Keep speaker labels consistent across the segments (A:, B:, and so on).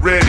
A: ready.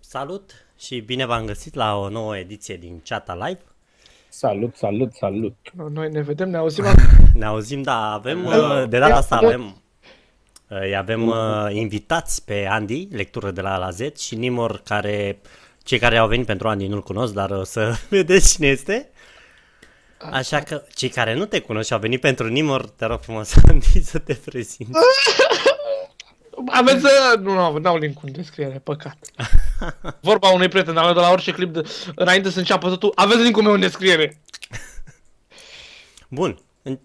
B: Salut și bine v-am găsit la o nouă ediție din Chata Live.
C: Salut, salut, salut.
D: Noi ne vedem, ne auzim.
B: Ne auzim, dar avem, uh, de data asta avem, uh, îi avem uh, invitați pe Andy, lectură de la A la Z și Nimor, care cei care au venit pentru Andy nu-l cunosc, dar o să vedeți cine este. Așa că cei care nu te cunosc și au venit pentru Nimor, te rog frumos, Andy, să te prezinti.
D: Aveți să... Nu, nu, n-au link în descriere, păcat. Vorba unui prieten al meu de la orice clip de... Înainte să înceapă totul, aveți link-ul meu în descriere.
B: Bun, în,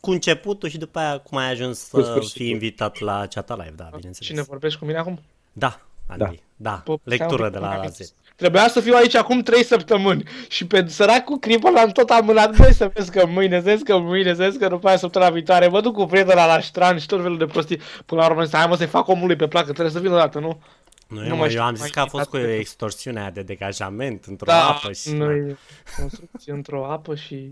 B: cu începutul și după aia cum ai ajuns să
C: sfârșitul.
B: fii invitat la Chata Live, da, bineînțeles.
D: Cine vorbești cu mine acum?
B: Da, Andy, da, da.
D: Bă,
B: lectură
D: stai
B: de
D: un
B: la A
D: pic, mă,
B: la
D: că
B: Z.
D: Trebuia să fiu aici acum 3 săptămâni și pe săracul Cripă l-am tot amânat, băi, să vezi că mâine, să vezi că mâine, să vezi că după aia săptămâna viitoare mă duc cu prietena la ștran și tot felul de prostii. Până la urmă zic, hai mă să-i fac omului pe placă, trebuie să vină o dată, nu?
B: Nu,
D: Nu
B: eu,
D: mă
B: mă, eu
D: știu,
B: am
D: mai
B: zis că a fost cu
D: invitat pe-
B: extorsiunea aia de degajament într-o apă și...
D: Da, noi construcții într-o apă și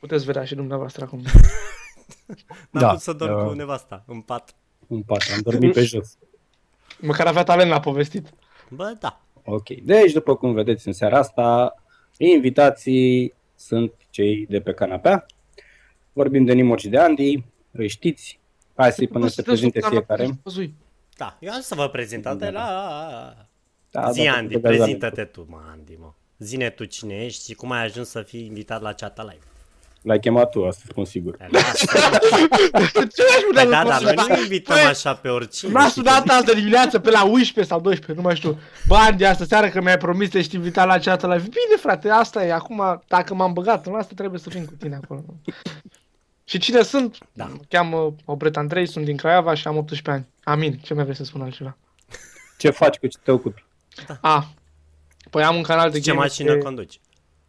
D: puteți vedea și dumneavoastră acum.
B: N-am
C: Da,
B: putut să dorm
C: da.
B: cu nevasta în pat.
C: Un pat, am dormit pe jos.
D: Măcar avea talent la povestit.
B: Bă, da.
C: Ok, deci după cum vedeți în seara asta, invitații sunt cei de pe canapea. Vorbim de Nimor și de Andy, îi știți. Hai să-i până se prezinte fiecare.
B: Da, eu am să vă prezint, dar la...
C: Da,
B: Zi,
C: dacă
B: Andy,
C: puteți avea
B: prezintă-te tu, mă, Andy, mă. Zine tu cine ești și cum ai ajuns să fii invitat la Chata Live.
C: L-ai chemat tu, asta spun sigur.
B: Dar lasă-
D: Ce aș putea
B: Păi da, da, noi nu invităm
D: Băi,
B: așa pe oricine.
D: M-a
B: știi
D: sunat
B: că-
D: azi de dimineață pe la 11 sau 12, nu mai știu. Bani de asta seară că mi-ai promis să ești invitat la cealaltă la Bine, frate, asta e. Acum, dacă m-am băgat în asta, trebuie să fim cu tine acolo. Și cine sunt?
B: Da.
D: Mă cheamă Obret Andrei, sunt din Craiova și am 18 ani. Amin, ce mai vrei să spun altceva?
C: Ce faci, cu ce te ocupi?
D: A, păi am un canal de
B: Da. Ce
D: gaming
B: mașină
D: de
B: conduci?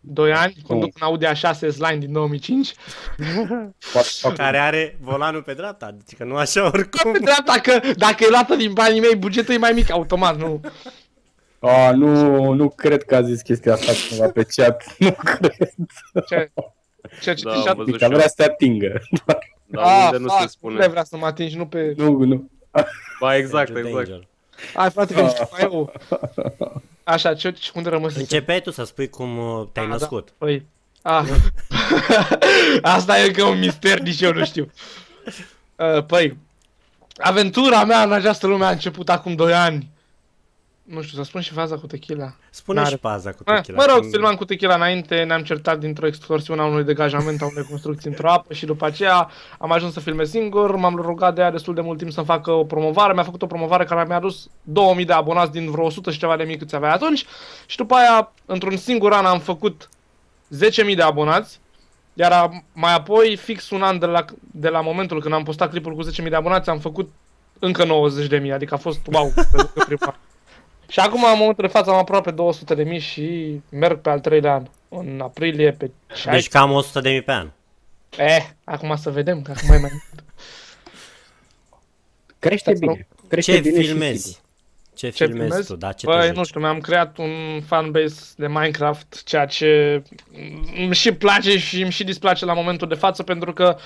D: 2 ani,
C: Oh.
D: conduc un Audi A6 S-Line din 2005.
C: Faci, faci
B: Care are volanul pe dreapta, deci că nu așa oricum.
D: Pe dreapta că dacă e luată din banii mei, bugetul e mai mic, automat, nu?
C: A, Ah, nu, nu cred că a zis chestia asta cineva pe chat. Nu cred.
D: Ce? Ce, ce,
E: Da,
D: ce,
E: am
D: ce,
E: văzut.
C: Adică vrea să te atingă.
E: Dar unde nu
D: fuck,
E: se
D: Nu
E: spune.
D: vrea să mă atingi, nu pe...
C: Nu, nu.
E: Ba, exact,
B: Danger,
E: exact.
B: danger.
D: Ai frate, că nici mai eu. Așa, ce, ce- unde rămâs?
B: Începeai tu să spui cum uh, te-ai
D: Ah,
B: născut.
D: Păi, ah. Asta e încă un mister, nici eu nu știu. Uh, Păi, aventura mea în această lume a început acum 2 ani. Nu știu, să spun și faza cu tequila.
B: Spune și
D: N-are-
B: paza cu
D: Ah,
B: tequila.
D: Mă rog,
B: cum-
D: filmam cu tequila înainte, ne-am certat dintr-o extorsiune a unui degajament a unei construcții într-o apă și după aceea am ajuns să filmez singur, m-am rugat de ea destul de mult timp să-mi facă o promovare, mi-a făcut o promovare care mi-a dus 2000 de abonați din vreo 100 și ceva de mii câți avea atunci și după aia, într-un singur an am făcut 10.000 de abonați, iar a- mai apoi, fix un an de la, de la momentul când am postat clipul cu 10.000 de abonați, am făcut încă 90.000, adică a fost wow, că prima. Și acum am momentul de față am aproape 200 de mii și merg pe al treilea an. În aprilie, pe 16.
B: Deci cam 100 de mii pe an.
D: Eh, acum să vedem, că acum e mai mult.
C: Crește bine. Crește
B: Ce
C: bine și
B: filmezi?
C: sigur.
B: Ce
D: Ce
B: filmezi tu, da? Ce te
D: Băi,
B: joci?
D: nu știu, mi-am creat un fanbase de Minecraft, ceea ce îmi și place și îmi și displace la momentul de față, pentru că uh,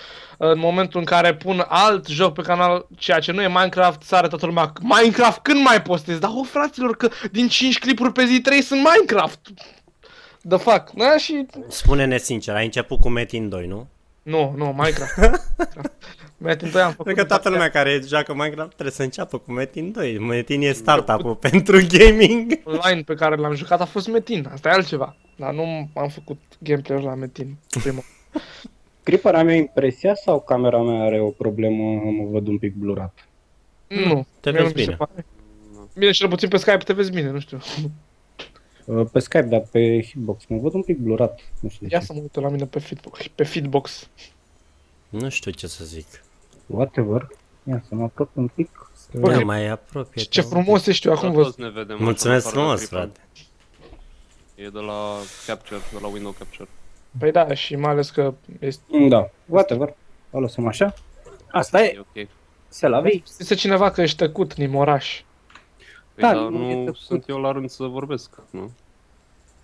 D: în momentul în care pun alt joc pe canal, ceea ce nu e Minecraft, sare toată lumea. oh, Minecraft, când mai postez? Dar, o, fraților, că din 5 clipuri pe zi 3 sunt Minecraft! the fuck? Na, și
B: Spune-ne sincer, ai început cu Metin 2, nu?
D: Nu, nu, Minecraft. Metin 2 am făcut.
B: Cred că toată lumea care joacă Minecraft trebuie să înceapă cu Metin 2. Metin e startup-ul pentru gaming.
D: Online pe care l-am jucat a fost Metin, asta e altceva. Dar nu am făcut gameplay la Metin primul.
C: Creeper am eu impresia sau camera mea are o problemă, mă văd un pic blurat?
D: nu,
B: Te
D: mie nu
B: vezi
D: mi se
B: bine.
D: pare. Bine, cel puțin pe Skype te vezi bine, nu știu.
C: Uh, Pe Skype, dar pe hitbox mă văd un pic blurat. Nu știu de
D: Ia
C: ce.
D: să mă uit la mine pe feedbox. Pe feedbox.
B: Nu știu ce să zic.
C: Whatever. Ia să mă apropii un pic. să-
D: Bă,
B: Ne
D: Ok.
B: Da, mai apropie.
D: Și ce frumos ești eu acum văzut.
E: Toți ne vedem.
B: Mulțumesc
E: acolo, afară
B: frumos,
E: de clipă.
B: frate.
E: E de la Capture, de la Window Capture.
D: Păi da, și mai ales că este...
C: Da, whatever. O lăsăm așa. Asta e,
E: E ok. Păi,
C: se la vei.
D: Este cineva că ești tăcut, Nimoraș.
C: Da,
E: da,
C: nu
E: dar
C: e
E: nu
C: tăcut.
E: sunt eu la rând să vorbesc, nu?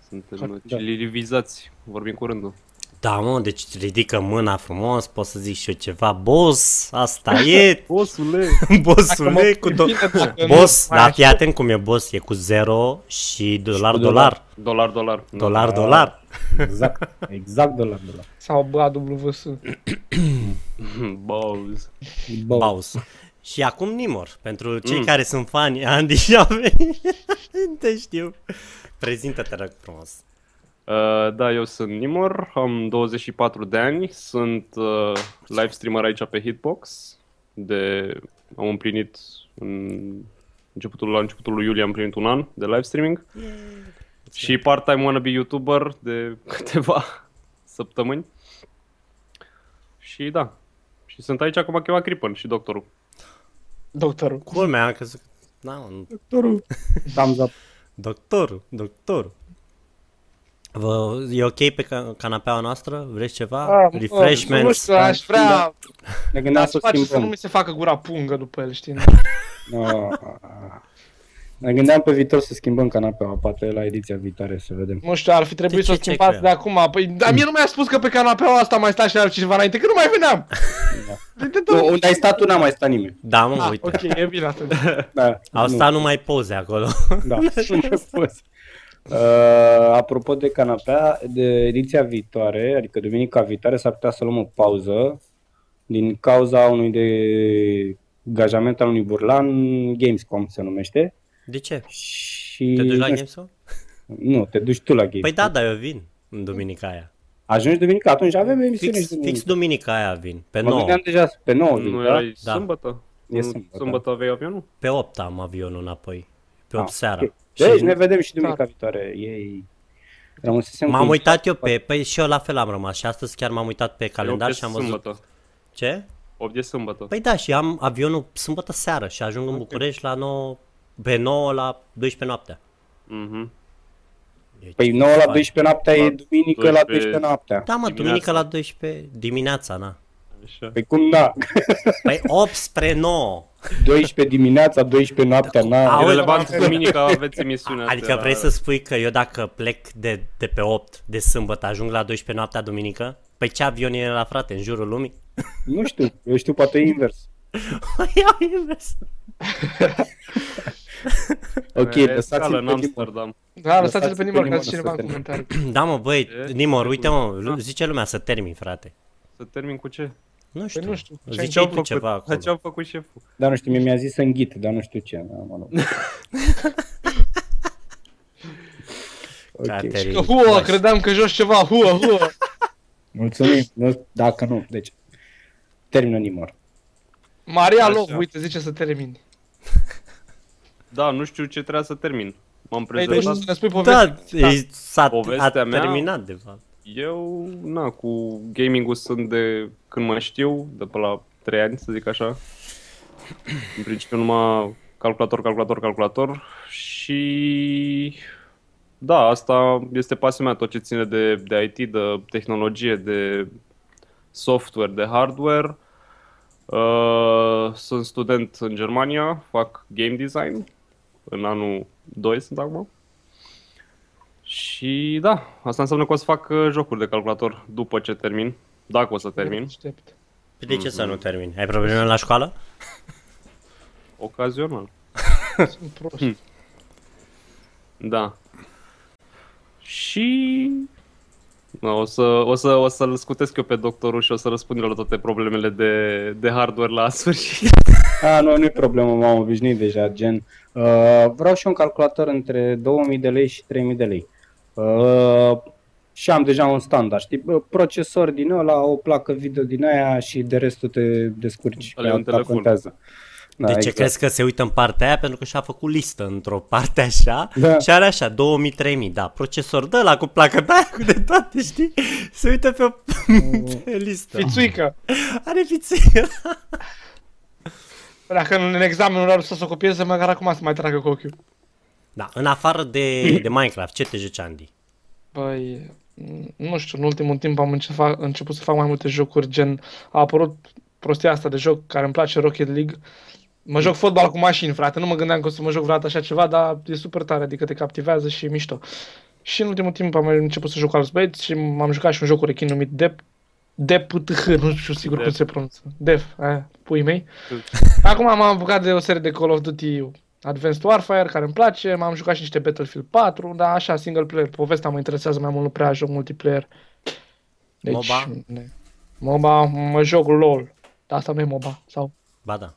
E: Suntem
C: Da.
E: civilizați, vorbim cu rândul.
B: Da, mă, deci ridică mâna frumos, pot să zic și eu ceva. Boss, asta e,
E: Osule!
B: bossule, cu tot.
D: dacă
B: Boss,
D: nu mai
B: da, fii atent cum e boss, e cu 0 și dolar,
C: cu
B: dolar,
E: Dolar, dolar. Da.
B: dolar,
C: Da.
B: dolar.
C: Exact, exact de la de la.
D: Sau BAWS.
E: Bows.
C: Bă,
B: Baus. Și acum Nimor, pentru cei
E: Mm.
B: care sunt fani Andy și Avei, te știu. Prezintă-te, rog, frumos.
E: Uh, da, eu sunt Nimor, am 24 de ani, sunt uh, live streamer aici pe Hitbox. De, am împlinit în începutul, la începutul lui iulie am împlinit un an de live streaming. Și part-time wannabe YouTuber de câteva săptămâni. Și da, și sunt aici acum chema Crippen și doctorul.
D: Doctorul.
B: Culmea, am crezut că... Da, Na, mă, nu.
C: thumbs up.
B: doctorul, doctorul. Vă, e ok pe ca- canapeaua noastră? Vreți ceva?
D: Ah, mă, Nu
B: Refreshments?
D: știu, aș vrea...
C: Ne
D: Da,
C: gândeam
D: aș
C: să
D: face să nu
C: schimbăm.
D: mi se facă gura pungă după el, știi?
C: Ah. Ne gândeam pe viitor să schimbăm canapeaua, poate la ediția viitoare să vedem.
D: Nu știu, ar fi trebuit
B: De
D: să
B: ce ce
D: o schimbați
B: cu
D: de
B: ea?
D: acum. Păi, dar mie nu mi-a spus că pe canapeaua asta mai sta și altcineva înainte, că nu mai veneam. De tot-
C: Nu, unde ai stat tu, n-a mai stat nimeni.
B: Da, mă,
D: Ah,
B: uite.
D: ok, e bine atunci.
C: Da,
B: Au
C: nu,
B: stat numai poze acolo.
C: Da, nu mai poți. Uh, apropo de canapea, de ediția viitoare, adică duminica viitoare, s-ar putea să luăm o pauză din cauza unui de angajament al unui burlan, Gamescom se numește.
B: De ce?
C: Și
B: Te duci la
C: nu, știu-
B: Gamescom?
C: nu, te duci tu la Gamescom.
B: Păi da, dar eu vin în duminica aia.
C: Ajungi duminică, atunci avem emisiune
B: Fix,
C: și duminică.
B: fix duminica aia vin. Pe
C: Mă
B: 9.
C: gândeam deja pe 9,
E: nu
C: da?
E: erai
B: Da.
E: sâmbătă?
C: E
E: Nu,
C: sâmbătă.
E: sâmbătă aveai avionul?
B: Pe 8 am avionul înapoi. Pe 8
C: Ah,
B: seara.
C: ok. Deci
B: Și Da.
C: ne vedem și duminica viitoare. Ei. Rămăsesem
B: M-am
C: cu-
B: uitat eu pe... Păi și eu la fel am rămas. Și astăzi chiar m-am uitat pe
E: Eu
B: calendar
E: opt
B: și am
E: e
B: văzut...
E: Sâmbătă.
B: Ce?
E: 8 e sâmbătă.
B: Păi da, și am avionul sâmbătă seară și ajung în București la 9... Pe 9 la 12 noaptea.
E: Mhm.
C: Păi 9 la
B: Fain.
C: 12 noaptea e
E: La
C: duminică la
E: 12
C: 12 noaptea.
B: Da, mă,
E: Dimineața.
B: duminică la 12 dimineața, na.
E: Așa.
C: Păi cum da?
B: Păi 8 spre 9.
C: 12 dimineața, 12 noaptea, na.
B: Au-
E: E
B: Auzi,
E: relevant
D: doamne.
E: duminică aveți emisiunea.
B: Adică
E: seara.
B: vrei să spui că eu dacă plec de, de pe 8 de sâmbătă, ajung la 12 noaptea duminică? Păi ce avion e la frate, în jurul lumii?
C: Nu știu, eu știu poate invers.
B: Iau invers.
C: Ok,
E: E
C: lăsați-l
E: scală în
C: pe Nimor.
E: Amsterdam.
D: Da, lăsați-l
C: Lăsați-l
D: pe
C: pe
D: nimeni,
C: Nimor
D: ca cineva
C: să
D: în
C: termine.
D: comentarii.
B: Da, mă, băi,
E: E?
B: Nimor, uite mă, lu-
E: Da.
B: zice lumea să termin, frate.
E: Să termin cu ce?
B: Nu știu,
D: nu știu, ce-ai-
B: ziceai
E: Ce-au
B: tu
E: făcut,
B: ceva acolo.
E: ce-au făcut șeful?
C: Dar nu știu, mie mi-a zis să înghit, dar nu știu ce. Da, mă rog. Ok,
B: Caterin.
D: Că hua, credeam că joci ceva, hua, hua.
C: mulțumim. Nu, dacă nu, deci. Termină Nimor.
D: Maria
E: Așa.
D: Lov, uite, zice să termini.
E: Da, nu știu ce trebuia să termin. M-am
D: Păi tu
E: prezentat
D: să ne spui povestea.
B: Da, e- s-a a
E: Povestea mea-
B: terminat, de fapt.
E: Eu, na, cu gaming-ul sunt de când mă știu, de pe la 3 ani, să zic așa. În principiu numai calculator, calculator, calculator și... Da, asta este pasiunea mea, tot ce ține de, de IT, de tehnologie, de software, de hardware. Uh, sunt student în Germania, fac game design. În anul 2 sunt acum. Și da, asta înseamnă că o să fac uh, jocuri de calculator după ce termin, dacă o să termin,
D: Aștept.
B: Păi De ce să
E: Mm.
B: nu termin? Ai probleme la școală?
E: ocazional.
D: Sunt prost.
E: Da. Și No, o, să, o, să, o să-l scutesc eu pe doctorul și o să răspund la toate problemele de, de hardware la sfârșit.
C: A, nu, nu-i problemă, m-am obișnuit deja, gen. Uh, vreau și un calculator între 2000 de lei și 3000 de lei. Uh, și am deja un standard, știi? Bă, Procesor din ăla, o placă video din aia și de restul te descurci.
E: Alea
C: Pe
E: un
C: asta
E: telefon.
C: contează. Da,
B: De ce crezi că se uită în partea aia? Pentru că și-a făcut listă într-o parte așa
C: Da.
B: și are așa 2000-3000, da, procesor de la cu placă de aia, cu de toate, știi? Se uită pe, o,
C: Mm.
B: pe listă.
D: Fițuică.
B: Are fițe.
D: Păi, Dacă în în examenul lor să se copieze, măcar acum să mai tragă cu ochiul.
B: Da, în afară de, de Minecraft, ce te joci, Andy?
D: Păi, m, nu știu, în ultimul timp am început, început să fac mai multe jocuri, gen a apărut prostia asta de joc care îmi place, Rocket League. Mă joc fotbal cu mașini, frate, nu mă gândeam că o să mă joc vreodată așa ceva, dar e super tare, adică te captivează și e mișto. Și în ultimul timp am început să joc alți băieți și m-am jucat și un joc cu rechin numit Dep DPTH, nu știu sigur cum
E: Dep.
D: se pronunță. Def, aia, pui mei. Acum m-am apucat de o serie de Call of Duty Advanced Warfare, care îmi place, m-am jucat și niște Battlefield 4, dar așa, single player, povestea mă interesează mai mult, nu prea joc multiplayer. Deci,
B: MOBA?
D: Ne. MOBA, mă joc LOL, dar asta nu e MOBA, sau...
B: Ba da.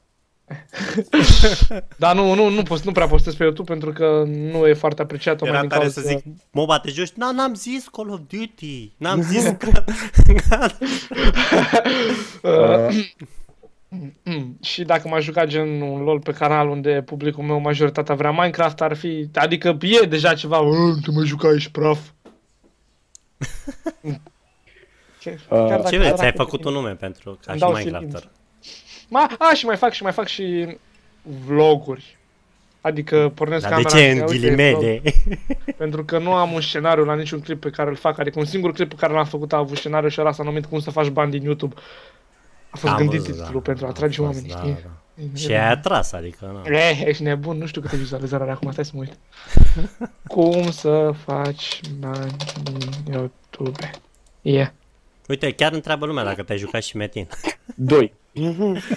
D: Dar nu, nu, nu, post, nu prea postez pe YouTube pentru că nu e foarte apreciat. tocmai
B: Era
D: din
B: tare
D: cauza-
B: să zic, MOBA te joci? Na, n-am zis Call of Duty, n-am zis că...
D: Mm, și dacă m-aș juca gen un LOL pe canal unde publicul meu majoritatea vrea Minecraft, ar fi... Adică e deja ceva, "Ă, tu mă jucai, ești praf. Ce, chiar dacă
B: Uh, Ce vrei,
D: era
B: ți-ai
D: cu
B: făcut
D: tine.
B: un nume pentru ca
D: Îmi
B: și
D: dau și
B: Minecrafter.
D: Ma, a, și mai fac și mai fac și vloguri. Adică pornesc
B: Dar de
D: camera
B: ce
D: și,
B: în
D: uite, e vlog.
B: ghilimele?
D: Pentru că nu am un scenariu la niciun clip pe care îl fac, adică un singur clip pe care l-am făcut a avut scenariu și ăla s-a numit cum să faci bani din YouTube. A fost
B: Am
D: gândit
B: văzut, da.
D: titlul pentru a atrage
B: Am
D: oamenii,
B: văzut, da,
D: știi?
B: da. Și ai atras, adică, na.
D: Eh, ești nebun, nu știu câte vizualizări are acum, stai să mă uit. Cum să faci bani din YouTube? Yeah.
B: Uite, chiar întreabă lumea dacă te-ai jucat și Metin.
C: Doi.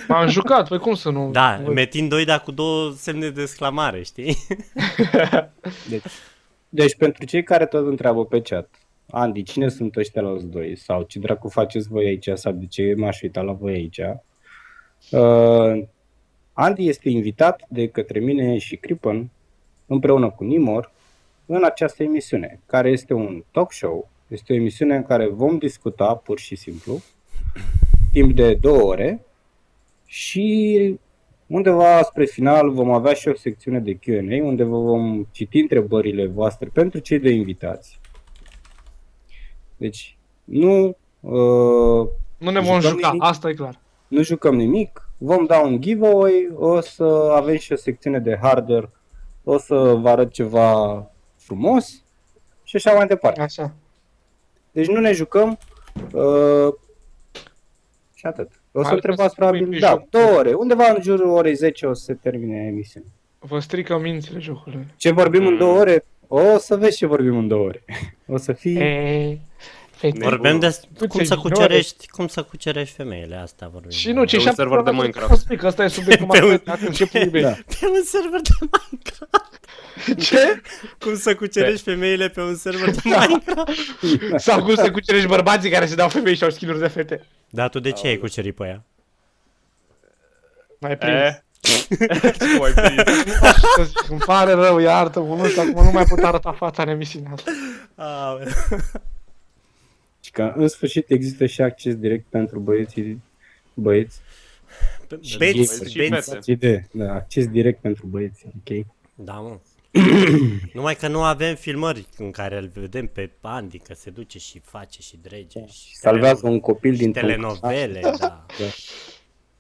D: M-am jucat, păi cum să nu?
B: Da,
D: Văd.
B: Metin 2, dar cu două semne de exclamare, știi?
C: Deci, deci pentru cei care tot întreabă pe chat, Andy, cine sunt ăștia la doi? Sau ce dracu faceți voi aici? Sau de ce m-aș uita la voi aici? Uh, Andy este invitat de către mine și Crippen împreună cu Nimor în această emisiune, care este un talk show. Este o emisiune în care vom discuta pur și simplu timp de două ore și Undeva spre final vom avea și o secțiune de Q&A unde vă vom citi întrebările voastre pentru cei de invitați. Deci nu, uh,
D: Nu ne
C: Jucăm
D: vom juca,
C: nimic?
D: asta e clar.
C: nu jucăm nimic, vom da un giveaway, o să avem și o secțiune de hardware, o să vă arăt ceva frumos și așa mai departe.
D: Așa.
C: Deci nu ne jucăm uh, și atât. O să
D: Mai
C: întrebați
D: trebuie să
C: probabil,
D: pui pe
C: da,
D: joc.
C: două ore, undeva în jurul orei 10 o să se termine emisiunea.
D: Vă strică mințile jocului.
C: Ce vorbim în două ore? O să vezi ce vorbim în două ore. O să fii...
D: E,
E: Ne-
B: Vorbim de
D: Tu
B: cum
D: ce
B: să
D: ignori.
B: cucerești, cum să cucerești femeile, asta vorbim.
D: și nu,
E: Pe
D: cei
E: un
D: șapte
E: server de
D: probabil
E: Minecraft.
D: că o Spic, asta e subiectul
B: Pe un-
D: mai dacă început iubire.
C: Da.
B: Pe un server de Minecraft.
D: Ce?
B: Cum să cucerești femeile pe un server de Minecraft?
D: Sau cum să cucerești bărbații care se dau femei și au skin de fete?
B: Dar Da, tu de ce ai cucerit pe ea?
D: Mai prins.
E: Eh. Ce mai prins?
D: Să zic, Îmi pare rău, iartă-mă, nu știu, acum nu mai pot arăta fața în emisiunea asta.
C: Și că în sfârșit există și acces direct pentru băieții băieți.
B: Beți,
E: Și
B: beți.
E: fete.
C: Idee. Da, acces direct pentru băieți, ok?
B: Da, mă. Numai că nu avem filmări în care îl vedem pe Andy că se duce și face și drege și
C: Da. Salvează
B: teleno-
C: un copil
B: și
C: din
B: telenovele, da.
C: Da.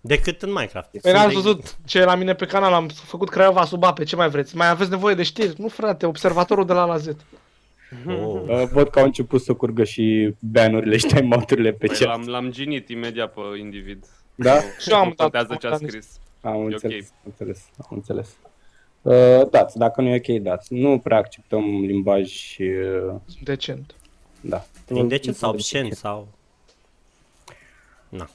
B: Decât în Minecraft.
D: Păi n-ați
B: Sunt-
D: văzut ce e la mine pe canal, am făcut Craiova sub ape, ce mai vreți? Mai aveți nevoie de știri? Nu frate, observatorul de la la Z.
B: Oh.
C: Văd că au început să curgă și banurile și timeout-urile pe
E: Păi
C: chat.
E: L-am, l-am ginit imediat pe individ.
C: Da?
E: Nu-
D: Și eu am
E: nu
D: dat-
E: contează ce
D: am
E: a
D: dat
E: scris.
C: Am
E: E
C: înțeles, am înțeles, am înțeles. Uh, dați, dacă nu e ok, dați. Nu prea acceptăm limbaj, uh,
D: Decent.
C: da.
B: Prin decent sau obscen sau... Na.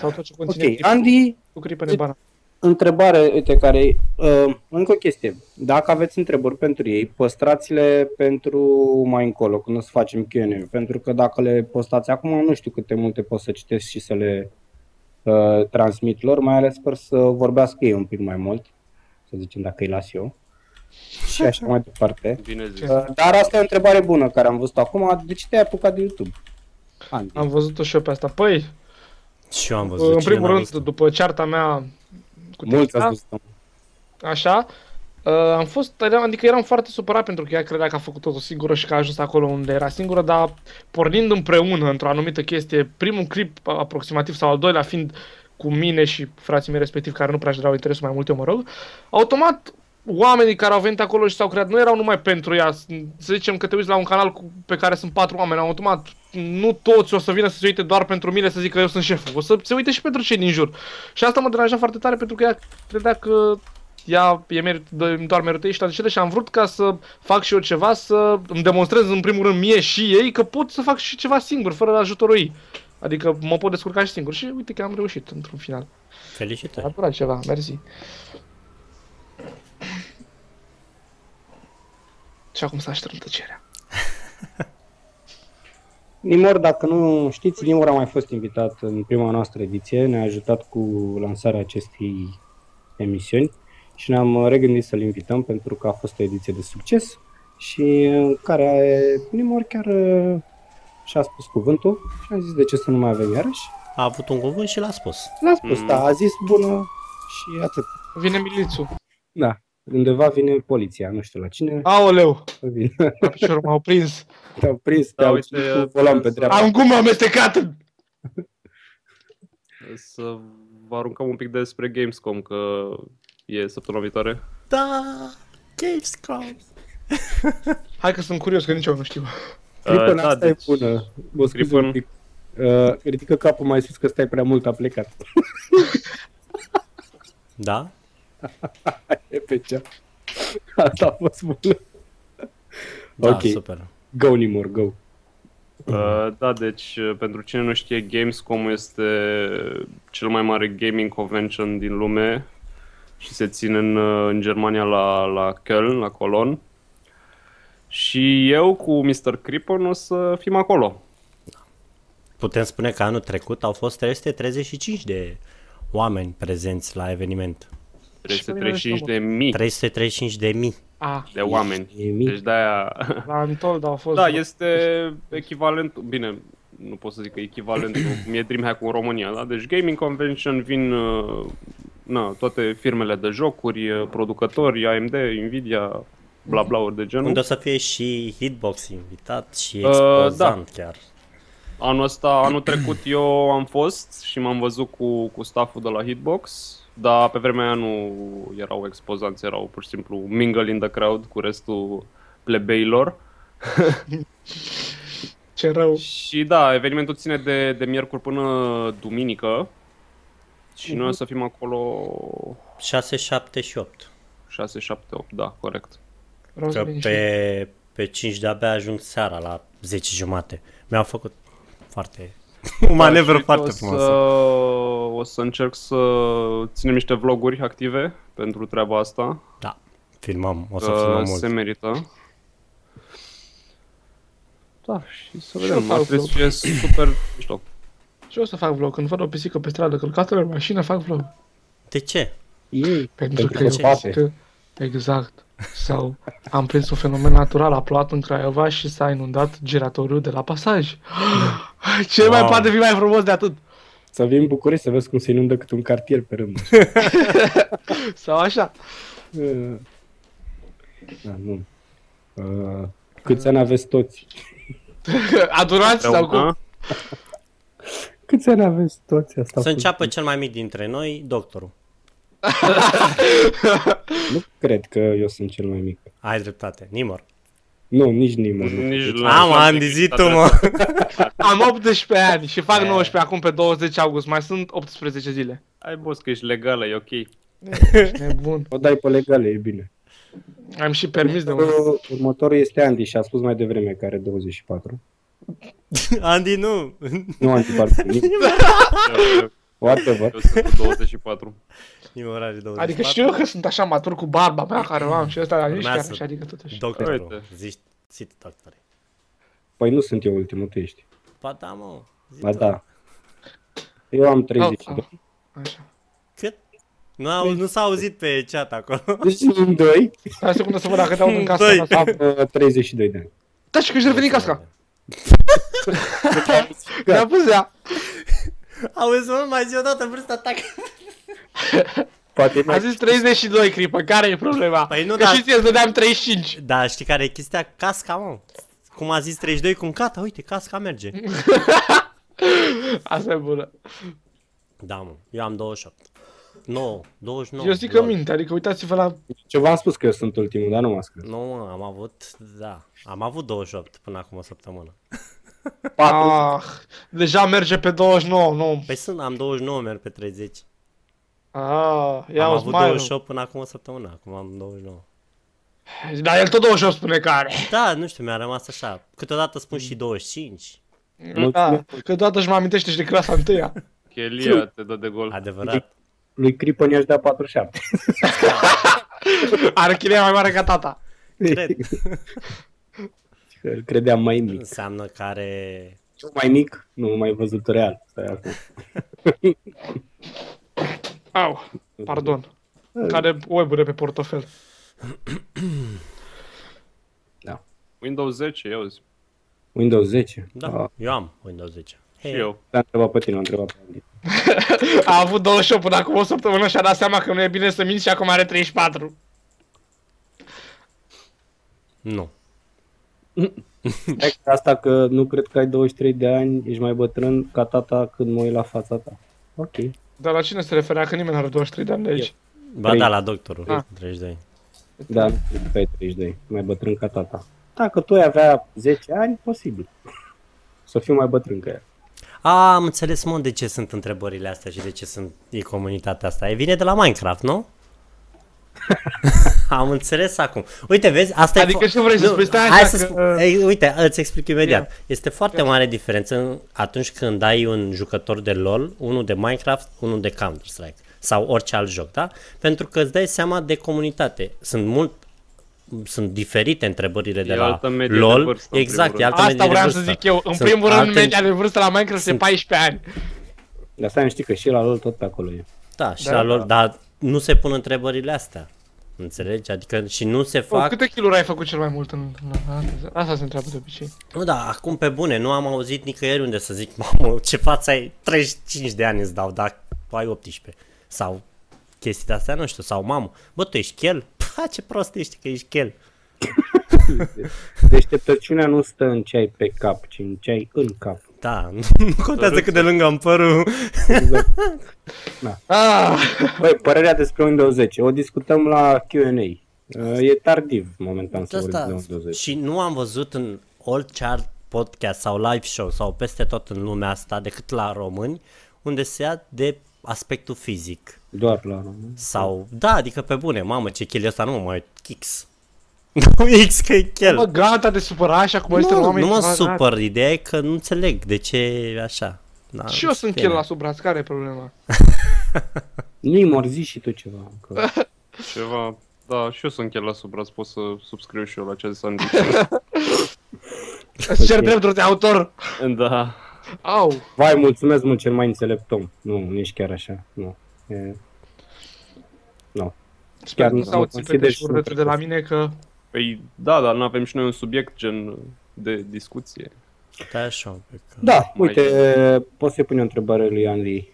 D: Sau tot ce conține
C: Ok, Andy,
D: cu clipe nebana.
C: întrebare, uite, care uh, încă o chestie. Dacă aveți întrebări pentru ei, păstrați-le pentru mai încolo, când o să facem Q&A, pentru că dacă le postați acum, nu știu câte multe pot să citesc și să le uh, transmit lor, mai ales sper să vorbească ei un pic mai mult, să zicem dacă îi las eu. Și așa mai departe.
E: Bine zis.
C: Uh, dar asta e o întrebare bună care am văzut acum. De ce te-ai apucat de YouTube? Andy.
D: Am văzut-o și eu pe asta. Păi,
B: Și eu am văzut.
D: în
B: cine
D: primul
B: n-a
D: rând,
B: văzut?
D: după cearta mea cu
C: Mulți
D: Tesla,
C: ați văzut.
D: Așa. Uh, am fost, eram- adică eram foarte supărat pentru că ea credea că a făcut totul singură și că a ajuns acolo unde era singură, dar pornind împreună într-o anumită chestie, primul clip a- aproximativ sau al doilea fiind cu mine și frații mei respectiv care nu prea își dau interesul mai mult, eu mă rog, automat oamenii care au venit acolo și s-au creat nu erau numai pentru ea. S- Să zicem că te uiți la un canal cu, pe care sunt patru oameni, automat nu toți o să vină să se uite doar pentru mine să zic că eu sunt șeful. O să se uite și pentru cei din jur. Și asta mă deranja foarte tare pentru că ea credea că ea e merit, dă- doar merită ei și toate cele și am vrut ca să fac și eu ceva, să îmi demonstrez în primul rând mie și ei că pot să fac și ceva singur, fără ajutorul ei. Adică mă pot descurca și singur și uite că am reușit într-un final. A
B: Felicitări.
D: durat ceva, mersi. Și acum s-a ștrunt tăcerea.
C: Nimor, dacă nu știți, Nimor a mai fost invitat în prima noastră ediție, ne-a ajutat cu lansarea acestei emisiuni și ne-am uh, regândit să-l invităm pentru că a fost o ediție de succes și în care Nimor chiar uh, și-a spus cuvântul și a zis de ce să nu mai avem iarăși.
B: A avut un cuvânt și l-a spus.
C: L-a spus, mm. da, a zis bună și atât.
D: Vine milițul.
C: Da, undeva vine poliția, nu știu la cine,
D: Aoleu,
C: vine.
D: la picior m-au prins.
C: te-au prins,
E: Da,
C: te-au
E: uite,
C: ucis cu volan pe
E: să-
C: dreapta.
D: Am gumă amestecată!
E: Să vă aruncăm un pic despre Gamescom, că e săptămâna viitoare.
B: Da, Gamescom.
D: Hai că sunt curios, că nici eu nu știu.
C: Cripen,
E: Uh,
C: asta
E: deci-
C: e bună. Mă scuze
E: Cripen.
C: un pic. Uh, ridică capul mai sus că stai prea mult a plecat.
B: Da?
C: E pe cea. Asta a fost bună.
B: Da,
C: Ok.
B: super.
C: Go, Nimor, go.
E: Uh, da, deci uh, pentru cine nu știe, Gamescom este uh, cel mai mare gaming convention din lume și se ține în, uh, în Germania la, la Köln, la Cologne. Și eu cu Mr. Crippen o să fim acolo.
B: Putem spune că anul trecut au fost 335 de oameni prezenți la eveniment.
D: pe mine
E: 335
D: mă
E: de mii
B: 335 de mii.
D: Ah,
E: de oameni.
C: E mic.
E: Deci de-aia...
D: la Antol, au fost...
E: Da, este echivalent, bine, nu pot să zic că echivalentul, cum e DreamHack în România, da? Deci Gaming Convention vin uh, na, toate firmele de jocuri, uh, producători, AMD, Nvidia, bla bla ori de genul.
B: Unde o să fie și Hitbox invitat și
E: da.
B: expozant uh, da. chiar.
E: Anul ăsta, anul trecut eu am fost și m-am văzut cu, cu stafful de la Hitbox, dar pe vremea aia nu erau expozanți, erau pur și simplu mingle in the crowd cu restul plebeilor.
D: Ce rău.
E: Și da, evenimentul ține de, de miercuri până duminică. Și
D: Mhm.
E: noi o să fim acolo
B: 6, 7 și 8.
E: 6, 7, 8, da, corect.
D: Vreau să
B: Că
D: liniștit.
B: pe, pe 5 de-abia ajung seara la 10 jumate. Mi-au făcut foarte... Un manevră
E: Da, Și
B: foarte
E: o să,
B: frumoasă.
E: O să încerc să ținem niște vloguri active pentru treaba asta.
B: Da, filmăm, o să
E: Că
B: filmăm
E: se
B: mult.
E: merită. Da, și să
D: Și eu
E: vedem.
D: fac
E: Ar trebui să fie super mișto.
D: Și eu o să fac vlog. Când văd o pisică pe stradă călcată pe mașină, fac vlog.
B: De ce?
C: Ei,
D: Pentru,
C: Pentru
D: că,
C: că
D: eu
C: face.
D: că Exact. Sau am prins un fenomen natural, a plouat în Craiova și s-a inundat giratoriul de la pasaj. Ce mai
B: Wow.
D: poate fi mai frumos de atât?
C: să vii în București să vezi cum se inundă cât un cartier pe rând.
D: Sau așa.
C: Uh, da, nu. Uh, câți ani aveți toți?
D: Adunați
B: da?
D: sau cum?
E: Împreună.
C: Câți ani aveți toți? Asta a
B: Să
C: fost-
B: înceapă cel mai mic dintre noi, doctorul.
C: Nu cred că eu sunt cel mai mic.
B: Ai dreptate, Nimor.
C: Nu, nici nimeni. nu.
E: Nici la- da,
B: Am andizit-o, mă.
D: Am 18 ani și fac 19 acum pe 20 august. Mai sunt 18 zile.
E: Ai boss că ești legală, e ok.
D: Nebun.
C: O dai pe legale, e bine.
D: Am și permis de un...
C: Următorul, următorul este Andy și a spus mai devreme că are 24.
E: da.
B: Andy, nu.
C: Nu antipartinic. Whatever.
E: Eu sunt cu 24.
B: Nimorage 24.
D: Adică știu eu că sunt așa matur cu barba mea care o am și ăsta, dar nici chiar
B: Urmează.
D: așa, adică totuși.
B: Doctorul,
E: Uite.
B: zici, zi tu, doctore.
C: Păi nu sunt eu ultimul, tu ești.
B: Ba da, mă, zi
C: Ba
B: tu.
C: da. Eu am 32.
D: Oh. Așa.
B: Cât? Nu,
D: Păi-
B: au, nu s-a auzit pe chat acolo.
C: Deci sunt doi. uh,
D: Stai o secundă să văd dacă te aud în casca
B: Doi.
D: asta.
C: Am 32 de ani.
D: Da, și că își reveni casca.
C: Da.
D: Mi-a pus ea.
B: Auzi, mă, mai zi odată vârsta ta.
C: Poate e
D: A
C: mai...
D: zis 32 clipă, care e problema?
B: Păi nu,
D: că
B: dar-
D: și ție îți dădeam 35.
B: Da, știi care e chestia? Casca, mă. Cum a zis 32, cum cata, uite, casca merge.
D: Asta e bună.
B: Da, mă, eu am 28. 9, 29.
D: Eu zic că
B: lol.
D: minte, adică uitați-vă la...
C: Ceva am spus că eu sunt ultimul, dar nu m-a scris.
B: Nu, mă, am avut, da, am avut 28 până acum o săptămână.
D: Ah, deja merge pe 29, nu.
B: Păi sunt, am 29, merg pe 30.
D: Ah, ia
B: am
D: o
B: avut
D: smile.
B: 28 până acum o săptămână, acum am 29.
D: Dar el tot 28 spune care.
B: Da, nu știu, mi-a rămas așa. Câteodată spun și 25.
D: Da,
C: Mulțumesc.
D: că toată își mă amintește și de clasa întâia.
E: Chelia te dă de gol.
B: Adevărat.
C: Lui Cripon i-aș da 47.
D: Are chilia mai mare ca tata.
B: Cred.
C: Că Îl credeam mai mic.
B: Înseamnă care...
C: Cel mai mic, nu m-am mai văzut real. Stai acum.
D: Au, pardon. Care web pe portofel.
C: Da.
E: Windows 10, ia uzi.
C: Windows 10.
B: Da,
C: Ah,
B: eu am Windows 10. Hei,
E: Și eu.
C: L-a întrebat pe tine, l-a întrebat pe Andy.
D: A avut 28 până acum o săptămână și a dat seama că nu e bine să minți și acum are 34.
B: Nu.
C: Hai că Asta că nu cred că ai 23 de ani, ești mai bătrân ca tata când mă uit la fața ta. Ok.
D: Dar la cine se referea că nimeni nu are 23 de ani de aici?
B: Ba
C: Trei.
B: da, la doctorul.
D: Ah.
B: 32.
C: Da, nu cred că ai 32, mai bătrân ca tata. Dacă tu ai avea 10 ani, posibil. Să fiu mai bătrân ca el.
B: A, am înțeles, mă, de ce sunt întrebările astea și de ce sunt, e comunitatea asta. E vine de la Minecraft, nu? am înțeles acum. Uite, vezi, asta
D: Adică
B: e... fo-
D: ce vrei să
B: Nu,
D: spui? Stai
B: hai
D: așa
B: să
D: că-
B: spun. Ei, uite, îți explic imediat. Este foarte mare diferență în- atunci când ai un jucător de LoL, unul de Minecraft, unul de Counter-Strike sau orice alt joc, da? Pentru că îți dai seama de comunitate. Sunt mult sunt diferite întrebările de
E: E
B: la
E: altă medie de
B: LOL.
E: vârstă, în
B: exact,
E: primul
B: e
E: rând.
B: altă medie
D: Asta
B: de
D: vreau să
B: vârstă.
D: zic eu. În
B: Sunt
D: primul rând,
B: alte-
D: media de vârstă la Minecraft e
B: Sunt-
D: 14 ani.
C: Dar stai, știi că și la lor tot pe acolo e.
B: Da, și
D: Da,
B: da, la
D: da.
B: lor, da. dar nu se pun întrebările astea. Înțelegi? Adică și nu se
D: Bă,
B: fac...
D: Câte kill ai făcut cel mai mult în... în- în- Asta se întreabă de obicei.
B: Nu, da, acum pe bune, nu am auzit nicăieri unde să zic, mamă, ce față ai, 35 de ani îți dau, dar tu ai 18. Sau chestii de astea, nu știu, sau mamă, bă, tu ești chel? Pa, ce prost ești că ești chel.
C: Deșteptăciunea nu stă în ce ai pe cap, ci în ce ai în cap.
B: Da, nu, nu contează cât de lângă am părul.
D: Ah,
C: Băi, părerea despre Windows 10, o discutăm la Q&A. Uh, E tardiv momentan să vorbim de
B: Asta,
C: Windows 10.
B: și nu am văzut în orice alt podcast sau live show sau peste tot în lumea asta, decât la români, unde se ia de aspectul fizic.
C: Doar la român.
B: Sau, da, adică pe bune, mamă, ce chel e ăsta, nu mă mai uit, X. Nu, X că e chel.
D: bă, gata de supăra și acum este Da,
B: nu,
D: oameni...
B: nu mă
D: supărați.
B: supăr, ideea e că nu înțeleg de ce e așa. Da,
D: Și eu sunt
B: fie.
D: chel la sub braț, care e problema?
C: Nu-i morzi și tu ceva. Că...
E: Ceva... Da, și eu sunt chiar la subbraț, pot să subscriu și eu la ce a zis Andy.
D: Îți cer drepturi de autor!
E: da.
D: Au!
C: Vai, mulțumesc mult, cel mai înțelept om. Nu, nu ești chiar așa. Nu. E... Nu.
D: Sper că
C: nu
D: nu
C: mă
D: s-au ținut pe
C: consider și
D: și urâtul de la mine că...
E: Păi, da, dar nu avem și noi un subiect gen de discuție.
B: Stai așa un pic.
C: Da,
E: Mai-
C: uite, poți să-i pune o întrebare lui Andy.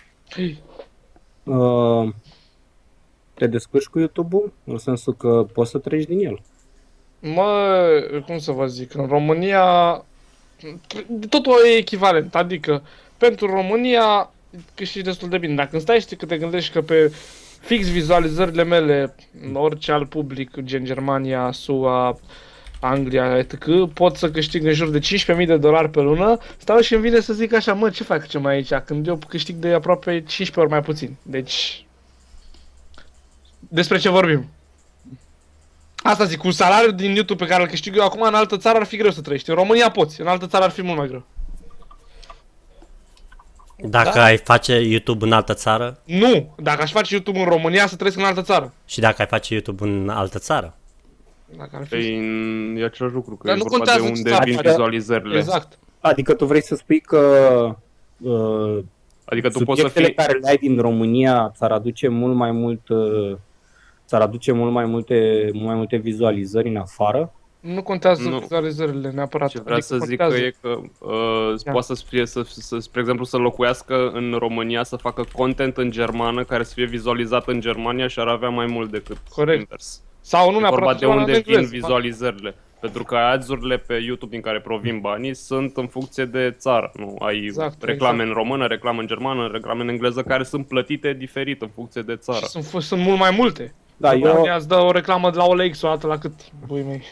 C: Uh, te descurci cu YouTube-ul? În sensul că poți să treci din el.
D: Mă, cum să vă zic, în România totul e echivalent, adică pentru România câștigi destul de bine. Dacă îmi stai și că te gândești că pe fix vizualizările mele, în orice alt public, gen Germania, SUA, Anglia, etc., pot să câștig în jur de 15.000 de dolari pe lună, stau și îmi vine să zic așa, mă, ce fac ce mai aici, când eu câștig de aproape 15 ori mai puțin. Deci, despre ce vorbim? Asta zic, cu salariul din YouTube pe care îl câștig eu acum, în altă țară ar fi greu să trăiești. În România poți, în altă țară ar fi mult mai greu.
B: Dacă
D: Da.
B: ai face YouTube în altă țară
D: Nu! Dacă aș face YouTube în România, să trăiesc în altă țară.
B: și dacă ai face YouTube în altă țară.
D: Dacă ar fi.
E: E, în- Păi, e același lucru, că
D: Dar
E: e
D: nu
E: vorba de
D: contează ce
E: unde
D: stat
E: vin
D: face.
E: vizualizările.
D: Exact.
C: Adică tu vrei să spui că uh,
E: Adică tu poți să
C: subiectele
E: fii...
C: care le ai din România ți-ar aduce mult mai mult uh, ți-ar aduce mult mai multe, mult mai multe vizualizări în afară.
D: Nu contează
E: Nu.
D: vizualizările neapărat. Adică
E: Ce vreau să zic că e că uh,
D: Da.
E: poate să fie, să, să, spre exemplu, să locuiască în România, să facă content în germană care să fie vizualizat în Germania și ar avea mai mult decât
D: Corect.
E: invers.
D: Sau nu
E: Nu e vorba
D: neapărat
E: de unde vin
D: engleză.
E: vizualizările. Pentru că ads-urile pe YouTube din care provin banii sunt în funcție de țară. Nu? Ai
D: Exact,
E: reclame în română, reclame în germană, reclame în engleză care sunt plătite diferit în funcție de țară.
D: Și sunt, sunt mult mai multe.
C: Da, eu,
D: România îți dă o reclamă de la OLX o dată la cât timp, bui mei.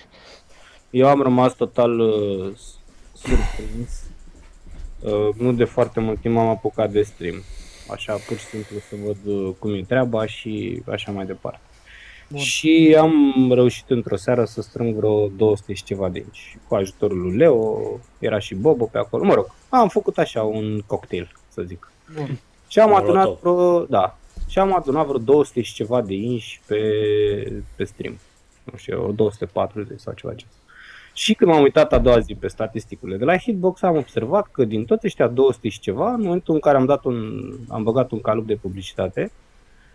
C: eu am rămas total uh, surprins. Uh, nu de foarte mult timp am apucat de stream. Așa, pur și simplu să văd uh, cum e treaba și așa mai departe.
D: Bun.
C: Și am reușit într-o seară să strâng vreo 200 și ceva de aici. Cu ajutorul lui Leo, era și Bobo pe acolo. Mă rog, am făcut așa un cocktail, să zic.
D: Bun.
C: Și am
B: Molotov.
C: adunat vreo, da, și am adunat vreo 200 și ceva de inși pe, pe stream. Nu știu, eu, 240 sau ceva ce. Și când m-am uitat a doua zi pe statisticule de la Hitbox, am observat că din toți ăștia 200 și ceva, în momentul în care am, dat un, am băgat un calup de publicitate,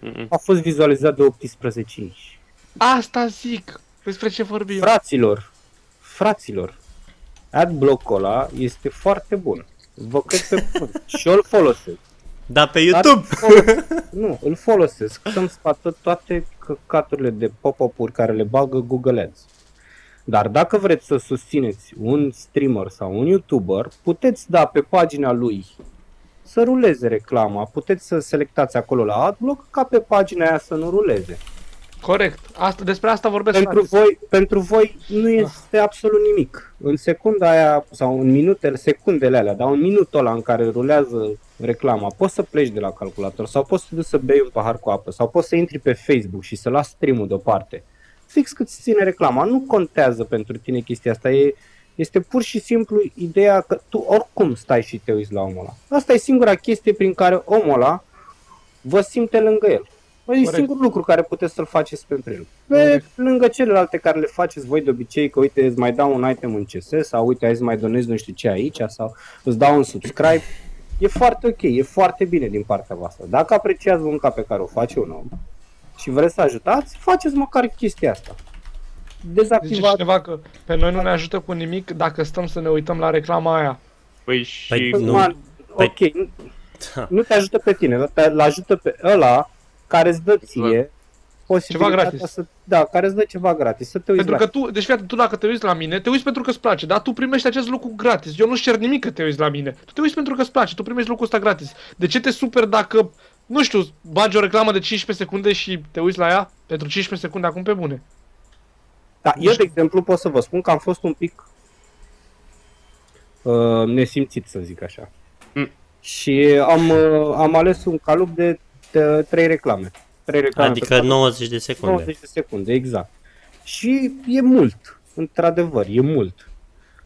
E: Mm-mm.
C: a fost vizualizat de 18 inși.
D: Asta zic! Despre ce vorbim?
C: Fraților, fraților, adblock-ul ăla este foarte bun. Vă cred pe bun. și eu îl folosesc.
B: Dar
D: Da,
B: pe
C: Dar
B: YouTube!
C: îl folosesc. nu, îl folosesc să-mi scoată toate căcaturile de pop-up-uri care le bagă Google Ads. Dar dacă vreți să susțineți un streamer sau un YouTuber, puteți da pe pagina lui să ruleze reclama, puteți să selectați acolo la adblock ca pe pagina aia să nu ruleze.
D: Corect. Asta, despre asta vorbesc.
C: Pentru
D: frate.
C: voi, pentru voi nu este absolut nimic. În secunda aia sau în minutele, secundele alea, dar un minutul ăla în care rulează reclama, poți să pleci de la calculator sau poți să duci să bei un pahar cu apă sau poți să intri pe Facebook și să lași stream-ul deoparte. Fix cât ți ține reclama, nu contează pentru tine chestia asta, e, este pur și simplu ideea că tu oricum stai și te uiți la omul ăla. Asta e singura chestie prin care omul ăla vă simte lângă el. Bă, e
D: Corect.
C: singurul lucru care puteți să-l faceți pentru el. Pe
D: Corect.
C: lângă celelalte care le faceți voi de obicei, că uite, îți mai dau un item în CS sau uite, hai să mai donezi nu știu ce aici sau îți dau un subscribe, e foarte ok, e foarte bine din partea voastră. Dacă apreciați munca pe care o face un om și vreți să ajutați, faceți măcar chestia asta.
D: Zice
C: Dezactivați.
D: cineva că pe noi nu ne ajută cu nimic dacă stăm să ne uităm la reclama aia.
E: Păi și...
B: Păi-
C: Păi,
B: Nu.
C: man, Ok, nu, nu te ajută pe tine, dar te ajută pe ăla care îți dă ție posibilitatea
D: gratis.
C: Să, da, care îți dă ceva gratis, să te uiți
D: Pentru
C: la
D: că tu, deci fii atent, tu dacă te uiți la mine, te uiți pentru că îți place, dar tu primești acest lucru gratis. Eu nu-ți cer nimic că te uiți la mine. Tu te uiți pentru că îți place, tu primești lucrul ăsta gratis. De ce te super dacă, nu știu, bagi o reclamă de 15 secunde și te uiți la ea pentru 15 secunde acum pe bune?
C: Da, eu, de exemplu, pot să vă spun că am fost un pic uh, nesimțit, să zic așa.
E: Mm.
D: Hmm.
C: Și am, uh, am ales un calup de uh, trei reclame. Trei
D: da,
C: reclame pe
B: Adică 90 de secunde.
C: 90 de secunde, exact. Și e mult, într-adevăr, e mult.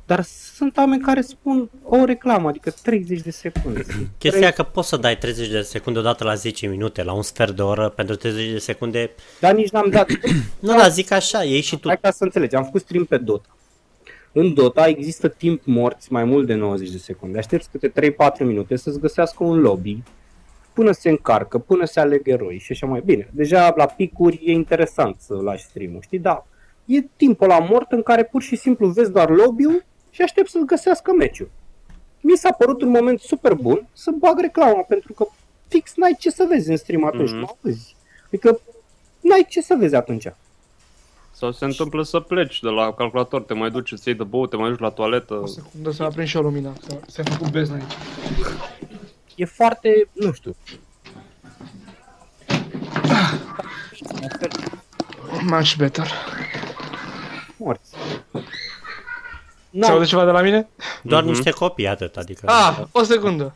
C: Dar sunt oameni care spun o reclamă, adică 30 de secunde.
B: Chestia că poți să dai 30 de secunde odată la 10 minute, la un sfert de oră, pentru 30 de secunde.
C: Dar nici n-am dat
B: Nu,
D: Da.
B: dar zic așa, ei și tu.
C: Hai ca să înțelegi, am făcut stream pe Dota. În Dota există timp morți mai mult de 90 de secunde. Aștepți câte 3-4 minute să-ți găsească un lobby până se încarcă, până se aleg eroi și așa mai bine. Deja la picuri e interesant să lași stream-ul, știi? Dar e timpul la mort în care pur și simplu vezi doar lobby-ul și aștepți să-ți găsească meciul. Mi s-a părut un moment super bun să bag reclama pentru că fix n-ai ce să vezi în stream atunci,
B: Mm.
E: Mhm.
C: mm-hmm. nu auzi. Adică n-ai ce să vezi atunci.
E: Sau se întâmplă să pleci de la calculator, te mai duci, îți iei de băut, te mai duci la toaletă.
D: O secundă să aprind și eu lumina, că se făcut bezna aici.
C: e foarte, nu știu.
D: Much better.
C: Morți.
D: Se
C: Nu,
D: aude ceva de la mine?
B: Doar
E: Mhm.
B: niște copii, atât, adică.
D: Ah, o secundă.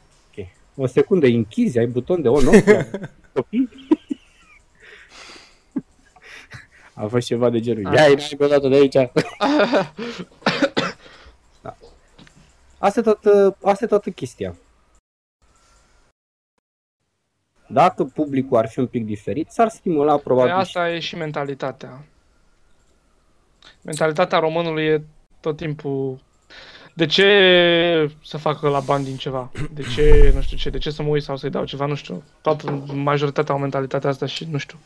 C: o secundă, închizi, ai buton de on, off, copii. A fost ceva de
D: Ah.
C: genul. Ia-i mai pe dată de aici. da. Asta e toată, asta e toată chestia. Dacă publicul ar fi un pic diferit, s-ar stimula probabil.
D: Păi asta e și mentalitatea. Mentalitatea românului e tot timpul de ce să facă la bani din ceva? De ce, nu știu ce, de ce să mă uit sau să-i dau ceva, nu știu. Toată majoritatea au mentalitatea asta și nu știu.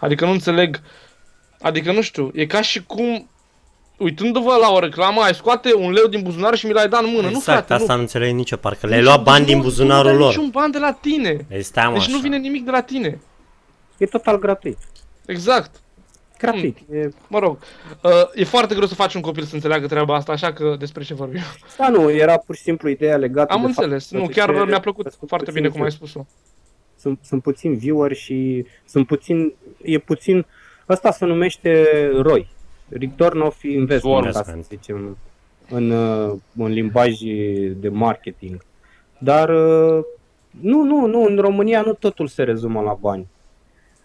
D: Adică nu înțeleg, adică nu știu, e ca și cum uitându-vă la o reclamă, ai scoate un leu din buzunar și mi l-ai dat în mână.
B: Exact,
D: nu, frate,
B: asta nu,
D: nu.
B: înțeleg nicio, parcă le-ai luat bani din
D: Nu-
B: buzunarul
D: nu dai
B: lor.
D: niciun ban de la tine.
B: Ei, stai mă
D: Deci nu
B: așa.
D: vine nimic de la tine.
C: E total gratuit.
D: Exact.
C: Gratuit. E...
D: Mă rog, uh, e foarte greu să faci un copil să înțeleagă treaba asta, așa că despre ce vorbim.
C: Da, nu, era pur și simplu ideea legată
D: Am
C: de
D: înțeles,
C: faptul
D: nu,
C: că
D: chiar
C: ce-
D: mi-a plăcut
C: sunt
D: foarte
C: puțini
D: bine cum ai
C: view-
D: spus-o.
C: Sunt, sunt puțin viewer și sunt puțin, e puțin, ăsta se numește ROI, Return of Investment,
B: Investment.
C: Ca să zicem, în, uh, în limbaj de marketing. Dar uh, nu, nu, nu, în România nu totul se rezumă la bani.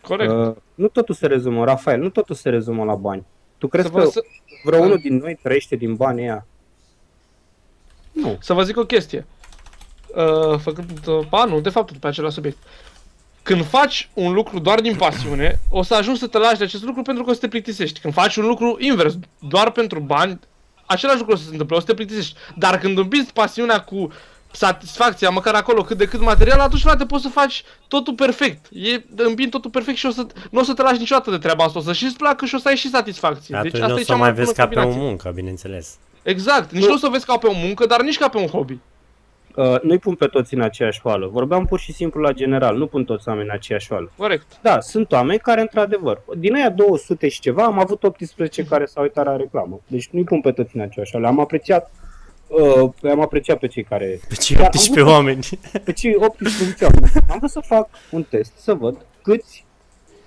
D: Corect.
C: Uh, Nu totul se rezumă, Rafael, nu totul se rezumă la bani. Tu crezi
D: Să vă,
C: că
D: să,
C: vreo unul din noi trăiește din banii ăia? Nu.
D: să vă zic o chestie. Uh, făcând, uh, ba, nu, de fapt, tot pe același subiect. Când faci un lucru doar din pasiune, o să ajungi să te lași de acest lucru pentru că o să te plictisești. Când faci un lucru invers, doar pentru bani, același lucru o să se întâmple, o să te plictisești. Dar când împingi pasiunea cu satisfacția, măcar acolo, cât de cât material, atunci, frate, poți să faci totul perfect. E, împin totul perfect și o să, nu o să te lași niciodată de treaba asta. O să și îți placă și o să ai și satisfacție. Deci
B: Atunci nu o să mai vezi ca pe o muncă, bineînțeles.
D: Exact. Nici nu o să o vezi ca pe o muncă, dar nici ca pe un hobby.
C: Uh, nu-i pun pe toți în aceeași oală. Vorbeam pur și simplu la general, nu pun toți oamenii în aceeași oală.
D: Corect.
C: Da, sunt oameni care, într-adevăr, din aia 200 și ceva, am avut 18 care s-au uitat la reclamă. Deci nu-i pun pe toți în aceeași oală. Am apreciat, uh, am apreciat pe cei care...
B: Pe cei 18 oameni.
C: Pe cei 18 oameni. Am vrut să fac un test, să văd câți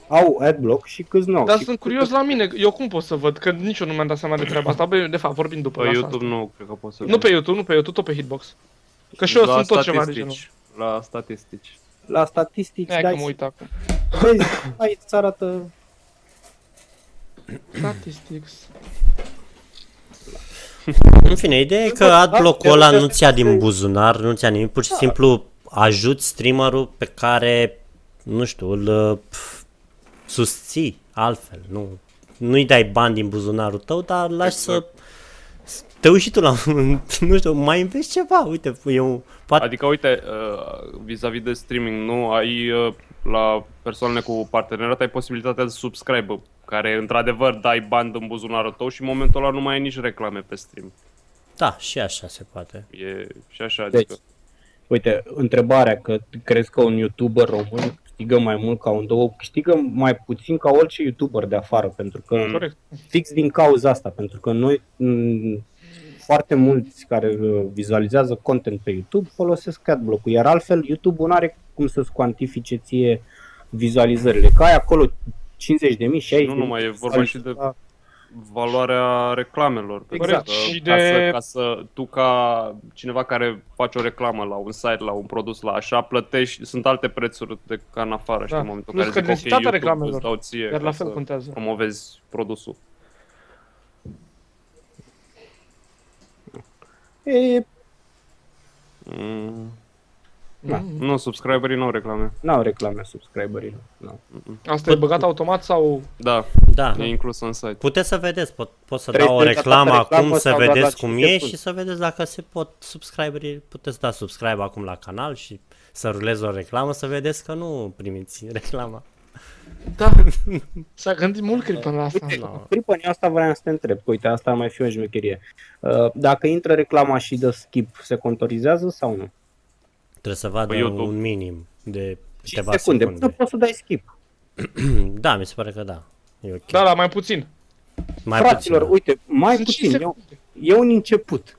C: au adblock și câți nu au.
D: Dar
C: Și
D: sunt curios la mine, eu cum pot să văd? Că nici eu nu mi-am dat seama de treaba asta. Băi, de fapt, vorbim după
E: Pe
D: lasă
E: YouTube nu cred că poți să
D: Asta. Nu pe YouTube, nu pe YouTube, tot pe Hitbox. Că și eu
E: La
D: sunt tot ceva de genul.
E: statistici. La statistici.
C: La statistici,
D: Hai că mă
C: dai,
D: uit acum.
C: vezi, aici îți arată
D: Statistics.
B: În fine, ideea e că adblock-ul ăla nu ți-a din buzunar, nu ți-a nimic,
D: Da.
B: pur și simplu ajut streamerul pe care, nu știu, îl uh, pf, susții altfel, nu nu-i dai bani din buzunarul tău, dar îl lași să
D: Exact.
B: te uiți și tu la un- nu știu, mai înveți ceva, uite, eu poate
E: Adică, uite, uh, vis-a-vis de streaming, nu ai uh, la persoanele cu parteneriat, ai posibilitatea de subscribe care într-adevăr dai bani în buzunarul tău și în momentul ăla nu mai ai nici reclame pe stream.
B: da, și așa se poate.
E: E și așa,
C: Deci,
E: adică,
C: Uite, întrebarea că crezi că un YouTuber român câștigă mai mult ca un două, câștigă mai puțin ca orice YouTuber de afară, pentru că
E: Mm.
D: Corect.
C: fix din cauza asta, pentru că noi m, foarte mulți care uh, vizualizează content pe YouTube folosesc adblock-ul, iar altfel YouTube nu are cum să-ți cuantifice ție vizualizările, că ai acolo 50.000, 60.000
E: nu numai, e vorba și de valoarea reclamelor. pentru
D: Corect.
E: că
D: Și
E: ca,
D: de-
E: să, ca să tu ca cineva care face o reclamă la un site, la un produs, la așa, plătești, sunt alte prețuri de ca în afară, știi,
D: Da.
E: în momentul
D: Plus
E: în
D: că
E: care zic, ok,
D: densitatea
E: YouTube
D: reclamelor,
E: îți dau ție
D: Dar
E: ca
D: la fel
E: să
D: contează.
E: promovezi produsul.
C: E,
E: Mm.
C: Da.
D: Mm.
E: Mm-hmm. Nu, subscriberii nu au reclame.
C: n-au reclame subscriberii. Nu.
D: Asta e băgat automat sau...
E: Da,
B: Da.
D: Păi,
E: e inclus în site.
B: Puteți să vedeți, pot, pot să
C: Trei
B: dau o
C: săptămâni
B: reclamă
C: dată reclamă
B: acum, să
C: sau doar la
B: vedeți cum
C: cinci
B: e
C: secunde?
B: și să vedeți dacă se pot subscriberii, puteți da subscribe acum la canal și să rulez o reclamă, să vedeți că nu primiți reclama.
D: Da. S-a gândit mult Cripan la asta.
B: No.
C: Cripan, Păi, eu asta vreau să te întreb, că uite, asta ar mai fi o șmecherie. Uh, Dacă intră reclama și dă skip, se contorizează sau nu?
B: Trebuie să vadă
E: Pe YouTube.
B: un minim de câteva
C: 5 secunde,
B: secunde.
C: Până poți să dai skip.
B: Da, mi se pare că da. E ok.
D: Da, la mai puțin.
B: Mai
C: Fraților,
B: puțin. da.
C: uite, mai
D: Sunt
C: puțin,
D: cinci
C: e,
D: secunde.
C: e un început.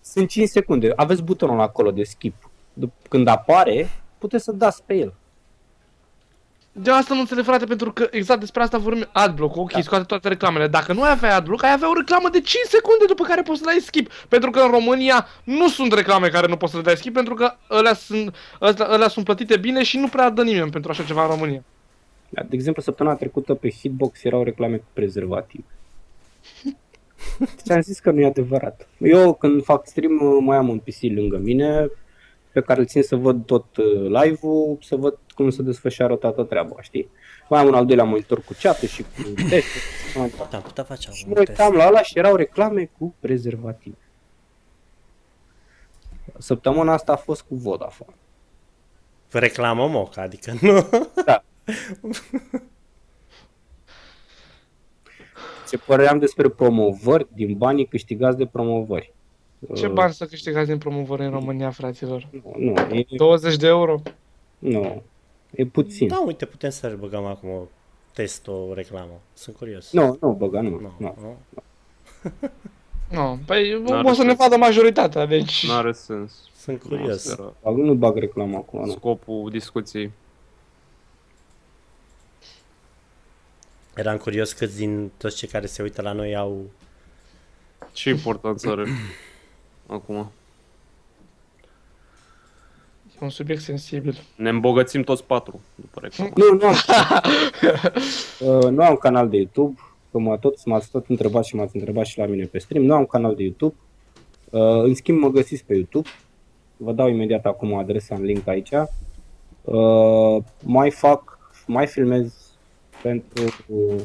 C: Sunt 5 secunde, aveți butonul acolo de skip. Dup- Când apare, puteți să dați pe el.
D: De asta nu înțeleg, frate, pentru că exact despre asta vorbim. Adblock, ok, da. scoate toate reclamele. Dacă nu ai avea adblock, ai avea o reclamă de 5 secunde după care poți să dai skip. Pentru că în România nu sunt reclame care nu poți să le dai skip, pentru că alea sunt, ăsta- alea sunt plătite bine și nu prea dă nimeni pentru așa ceva în România.
C: Da, De exemplu, săptămâna trecută pe Hitbox erau reclame cu prezervativ. Ți-am zis că nu e adevărat. Eu când fac stream mai am un PC lângă mine pe care îl țin să văd tot uh, live-ul, să văd cum se desfășoară toată treaba, știi? Mai am un al doilea monitor cu chat și cu teste și așa mai departe.
B: Da, putea face
C: Și
B: un
C: mă
B: test.
C: uitam la ăla și erau reclame cu prezervativ. Săptămâna asta a fost cu Vodafone.
B: Reclamă moca, adică nu.
C: Da. Ce părere am despre promovări din banii câștigați de promovări?
D: Ce
C: Uh,
D: bani să câștigați din promovări în România, fraților?
C: Nu, e,
D: 20 de euro?
C: nu, e puțin.
B: Da, uite, putem să băgăm acum o test, o reclamă. Sunt curios.
C: Nu, nu, băga, nu,
B: Nu,
C: nu.
B: nu.
D: Nu, no. păi
E: N-are
D: o să ne
E: sens.
D: vadă majoritatea, deci...
E: N-are sens.
B: Sunt
E: Nu
B: curios.
E: asta era
C: Bag, nu bag reclamă acum, nu.
E: Scopul discuției.
B: Eram curios câți din toți cei care se uită la noi au...
E: Ce importanță are acum?
D: E un subiect sensibil.
E: Ne îmbogățim toți patru, după reclamă.
C: Nu, nu. Uh, nu am canal de YouTube, că mă tot, m-ați tot întrebat și m-ați întrebat și la mine pe stream. Nu am canal de YouTube. Uh, în schimb, mă găsiți pe YouTube. Vă dau imediat acum adresa în link aici. Uh, mai fac, mai filmez pentru uh,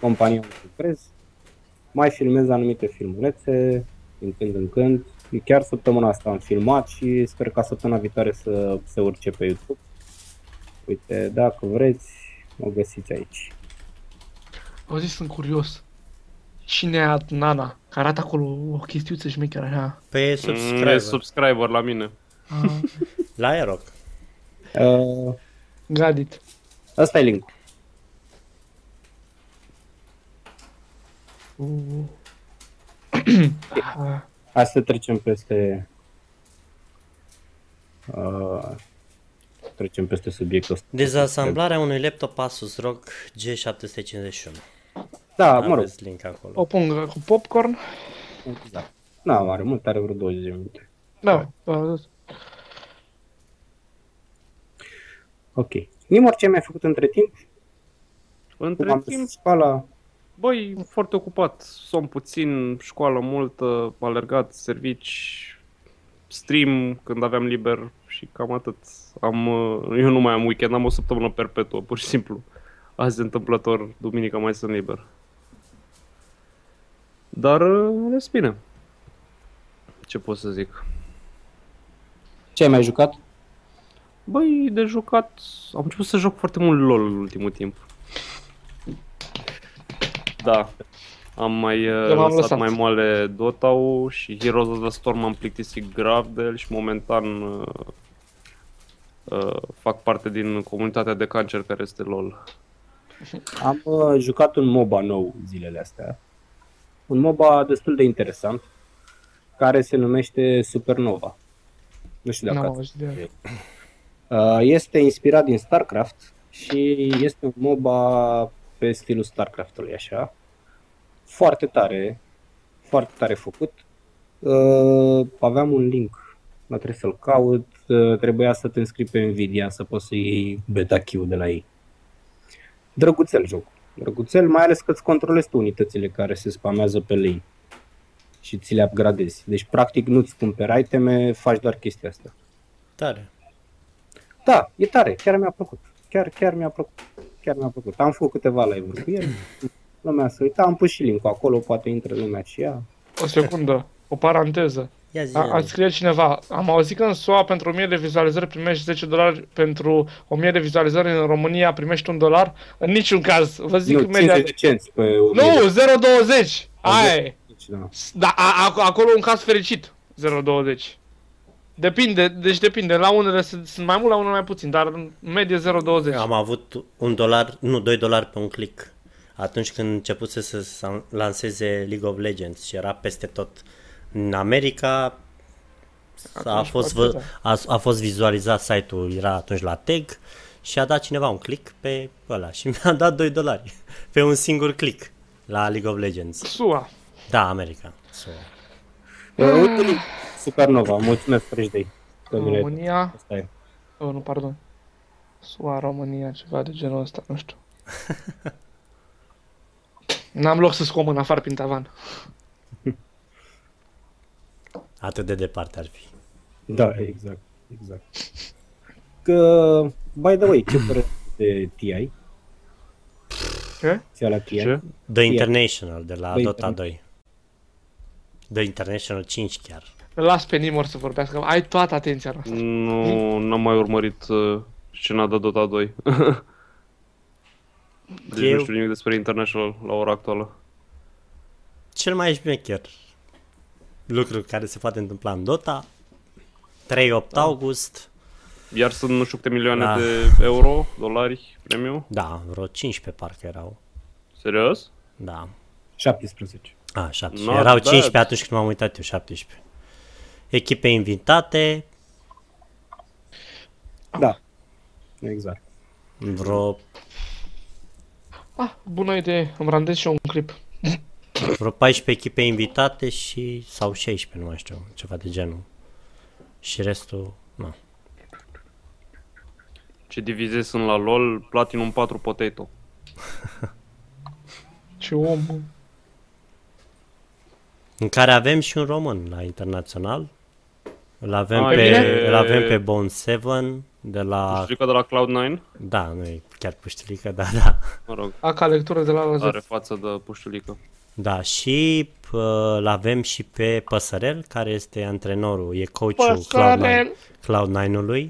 C: compania unde lucrez. Mai filmez anumite filmulețe din când în când. Chiar săptămâna asta am filmat și sper ca săptămâna viitoare să se urce pe YouTube. Uite, dacă vreți, o găsiți aici.
D: O zis, sunt curios. Cine e Adnana? Că arată acolo o chestiuță șmecheră așa.
B: Pe
E: Mm, E
B: subscribe. Sub...
E: subscriber la mine.
D: Ah,
B: La Aeroc.
C: Uh,
D: Got it.
C: asta e link
D: Uh. Ah,
C: Hai să trecem peste... Uh, trecem peste subiectul ăsta.
B: Dezasamblarea unui laptop Asus ROG G751.
C: Da, mă rog,
B: Aveți link acolo.
D: o pungă cu popcorn?
C: exact. Na, mare, mult, are vreo 20 de minute.
D: Da, da.
C: Ok. Nimor, ce mi-ai făcut între timp? Cum
E: Între
C: am
E: timp,
C: timp? școala?
E: băi, foarte ocupat. Somn puțin, școală multă, alergat, servici, stream când aveam liber și cam atât. Am, uh, eu nu mai am weekend, am o săptămână perpetuă, pur și simplu. Azi întâmplător, duminica mai sunt liber. Dar uh, în rest bine. Ce pot să zic?
C: Ce ai mai jucat?
E: Băi, de jucat, am început să joc foarte mult LOL în ultimul timp. Da. Am mai uh,
D: Eu m-am
E: lăsat,
D: lăsat.
E: mai moale dota și Heroes of the Storm am plictisit grav de el și momentan uh, uh, fac parte din comunitatea de cancer care este LOL.
C: Am uh, jucat un MOBA nou zilele astea. Un MOBA destul de interesant, care se numește Supernova. Nu știu dacă
D: N-am
C: ați
D: auzit de ea.
C: Uh, Este inspirat din StarCraft și este un MOBA pe stilul StarCraft-ului, așa. Foarte tare, foarte tare făcut. Uh, Aveam un link, mă trebuie să-l caut, Uh, trebuia să te înscrii pe Nvidia să poți să iei beta q de la ei. Drăguțel jocul, drăguțel, mai ales că îți controlezi tu unitățile care se spamează pe lane și ți le upgradezi. Deci, practic, nu-ți cumperi iteme, faci doar chestia asta.
B: Tare.
C: Da, e tare, chiar mi-a plăcut. Chiar, chiar mi-a plăcut. Chiar mi-a plăcut. Am făcut câteva live-uri cu el. Lumea se uita, am pus și link acolo, poate intră lumea și ea.
D: O secundă, o paranteză.
B: Ia zi,
D: A, a
B: Ani.
D: scrie cineva, am auzit că în SUA pentru 1000 de vizualizări primești 10 dolari, pentru 1000 de vizualizări în România primești 1 dolar. În niciun caz, vă zic
C: Nu,
D: media...
C: 50 de cenți pe
D: Nu, 0,20! Ai!
C: 0,20, da.
D: Da, a, a, acolo un caz fericit, 0,20. Depinde, deci depinde, la unele sunt sunt mai mult, la unele mai puțin, dar în medie 0,20.
B: Am avut un dolar, nu, doi dolari pe un click. Atunci când începuse să s- lanseze League of Legends și era peste tot în America, a
D: Atunci
B: fost,
D: poate
B: vă- a, a fost vizualizat site-ul, era atunci la tag și a dat cineva un click pe ăla și mi-a dat 2 dolari pe un singur click la League of Legends.
D: SUA.
B: Da, America. So,
C: Uh, uite link, Supernova, mulțumesc, Frejday. că mi l-ai dat.
D: România,
C: Asta e.
D: oh, nu, pardon. SUA, România, ceva de genul ăsta, nu știu. N-am loc să scom în afară prin tavan.
B: atât de departe ar fi.
C: Da, exact, exact. că, by the way, ce părere de TI?
D: Ce?
C: Ți-a la TI?
E: Ce?
B: The International de la
C: The
B: Dota
C: Interna-
B: 2. The International 5 chiar.
D: Îl las pe Nimor să vorbească. Ai toată atenția noastră.
E: Nu,
D: Mm.
E: n-am mai urmărit uh, scena de Dota 2. deci
B: Eu-
E: nu știu nimic despre International la ora actuală.
B: Cel mai șmecher lucru care se poate întâmpla în Dota. 3-8
E: Ah.
B: august.
E: Iar sunt nu știu câte milioane
C: Ah.
B: Da.
E: de euro, dolari, premiu.
B: Da, vreo 15 parcă erau.
E: Serios?
B: Da.
C: 17.
B: A, 17.
E: Not
B: Erau
E: bad.
B: 15 atunci când m-am uitat eu, 17. Echipe invitate,
C: Da, exact.
B: vreo,
D: Ah, bună idee. Îmi randez și eu un clip.
B: vreo 14 echipe invitate și, sau 16, nu mai știu, ceva de genul. Și restul, nu.
E: Ce divize sunt la LOL, Platinum 4 Potato.
D: Ce om. mă.
B: În care avem și un român la internațional. Îl avem,
E: Ah,
B: pe,
E: e-
B: îl avem pe Bone Seven de
C: Ah.
B: la...
E: Știu că de la Cloud9,
B: Da, nu e chiar puștilică, da, da.
E: mă rog,
D: A, ca lectură de la la
E: are
D: Z.
E: față de puștulică.
B: Da, și p- îl avem și pe Păsărel, care este antrenorul, e coachul Cloud9.
D: Păsărel.
B: Cloud9-ului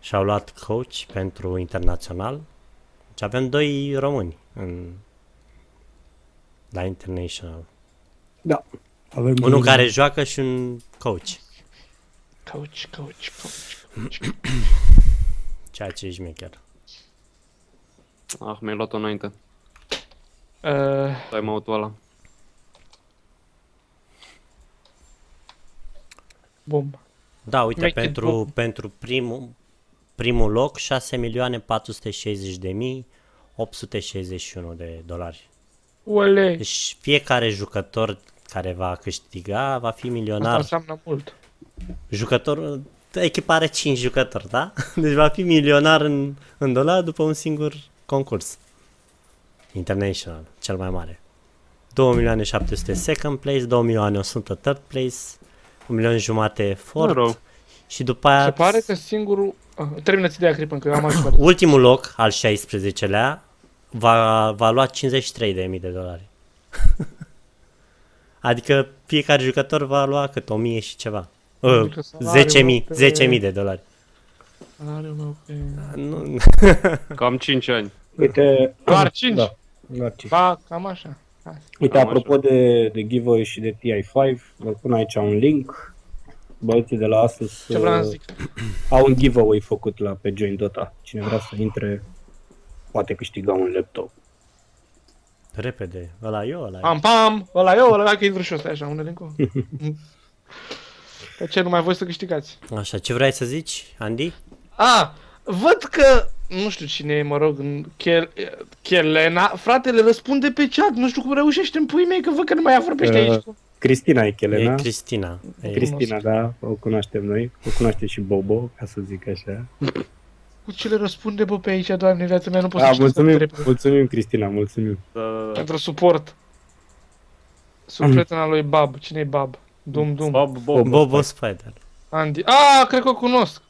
B: și au luat coach pentru internațional. Deci avem doi români în, la international.
C: Da. Avem
B: Unul care joacă și un coach,
D: Cauci, cauci, cauci.
B: ceea ce e șmecher.
E: Ah, mi-ai luat-o înainte.
D: Uh,
E: Timeout-ul ăla.
D: bum.
B: Da, uite,
D: Make it
B: pentru,
D: book.
B: pentru primul, primul loc 6.460.861 de dolari.
D: Uele.
B: Deci fiecare jucător care va câștiga va fi
D: Asta
B: milionar.
D: înseamnă mult.
B: jucător, echipa are 5 jucători, da? Deci va fi milionar în, în dolar după un singur concurs. International, cel mai mare. 2 milioane 700 second place, 2 milioane 100 third place, 1 milion jumate fourth
E: Mă rog.
B: și după aia
D: Se pare că singurul... Ah, Termină-ți ideea, Cripen, că eu am altceva.
B: ultimul loc al 16-lea va, va lua 53.000 de dolari. adică fiecare jucător va lua cât 1000 și ceva. Uh,
D: Adică salariul
B: 10.000,
D: pe-
B: 10.000 de dolari.
D: Salariul meu pe...
B: Nu,
E: Cam 5 ani.
C: Uite,
D: Doar cinci?
C: Da, doar 5.
D: Da, cam așa. Hai.
C: Uite,
E: Cam
C: apropo de, de giveaway și de TI5, vă pun aici un link. Băieții de la Asus
D: Ce vreau să
C: uh,
D: zic?
C: au un giveaway făcut la pe Join Dota. Cine vrea să intre, poate câștiga un laptop.
B: Repede, ăla eu, ăla Am.
D: Pam, pam, ăla eu, ăla că intru și eu, stai așa, unele încolo. Pe ce numai voi să câștigați?
B: Așa, ce vrei să zici, Andy?
D: A, văd că, nu știu cine e, mă rog, în Chel- Chelena, fratele răspunde pe chat, nu știu cum reușește în puii mei, că văd că nu mai vorbește
C: Uh,
D: aici.
C: Cristina e
B: E
C: Chelena.
B: Cristina. E,
C: Cristina, da, o cunoaștem noi. O cunoaște și Bobo, ca să zic așa.
D: Cu ce le răspunde, bă, pe aici, doamne, viața mea, nu pot să
C: Da,
D: citesc
C: mulțumim,
D: atât de repede.
C: mulțumim, Cristina, mulțumim.
E: Da, da,
D: Pentru suport. Sunt
C: Mm.
D: prietena lui Bab, cine e Bab? Dum,
E: da.
D: dum.
E: Bob, Bob.
B: Bobo Spider.
D: Andy. A, cred că o cunosc.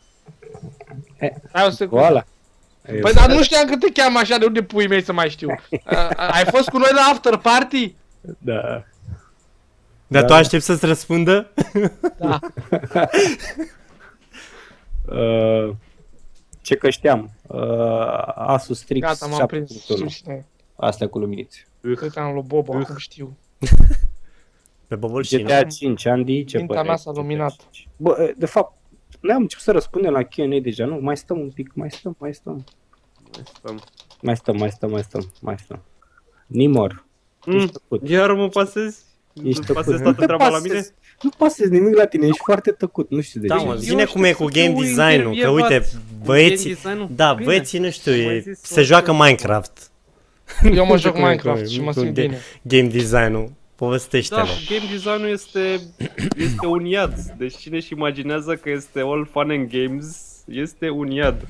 C: Eh,
D: Hai o secundă.
C: Oala.
D: Păi dar nu știam că te cheamă așa, de unde pui mei să mai știu. A, a- ai fost cu noi la after party?
C: Da.
B: Dar
C: Da.
B: tu aștepți să-ți răspundă?
D: Da.
C: Uh, ce că știam. Uh, Asus Strix
D: Gata,
B: Exact.
D: m-am prins.
C: 7.1.
D: Cine?
C: Astea cu luminițe.
D: Cred că am lui Bobo, acum știu.
B: Pe Bobol și
C: GTA 5, Andy, ce
D: Mintea
C: părere?
D: mea s-a luminat.
C: Bă, de fapt, noi am început să răspundem la Q&A deja, nu? Mai stăm un pic, mai stăm, mai stăm.
E: Stăm.
C: Mai stăm, mai stăm, mai stăm, mai stăm. Nimor,
E: Mm,
C: ești tăcut.
E: Iar mă pasezi?
C: Ești
E: Îmi pasezi
C: tăcut.
E: toată treaba la mine?
C: pasezi- Nu pasezi nimic la tine, ești foarte tăcut, nu știu de
B: Da,
C: ce.
B: mă,
E: Eu
B: zine
E: știu
B: cum e
E: să
B: cu
E: fiu
B: game design-ul, că
E: intervievat.
B: uite, băieții...
E: Game design-ul?
B: Da,
E: Bine.
B: băieții, nu știu,
E: Mai
B: e,
E: zis
B: se
E: să-
B: joacă Minecraft.
D: Eu mă
B: Nu
D: joc
B: știu cum e
D: Minecraft
B: cu-
D: și mă
B: cu
D: simt
B: game-
D: bine.
B: Game design-ul,
E: Da,
B: povestește-le.
E: game design-ul este, este un iad. Deci cine își imaginează că este all fun and games, este un iad.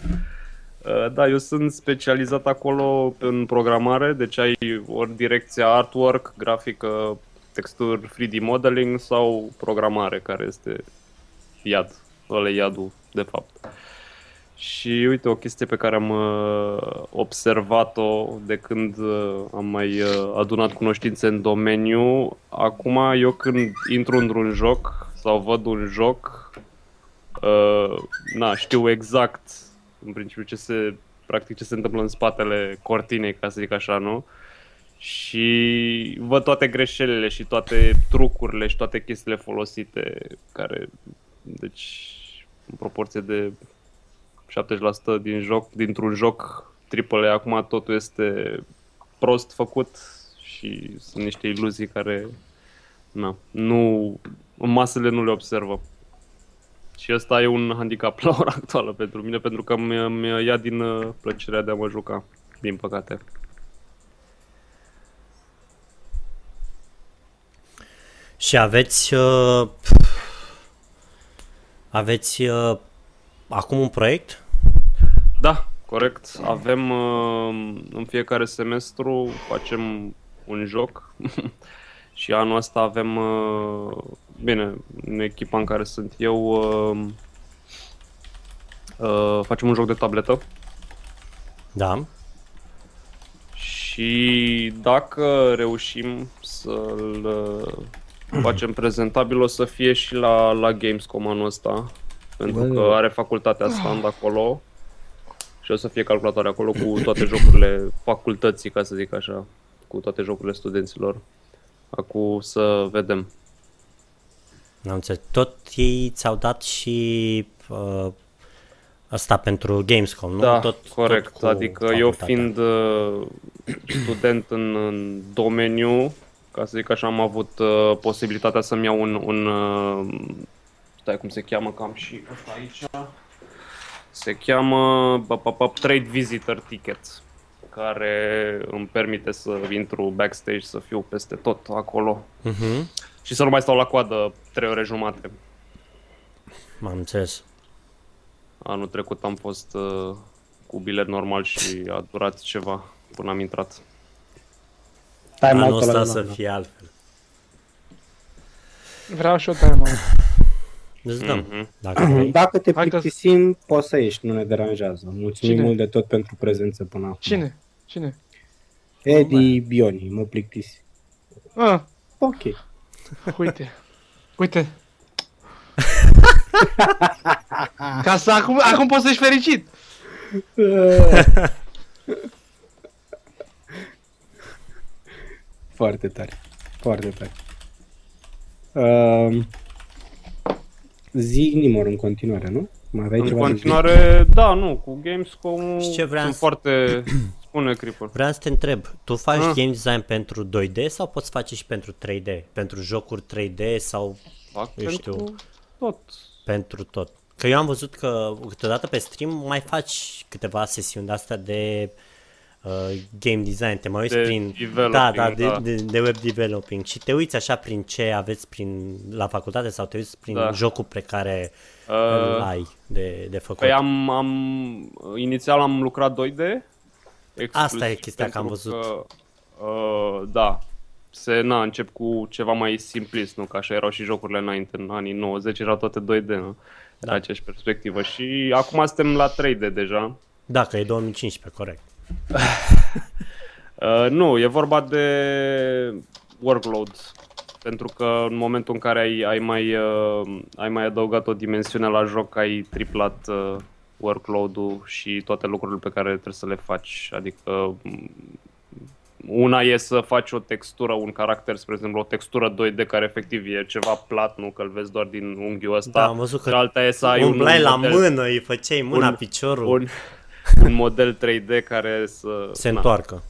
E: Uh, Da, eu sunt specializat acolo în programare, deci ai ori direcția artwork, grafică, texturi, 3D modeling sau programare, care este iad. Ăla e iadul, de fapt. Și uite, o chestie pe care am uh, observat-o de când uh, am mai uh, adunat cunoștințe în domeniu, acum eu când intru într-un joc sau văd un joc, uh, na, știu exact în principiu ce se, practic ce se întâmplă în spatele cortinei, ca să zic așa, nu? Și văd toate greșelile și toate trucurile și toate chestiile folosite care, deci, în proporție de 70% din joc, dintr-un joc triple A, acum totul este prost făcut și sunt niște iluzii care na, nu, masele nu le observă. Și ăsta e un handicap la ora actuală pentru mine, pentru că mi- mi ia din uh, plăcerea de a mă juca, din păcate.
B: Și aveți... Uh, pf, aveți uh, acum un proiect?
E: Da, corect. Avem uh, în fiecare semestru facem un joc și anul ăsta avem, uh, bine, în echipa în care sunt eu, uh, uh, facem un joc de tabletă
B: Da.
E: și dacă reușim să-l uh, facem prezentabil o să fie și la, la Gamescom anul ăsta, pentru că are facultatea stand acolo. Și o să fie calculatoare acolo cu toate jocurile facultății, ca să zic așa, cu toate jocurile studenților. Acum să vedem.
B: Am înțeles. Tot ei ți-au dat și uh, asta pentru Gamescom, nu?
E: Da,
B: tot,
E: corect.
B: cu
E: adică eu
B: facultatea.
E: fiind uh, student în, în domeniu, ca să zic așa, am avut uh, posibilitatea să-mi iau un, un uh, stai cum se cheamă, că am și ăsta aici, se cheamă ba, ba, ba, Trade Visitor Tickets, care îmi permite să intru backstage, să fiu peste tot acolo
B: Mhm,
E: și să nu mai stau la coadă 3 ore jumate.
B: m-am înțeles.
E: Anul trecut am fost uh, cu bilet normal și a durat ceva până am intrat.
C: Time
B: Anul
C: out-ul
B: ăsta
C: ăla,
B: să
C: da.
B: fie altfel.
D: Vreau și o time
B: Îți Deci, dăm,
E: Mhm.
B: dacă vrei.
C: Dacă te
D: Hai că-
C: plictisim, poți să ieși, nu ne deranjează. Mulțumim
D: Cine?
C: mult de tot pentru prezență până acum.
D: Cine? Cine?
C: Edi Bioni, mă plictisi.
D: Ah,
C: Ok.
D: uite. Uite. Ca să acum, acum poți să ești fericit.
B: Da,
C: Foarte tare. Foarte tare. Um, zi Nimor în continuare, nu? Mai aveai
E: În
C: ceva de Deci zis?
E: continuare, da, nu, cu Gamescom
B: Și ce vreau
E: sunt
B: să-
E: foarte... Spune Cripple.
B: Vreau să te întreb, tu faci
E: Ah.
B: game design pentru 2D sau poți face și pentru 3D? Pentru jocuri 3D sau
E: Fac
B: Eu știu.
E: pentru tot.
B: pentru tot? Că eu am văzut că câteodată pe stream mai faci câteva sesiuni de-astea de uh, game design, te mai uiți
E: De
B: prin...
E: developing,
B: da, da,
E: da.
B: De, de, de web developing și te uiți așa prin ce aveți prin, la facultate sau te uiți prin
E: Da.
B: jocul pe care
E: Uh,
B: îl ai de, de făcut.
E: Păi am, am, inițial am lucrat 2D. exclusiv
B: Asta e chestia că am
E: pentru
B: văzut.
E: Că, uh, da, se, na, încep cu ceva mai simplist, nu? Că așa erau și jocurile înainte, în anii 90 erau toate 2D, nu? Da. aceeași perspectivă. Și acum suntem la 3D deja.
B: Da, că e 2015, corect.
E: Uh, nu, e vorba de workload. Pentru că în momentul în care ai, ai, mai, uh, ai mai adăugat o dimensiune la joc, ai triplat uh, workload-ul și toate lucrurile pe care trebuie să le faci. Adică m, una e să faci o textură, un caracter, spre exemplu, o textură 2D care efectiv e ceva plat, nu că îl vezi doar din unghiul ăsta.
B: Da, am văzut că
E: și alta e să ai un
B: Umblai la
E: model,
B: mână, îi făceai mâna,
E: un-
B: piciorul,
E: un, un model 3D care să
B: se
E: na,
B: întoarcă.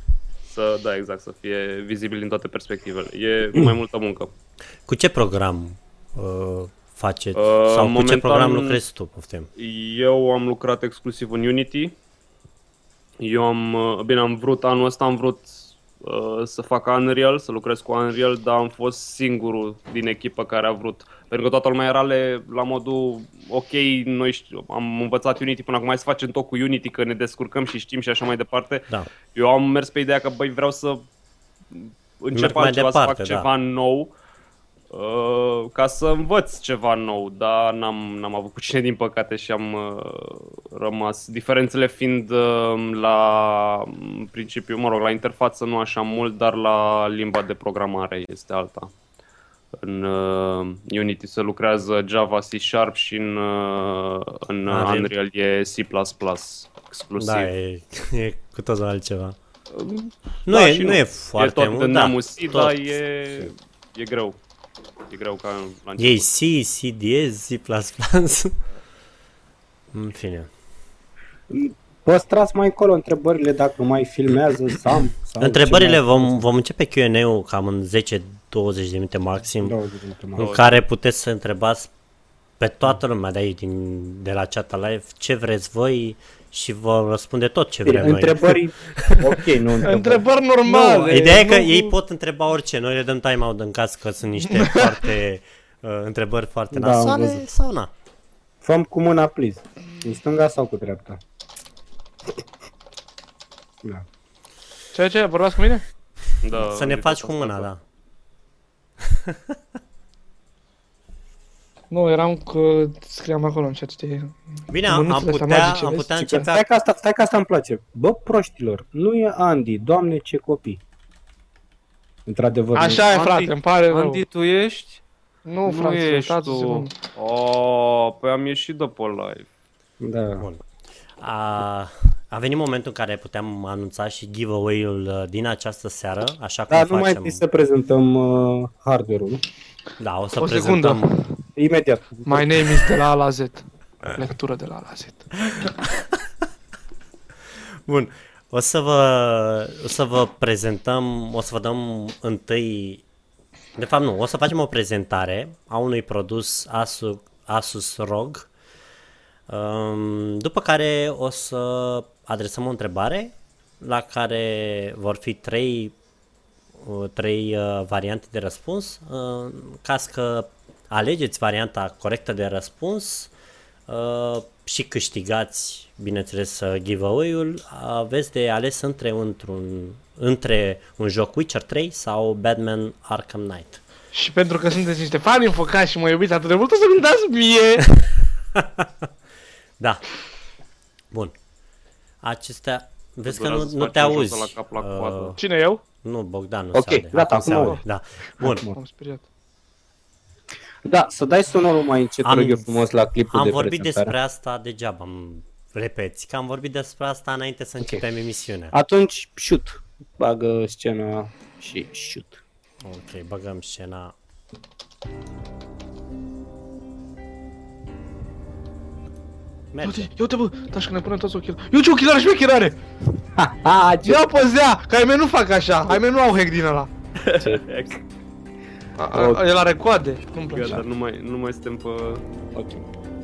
E: să, da, exact, să fie vizibil din toate perspectivele. E mai multă muncă.
B: Cu ce program uh, faceți?
E: Uh,
B: Uh, Sau cu ce
E: momentan-
B: program lucrezi tu, poftim?
E: Eu am lucrat exclusiv în Unity. Eu am, uh, bine, am vrut, anul ăsta am vrut uh, să fac Unreal, să lucrez cu Unreal, dar am fost singurul din echipă care a vrut. Pentru că toată lumea era le, la modul, ok, noi știu, am învățat Unity până acum, hai să facem tot cu Unity, că ne descurcăm și știm și așa mai departe.
B: Da.
E: Eu am mers pe ideea că, băi, vreau să încep
B: mai
E: altceva, să fac
B: departe, da.
E: ceva nou. uh, ca să învăț ceva nou, dar n-am, n-am avut cu cine din păcate și am uh, rămas. Diferențele fiind uh, la în principiu, mă rog, la interfață nu așa mult, dar la limba de programare este alta. În uh, Unity se lucrează Java, C Sharp și în, uh, în
B: Unreal.
E: Unreal e C++ exclusiv.
B: Da, e, e cu totul altceva. Nu,
E: Da,
B: e,
E: și
B: nu, e foarte
E: e tot
B: mult,
E: în
B: da.
E: neamul C,
B: tot.
E: dar e, e greu. E greu ca la început.
B: Ei C, C diez, C++. În fine.
C: Păstrați mai încolo întrebările dacă mai filmează Sam. Sau
B: Întrebările
C: Da, ce mai-
B: vom, vom începe Q&A-ul cam în 10-20 de minute maxim,
C: 20 de minute mai.
B: în care puteți să întrebați pe toată lumea de aici, din, de la chat live, ce vreți voi și vom răspunde tot ce
C: Bine,
B: vrem noi.
C: întrebări, ok, nu întrebări.
D: Întrebări normale.
B: Ideea da. e că
D: nu-
B: ei pot întreba orice, noi le dăm timeout în caz că sunt niște foarte uh, întrebări foarte
C: Da, am
B: nasoale
C: văzut.
B: sau na.
C: Făm cu mâna, please. Cu stânga sau cu dreapta? Da.
D: Ce, ce, vorbeați cu mine?
E: Da,
B: Să ne
E: uite,
B: faci cu
E: asta.
B: mâna, da.
D: Nu, eram că scriam acolo în chat, știi?
B: Bine, am, am
D: Mânuțele astea
B: putea,
D: magice,
B: am
D: vezi?
B: putea
C: Stai că,
B: începe
C: stai că asta, stai că asta îmi place. Bă, proștilor, nu e Andy, doamne ce copii. Într-adevăr. nu-
D: Așa e,
E: Andy-
D: frate, îmi pare rău.
E: Andy, tu ești?
D: Nu,
E: nu
D: frate,
E: ești
D: stați o
E: tu.
D: secundă.
B: da.
E: Oh, păi am ieșit de pe live.
C: Da.
B: Bun. A, a venit momentul în care puteam anunța și giveaway-ul uh, din această seară, așa cum
C: Dar nu mai
B: facem.
C: întâi să prezentăm uh, hardware-ul.
B: Da, o să
D: O secundă.
B: prezentăm.
C: Imediat.
D: My name is de la A la Z. Lectură de la A la Z.
B: Bun. O să vă, o să vă prezentăm, o să vă dăm întâi, de fapt nu, o să facem o prezentare a unui produs Asus, Asus ROG, um, după care o să adresăm o întrebare la care vor fi trei, uh, trei uh, variante de răspuns. Uh, În caz că alegeți varianta corectă de răspuns, Uh, și câștigați, bineînțeles, uh, giveaway-ul, aveți de ales între, într-un, între un joc Witcher 3 sau Batman Arkham Knight.
D: Și pentru că sunteți niște fani înfocați și mă iubiți atât de mult, o să-mi dați mie.
B: Da. Bun. Acestea... Vezi că nu,
E: Durează să
B: nu te
E: facem
B: auzi. Uh,
E: josul la cap, la coadă.
D: Cine eu?
B: nu, Bogdan, nu
C: Ok,
B: se aude.
C: gata,
B: Acum se
C: acum
B: aude, Da. Bun.
D: Am speriat.
C: Da, să dai sonorul mai încet,
B: Am-
C: am, eu frumos, la clipul
B: Am
C: de
B: vorbit
C: prezentare.
B: despre asta degeaba, îmi repeți, că am vorbit despre asta înainte să începem emisiunea.
C: Atunci, shoot. Bagă scena și shoot.
B: Ok, băgăm scena. Merge.
D: Uite, ia uite bă, tași că ne punem toți ochelari. Eu ce ochelari și ochel are?
C: Ha, ha, ce...
D: Ia pe zea, că ai mei nu fac așa, ai mei nu au hack din ăla. A, a, El are coade, nu-mi place.
E: Gata, nu mai, nu mai suntem pe...
C: Ok.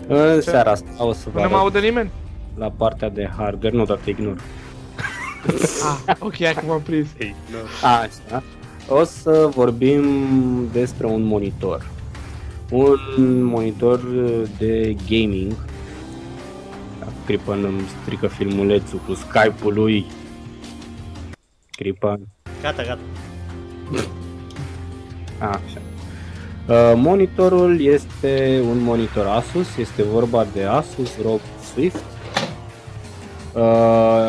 C: În seara asta o să vă
D: Nu ne mai
C: arăt
D: aude nimeni?
C: la partea de hardware, nu, doar te ignor.
D: Ah, ok, hai că m-am prins.
E: Ei, da.
C: Așa. O să vorbim despre un monitor. Un monitor de gaming. Cripan îmi strică filmulețul cu Skype-ul lui. Cripan.
B: Gata, gata.
C: Așa. Uh, Monitorul este un monitor Asus, este vorba de Asus ROG Swift. Uh,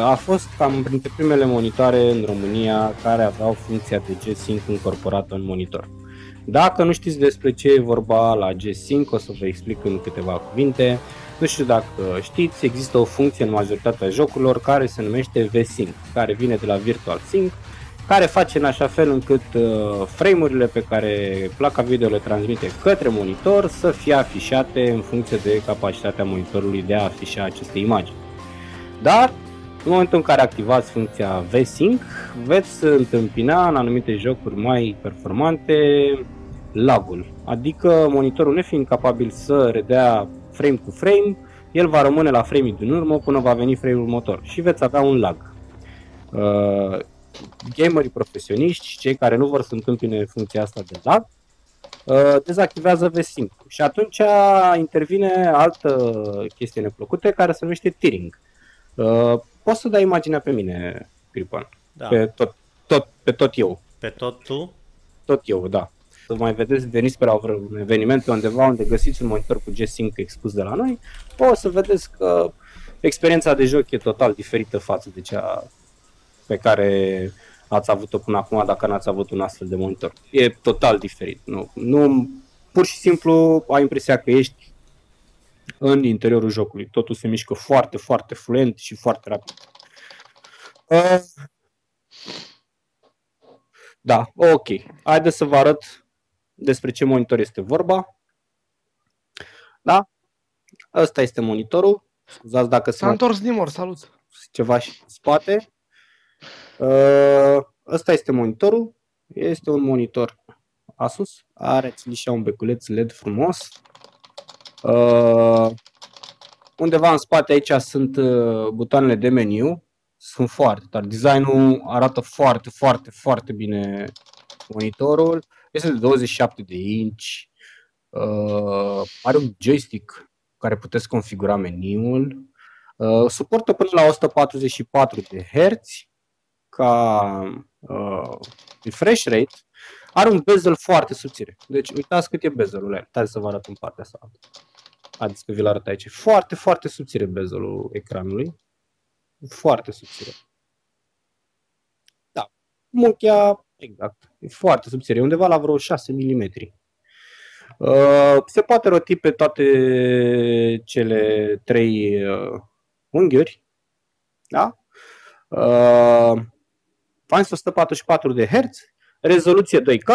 C: A fost cam printre primele monitoare în România care aveau funcția de G-Sync incorporată în monitor. Dacă nu știți despre ce e vorba la G-Sync, o să vă explic în câteva cuvinte. Nu știu dacă știți, există o funcție în majoritatea jocurilor care se numește VSync, care vine de la Virtual Sync care face în așa fel încât uh, frame-urile pe care placa video le transmite către monitor să fie afișate în funcție de capacitatea monitorului de a afișa aceste imagini. Dar în momentul în care activați funcția VSync, veți întâmpina în anumite jocuri mai performante lagul, adică monitorul nefiind capabil să redea frame cu frame, el va rămâne la frame din urmă până va veni frame următor și veți avea un lag. Uh, gamerii profesioniști și cei care nu vor să întâmpine funcția asta de lag, uh, dezactivează VSync. Și atunci intervine altă chestie neplăcută care se numește tearing. Uh, Poți să dai imaginea pe mine, Cripan,
B: Da.
C: pe, tot, tot, pe tot eu.
B: Pe tot tu?
C: Tot eu, da. să mai vedeți, veniți pe la un eveniment pe undeva unde găsiți un monitor cu G-Sync expus de la noi, o să vedeți că experiența de joc e total diferită față de cea pe care ați avut-o până acum dacă n-ați avut un astfel de monitor. E total diferit. Nu, nu, pur și simplu ai impresia că ești în interiorul jocului. Totul se mișcă foarte, foarte fluent și foarte rapid. Uh, da, ok. Haideți să vă arăt despre ce monitor este vorba. Da? Ăsta este monitorul. Scuzați dacă
D: S-a
C: se mai
D: întors Nimor, salut!
C: ceva și în spate. Uh, Ăsta este monitorul. Este un monitor Asus. Are și un beculeț LED frumos. Uh, undeva în spate aici sunt uh, butoanele de meniu. Sunt foarte tare. Designul arată foarte, foarte, foarte bine monitorul. Este de 27 de inch. Uh, are un joystick cu care puteți configura meniul. Uh, suportă până la 144 de Hz ca uh, refresh rate. Are un bezel foarte subțire. Deci uitați cât e bezelul ăla. Hai să vă arăt în partea asta. Haideți că vi-l arăt aici. Foarte, foarte subțire bezelul ecranului. Foarte subțire. Da. Muchia, exact. E foarte subțire. E undeva la vreo 6 mm. Uh, se poate roti pe toate cele trei uh, unghiuri. Da? Uh, Fans 144 de Hz, rezoluție 2K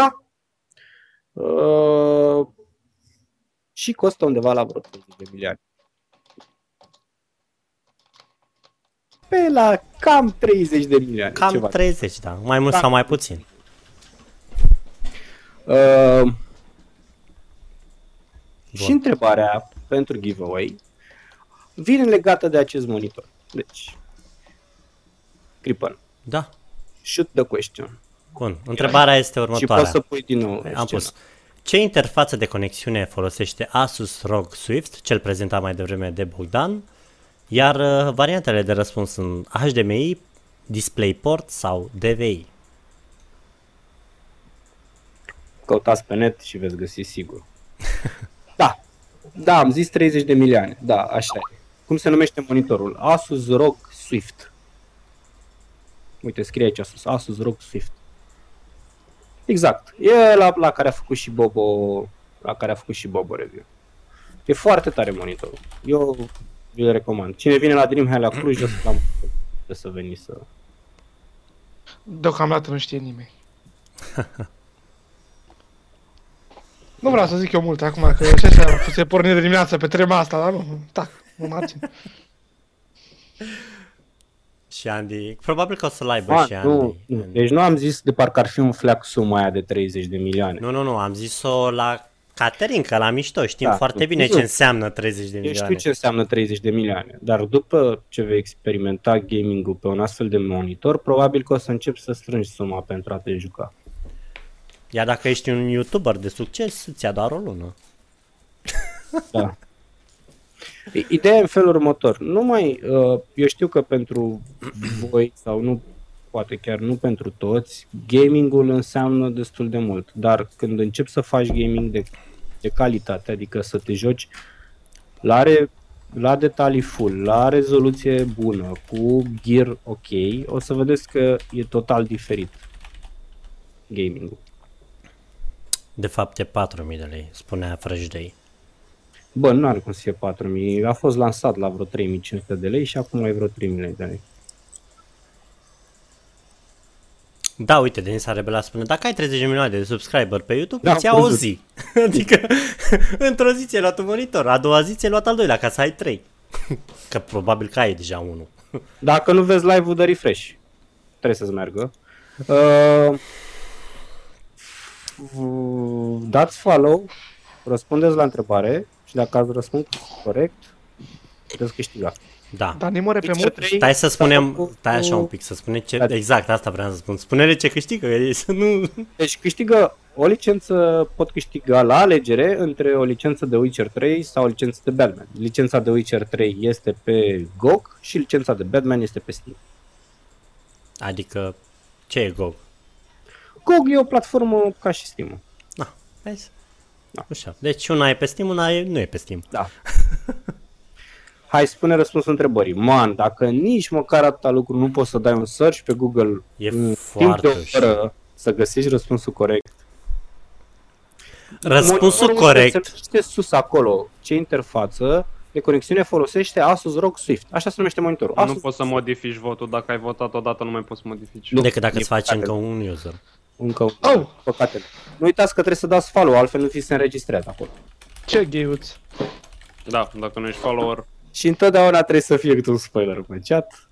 C: uh, și costă undeva la vreo 30 de milioane. Pe la cam 30 de milioane.
B: Cam
C: ceva.
B: 30, da. Mai mult
C: Da.
B: sau mai puțin.
C: Uh, și
B: Bun.
C: întrebarea pentru giveaway vine legată de acest monitor. Deci, Cripan,
B: Da.
C: shoot the question.
B: Bun. Întrebarea este
C: Și poți
B: următoarea.
C: să pui din nou
B: Am
C: scena.
B: pus. Ce interfață de conexiune folosește Asus ROG Swift, cel prezentat mai devreme de Bogdan? Iar uh, variantele de răspuns sunt HDMI, DisplayPort sau DVI.
C: Căutați pe net și veți găsi sigur. da, da, am zis 30 de milioane, da, așa e. Cum se numește monitorul? Asus ROG Swift. Uite, scrie aici sus, Asus ROG Swift. Exact, e la, la care a făcut și Bobo, la care a făcut și Bobo review. E foarte tare monitorul. Eu vi-l recomand. Cine vine la Dreamhack la Cluj, o să l-am o să veni să...
D: Deocamdată nu știe nimeni. nu vreau să zic eu mult acum, că așa a fost pornit de dimineață pe trema asta, dar nu, tac, mă margin.
B: Și Andy, probabil că o să-l aibă
C: Ah,
B: și Andy.
C: nu, nu. Deci nu am zis de parcă ar fi un fleac suma aia de 30 de milioane.
B: Nu, nu, nu, am zis-o la Caterin, că la mișto știm da,
C: Da,
B: foarte
C: nu,
B: bine
C: nu.
B: ce înseamnă 30 de
C: Eu
B: milioane.
C: știu ce înseamnă 30 de milioane, dar după ce vei experimenta gaming-ul pe un astfel de monitor, probabil că o să începi să strângi suma pentru a te juca.
B: Iar dacă ești un YouTuber de succes, îți ia doar o lună.
C: Da. I- Ideea e în felul următor. Nu mai, uh, eu știu că pentru voi sau nu, poate chiar nu pentru toți, gamingul înseamnă destul de mult, dar când începi să faci gaming de, de calitate, adică să te joci la, re, la detalii full, la rezoluție bună, cu gear ok, o să vedeți că e total diferit gamingul.
B: De fapt e 4.000 de lei, spunea Frăjdei.
C: Bă, nu are cum să fie 4000. A fost lansat la vreo 3500 de lei și acum e vreo 3000 de lei.
B: Da, uite, Denis a rebelat, spune, dacă ai 30 de milioane de subscriber pe YouTube,
C: Da,
B: îți ia
C: am
B: o
C: văzut.
B: zi. adică, într-o zi ți-ai luat un monitor, a doua zi ți-ai luat al doilea, ca să ai 3. că probabil că ai deja unul.
C: Dacă nu vezi live-ul de refresh, trebuie să-ți meargă. Uh, v- dați follow, răspundeți la întrebare și dacă ați răspuns corect, veți câștiga.
B: Da.
D: Dar nimore pe mult.
B: Stai să spunem,
C: cu-
B: stai așa un pic, să spunem ce,
C: Da.
B: exact asta vreau să spun. Spune-le ce câștigă, că ei să nu...
C: Deci câștigă o licență, pot câștiga la alegere între o licență de Witcher 3 sau o licență de Batman. Licența de Witcher 3 este pe GOG și licența de Batman este pe Steam.
B: Adică, ce e GOG?
C: GOG e o platformă ca și Steam.
B: Da. Vezi? Da. Așa. Deci una e pe Steam, una e, nu e pe Steam.
C: Da. Hai, spune răspunsul întrebării. Man, dacă nici măcar atâta lucru nu poți să dai un search pe Google
B: E
C: în timp
B: foarte
C: Mm, de o oră să găsești răspunsul corect.
B: Răspunsul
C: Monitorul
B: corect.
C: se Este sus acolo, ce interfață de conexiune folosește Asus ROG Swift. Așa se numește monitorul.
E: Nu
C: Asus
E: poți să modifici votul, dacă ai votat odată nu mai poți să modifici.
C: Nu.
B: Decât dacă
C: E
B: îți faci
C: păcate.
B: încă un user.
C: Încă
D: Au!
C: oh! păcate. Nu uitați că trebuie să dați follow, altfel nu fiți înregistrat acolo.
D: Ce gheiuți?
E: Da, dacă nu ești
B: Um,
E: follower,
C: Și întotdeauna trebuie să fie câte un spoiler pe chat.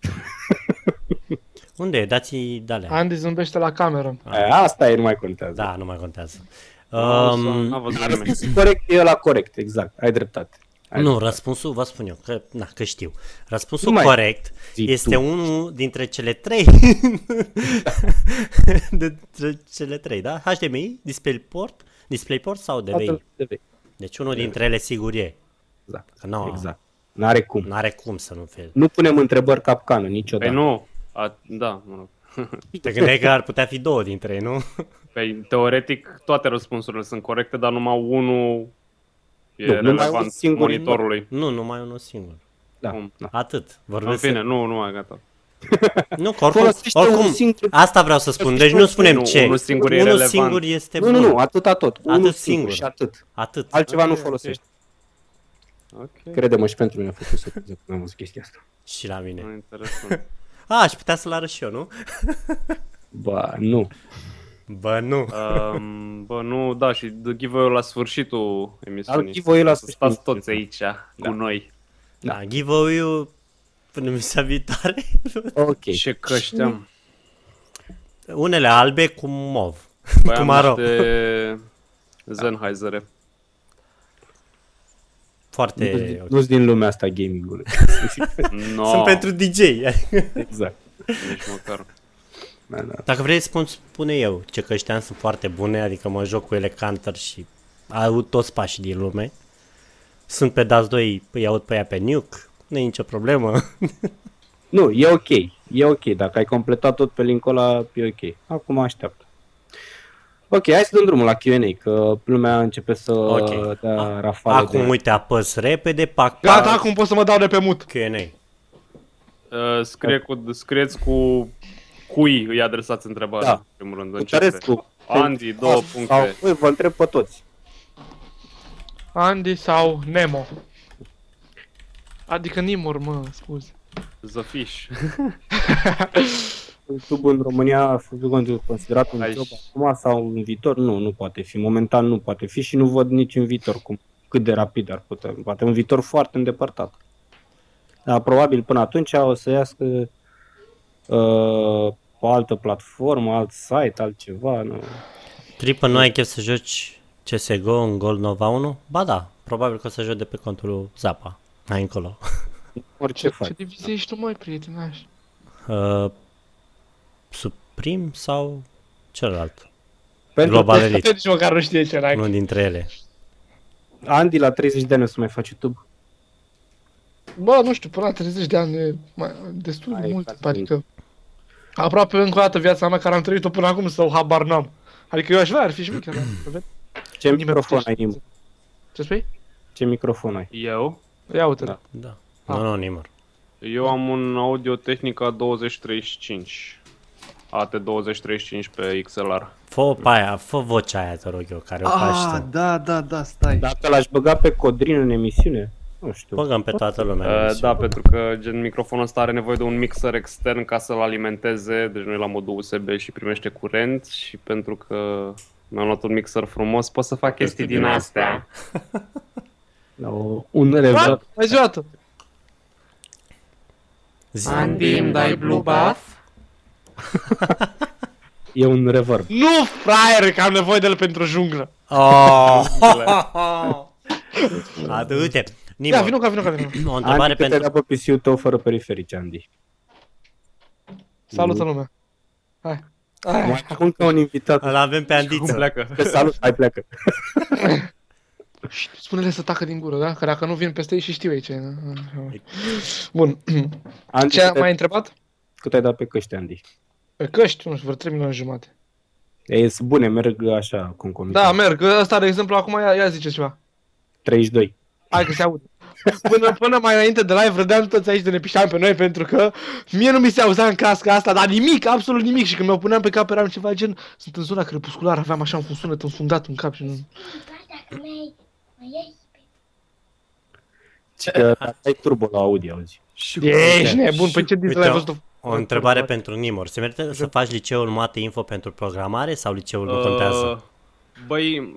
B: Unde e? Dați-i de-alea.
D: Andy zâmbește la cameră.
C: Aia, Asta e, nu mai contează.
B: Da, nu mai contează.
C: Da,
E: um...
B: Um,
E: n-a văzut nimeni.
C: Răspunsul corect e la corect, exact. Ai dreptate. Ai
B: nu, răspunsul, vă spun eu, că, na, că știu. Răspunsul
C: Nu mai
B: corect
C: zi
B: este
C: tu.
B: unul dintre cele trei. dintre cele trei, da? HDMI, DisplayPort, DisplayPort sau DVI.
C: dreptate. DVI.
B: Deci unul dintre ele sigur e.
C: Exact.
B: No.
C: exact. N-are cum.
B: N-are cum să nu fie.
C: Nu punem întrebări capcană niciodată.
E: Păi nu, A, da, mă rog.
B: Te gândeai că ar putea fi două dintre ei, nu?
E: Păi, teoretic, toate răspunsurile sunt corecte, dar numai unul e
C: Nu, numai un
E: relevant
C: singur
E: monitorului.
B: Nu, numai unul singur.
C: Da.
E: Cum?
C: da.
B: Atât.
E: În
B: Vorbesc
E: fine, nu, nu mai gata.
B: Nu, că oricum,
C: Folosește
B: oricum
C: un singur-
B: asta vreau să spun. Deci nu spunem
E: Nu,
B: ce.
E: unul singur e
B: unul
E: relevant.
B: singur este
C: Nu, nu,
B: bun.
C: nu, atâta tot. Atât Unul singur.
B: singur.
C: Și atât.
B: Atât.
C: Altceva nu
E: Ok, ok.
C: folosești.
E: Ok,
C: Crede-mă și pentru mine a fost o surpriză când am văzut chestia asta.
B: Și la mine.
E: nu interesant.
B: A, aș putea să-l arăt și eu, nu?
C: Ba, nu.
B: Bă, nu.
E: Um, bă, nu, da, și the giveaway la sfârșitul emisiunii.
C: Al giveaway la
E: Să Stați
C: sfârșit.
E: toți aici, cu noi.
B: Da, giveaway-ul până misiunea viitoare.
C: Ok.
E: Ce căști am.
B: Unele albe cu mov.
E: Păi
B: cu
E: am
B: maro.
E: niște
C: Da.
E: Sennheisere.
B: Foarte...
C: Nu sunt din lumea asta gamingului.
E: No,
B: Sunt pentru DJ.
C: exact.
E: nici măcar.
C: Da, da.
B: Dacă vrei, spun, spune eu ce că ăștia sunt foarte bune, adică mă joc cu ele counter și aud toți pașii din lume. Sunt pe DAS 2, îi aud pe ea pe Nuke, nu e nicio problemă.
C: Nu, e ok. E ok. Dacă ai completat tot pe linkul ăla, e ok. Acum așteaptă. Ok, hai să dăm drumul la Q&A, că lumea începe să
B: Ok.
C: dea rafale
B: Acum
C: de...
B: uite, apăs repede, pac, pac,
D: Gata, acum pot să mă dau de pe mut.
B: Q&A.
E: Uh, scrie cu, scrieți cu cui îi adresați întrebarea,
C: Da.
E: în primul rând. Începe.
C: Cutărescu.
E: Andy, două
C: Sau,
E: puncte.
C: Ui, vă întreb pe toți.
D: Andy sau Nemo. Adică Nimor, mă, scuze.
E: Zăfiș.
C: YouTube în România a fost considerat un
E: Aici.
C: job acum sau în viitor? Nu, nu poate fi. Momentan nu poate fi și nu văd nici în viitor cum, cât de rapid ar putea. Poate un viitor foarte îndepărtat. Dar probabil până atunci o să iasă uh, o altă platformă, alt site, altceva. Nu.
B: Tripă, nu ai chef să joci CSGO în Gold Nova 1? Ba da, probabil că o să joci de pe contul Zapa, mai încolo.
C: Orice faci.
D: Ce divizie ești tu, mai prietinaș?
B: Uh, Supreme sau celălalt?
E: Exact.
C: Pentru
B: Global
C: că
B: Elite,
D: Deci, Nici măcar nu știe ce like.
B: unul dintre ele.
C: Andy la 30 de ani o să mai faci YouTube.
D: Bă, nu știu, până la 30 de ani e mai, destul de
C: Ai
D: mult,
C: exact.
D: adică... Aproape încă o dată viața mea care am trăit-o până acum sau habar n-am. Adică eu aș vrea, ar fi șmecher, dar, să vezi.
C: Ce
D: Nimeni nu
C: microfon ai,
D: știe.
C: Nim?
D: Ce spui?
C: Ce microfon ai?
E: Eu?
D: Ia uite da.
C: Da.
B: Da.
D: Ah.
B: Nu, nu, nimor.
E: Eu am un Audio Technica 2035. AT2035 pe XLR.
B: Fă pe aia, fă vocea aia, te rog eu, care o faci tu.
E: da, da, da, stai.
C: Dacă l-aș băga pe Codrin în emisiune? Nu știu.
B: Băgăm pe toată lumea. în
E: Uh, da,
B: emisiune.
E: pentru că gen microfonul ăsta are nevoie de un mixer extern ca să-l alimenteze, deci nu e la modul USB și primește curent și pentru că mi-am luat un mixer frumos, pot să fac chestii din astea.
C: La o- un reverb.
D: Mai zi o dată!
B: Zi-
A: Andy, îmi dai blue buff?
C: E un reverb.
D: Nu, fraier, că am nevoie de el pentru junglă.
B: Oh! Adu-te.
D: Ia,
B: Nimor,
D: vino ca, vino ca, vino.
B: o întrebare
C: Andy, cât
B: pentru...
C: te dea pe PC-ul tău fără periferice, Andy?
D: Salută lumea. Hai. Hai.
C: Mai spun că un invitat
B: Îl avem pe
E: Cum
B: Andiță.
E: pleacă?
C: te salut, hai pleacă.
D: Șt, Spune-le să tacă din gură, da? Că dacă nu vin peste ei și știu ei ce. da? Bun.
C: Andy,
D: Ce
C: cât,
D: mai
C: mai...
D: întrebat?
C: cât ai dat pe căști, Andy?
D: Pe căști, nu știu, vreo 3 milioane jumate.
C: E, sunt bune, merg așa, concomitent.
D: Da, merg. Ăsta, de exemplu, acum ia, ia zice ceva.
C: 32.
D: Hai că se aude. Până, până mai înainte de live râdeam toți aici de ne pișam pe noi pentru că mie nu mi se auzea în casca asta, dar nimic, absolut nimic și când mi-o puneam pe cap eram ceva gen sunt în zona crepusculară, aveam așa un sunet înfundat în cap și nu...
C: Și că ai turbo la audio, auzi.
D: Ești nebun, Păi pe ce dintre
B: Uite,
D: ai văzut tu?
B: O întrebare pentru Nimor. Se merită să faci liceul Mate Info pentru programare sau liceul nu contează?
E: Uh, Băi,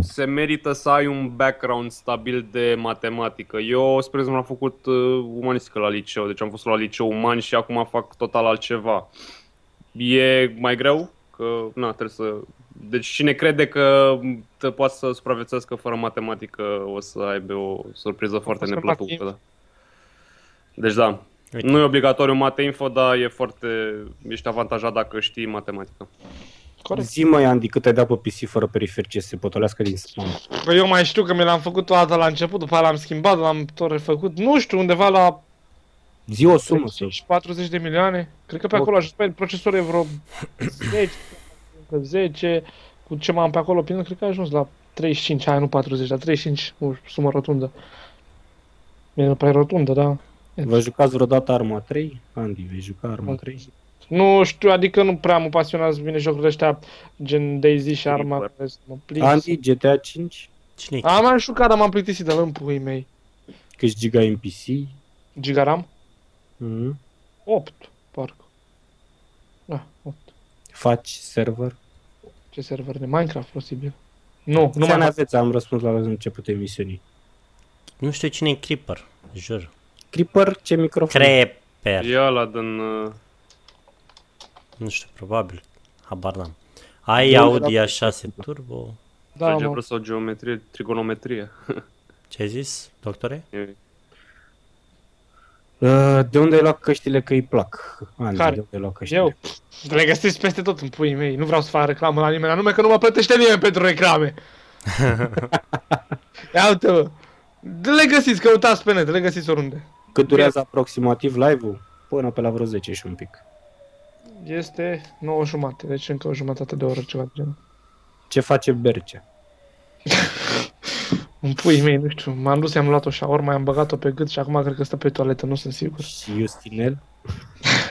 E: se merită să ai un background stabil de matematică. Eu, spre exemplu, am făcut uh, umanistică la liceu, deci am fost la liceu uman și acum fac total altceva. E mai greu? Că, na, trebuie să... Deci cine crede că te poate să supraviețuiască fără matematică o să aibă o surpriză foarte
D: fost
E: neplăcută.
D: empatie.
E: Da. Deci da,
B: Uite.
E: nu e obligatoriu mate info, dar e foarte... ești avantajat dacă știi matematică.
D: Corect.
C: Zi mai Andy, cât ai dat pe PC fără periferice să se potolească din spawn.
D: Că Păi eu mai știu că mi l-am făcut o dată la început, după aia l-am schimbat, l-am tot refăcut, nu știu, undeva la
C: Zi o sumă să...
D: 35, 40 de milioane. Cred că pe acolo aș pe procesorul e vreo 10, încă 10, cu ce m-am pe acolo prin, cred că a ajuns la 35, aia nu 40, dar 35, o sumă rotundă. Bine, nu prea e rotundă, da.
C: Vă jucați vreodată Arma 3? Andy, vei juca Arma 3?
D: Nu știu, adică nu prea mă pasionează bine jocurile ăștia gen Daisy și Arma
E: Creeper.
D: care să mă plictisi.
C: Andy, GTA 5?
B: Cine
E: Ah.
D: Am mai jucat, dar m-am plictisit, dar în puii mei.
C: Câți giga ai în PC?
D: Gigaram?
C: Mhm.
D: 8, parcă. Da, 8.
C: Faci server?
D: Ce server de Minecraft posibil? Nu, nu
C: Nu
D: mai
C: mai aveți, am răspuns la începutul emisiunii.
B: Nu știu cine e Creeper, jur.
C: Creeper, ce microfon?
B: Creeper.
E: E ăla din... uh,
B: Nu știu, probabil. Habar n-am. Ai
C: Eu
B: Audi
C: eram-
B: A6 Turbo.
D: Da, mă.
E: Algebră sau geometrie, trigonometrie.
B: Ce ai zis, doctore?
E: E-
C: Uh, de unde ai luat căștile că îi plac? Andy,
D: Care?
C: de unde ai luat căștile?
D: Păi Eu pf, le găsiți peste tot în puii mei. Nu vreau să fac reclamă la nimeni, anume că nu mă plătește nimeni pentru reclame. Ia uite mă. Le găsiți, căutați pe net, le găsiți oriunde.
C: Cât durează aproximativ live-ul? Până pe la vreo 10 și un pic.
D: Este 9 jumate, deci încă o jumătate de oră ceva de genul.
C: Ce face Berce?
D: În puii mei, nu știu, m-am dus, i-am luat o șaorma, i-am băgat-o pe gât și acum cred că stă pe toaletă, nu sunt sigur.
C: Și Justinel?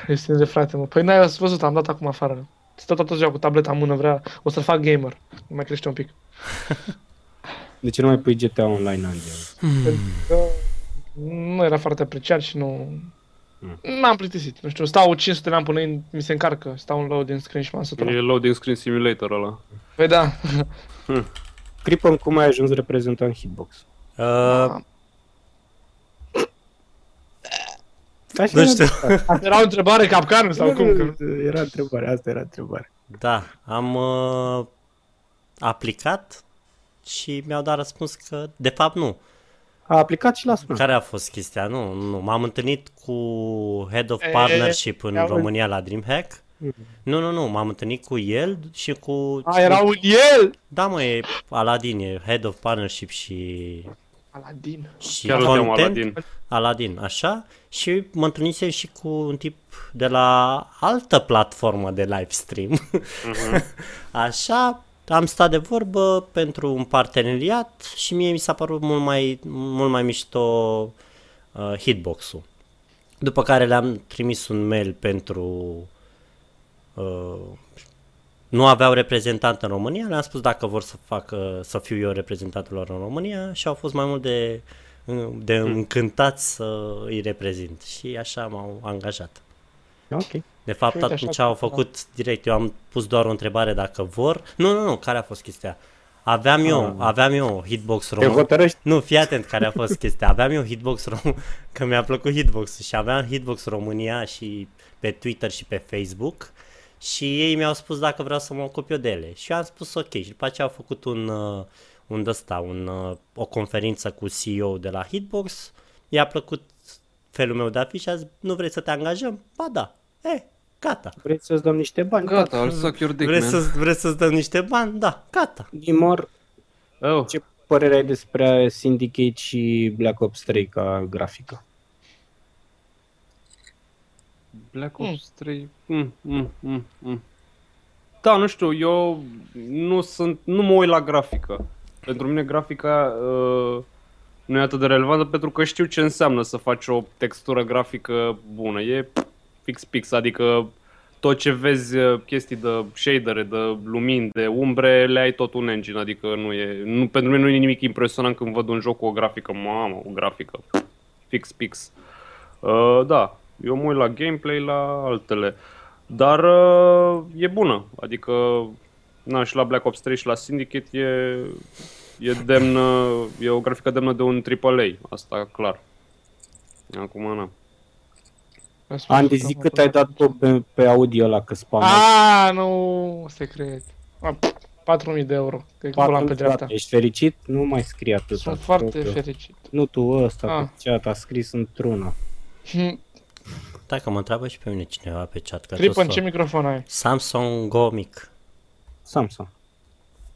D: Este de frate, mă. Păi n-ai ați văzut, am dat acum afară. Stă tot ziua cu tableta în mână, vrea, o să-l fac gamer. Nu mai crește un pic.
C: De ce nu mai pui GTA Online, Andy?
D: că nu era foarte apreciat și nu... N-am plictisit, nu știu, stau 500 de ani până în- mi se încarcă, stau în load din screen și m-am
E: E
D: săturat.
E: loading screen simulator ăla.
D: Păi da,
C: Cripon, cum ai ajuns reprezentant Hitbox?
D: Da.
B: Uh,
C: Ca și
B: nu știu.
D: era o întrebare capcană sau cum? Că...
C: Era întrebare, asta era întrebare.
B: Da, am uh, aplicat și mi-au dat răspuns că de fapt nu.
C: A aplicat și la
D: Hm.
C: sunat.
B: Care a fost chestia? Nu, nu. M-am întâlnit cu Head of
D: E,
B: Partnership în
D: ia uite. Hm.
B: România la DreamHack. Nu, nu, nu, m-am întâlnit cu el și cu...
D: A, era un el!
B: Da, mă, e Aladin, e Head of Partnership și
D: Aladin.
B: și
E: Chiar îl cheamă
B: content,
E: Aladin.
B: Aladin, așa, și mă întâlnisem și cu un tip de la altă platformă de live stream.
E: Mhm.
B: așa, am stat de vorbă pentru un parteneriat și mie mi s-a părut mult mai, mult mai mișto uh, hitbox-ul. După care le-am trimis un mail pentru... Uh, nu aveau reprezentant în România, le-am spus dacă vor să facă, să fiu eu reprezentantul lor în România și au fost mai mult de, de
D: Hmm.
B: încântați să îi reprezint și așa m-au angajat.
C: Ok.
B: De fapt,
D: Și uite,
B: atunci
D: așa-
B: au făcut direct, eu am pus doar o întrebare dacă vor. Nu, nu, nu, care a fost chestia?
D: Ah.
B: Aveam eu, aveam eu hitbox
C: Te
B: român.
C: hotărăști?
B: Nu, fii atent care a fost chestia. Aveam eu Hitbox rom- că mi-a plăcut hitbox și aveam Hitbox România și pe Twitter și pe Facebook și ei mi-au spus dacă vreau să mă ocup eu de ele. Și eu am spus ok și după aceea au făcut un, uh, un dăsta, un, uh, o conferință cu CEO de la Hitbox, i-a plăcut felul meu de a fi și a zis, nu vrei să te angajăm? Ba da, e, gata.
C: Vrei să-ți dăm niște bani?
E: Gata, I'll suck your dick,
B: Vrei
E: man.
B: să, vrei să-ți dăm niște bani? Da, gata.
C: Nimor,
E: Oh,
C: ce părere ai despre Syndicate și Black Ops 3 ca grafică?
E: Hmm, Black Ops 3... Mm, mm, mm, mm. Da, nu știu, eu nu sunt, nu mă uit la grafică. Pentru mine grafica uh, nu e atât de relevantă pentru că știu ce înseamnă să faci o textură grafică bună. E fix pix, adică tot ce vezi uh, chestii de shadere, de lumini, de umbre, le ai tot un engine, adică nu e, nu, pentru mine nu e nimic impresionant când văd un joc cu o grafică, mamă, o grafică, fix pix. Uh, da, eu mă uit la gameplay, la altele. Dar uh, e bună, adică na, și la Black Ops 3 și la Syndicate e, e, demnă, e o grafică demnă de un AAA, asta clar. Acum, na.
C: Andy, zic cât ai dat tu pe, pe audio la că spam.
D: A, nu, secret. A, 4.000 de euro, cred că am pe dreapta.
C: Ești fericit? Nu mai scrie atât.
D: Sunt foarte fericit.
C: Nu tu ăsta,
D: Ah.
C: ah. chat a scris într-una.
D: Hm,
B: Dacă mă întreabă și pe mine cineva pe chat că tot
D: Cripan,
B: sunt
D: ce microfon ai?
B: Samsung Go mic.
C: Samsung.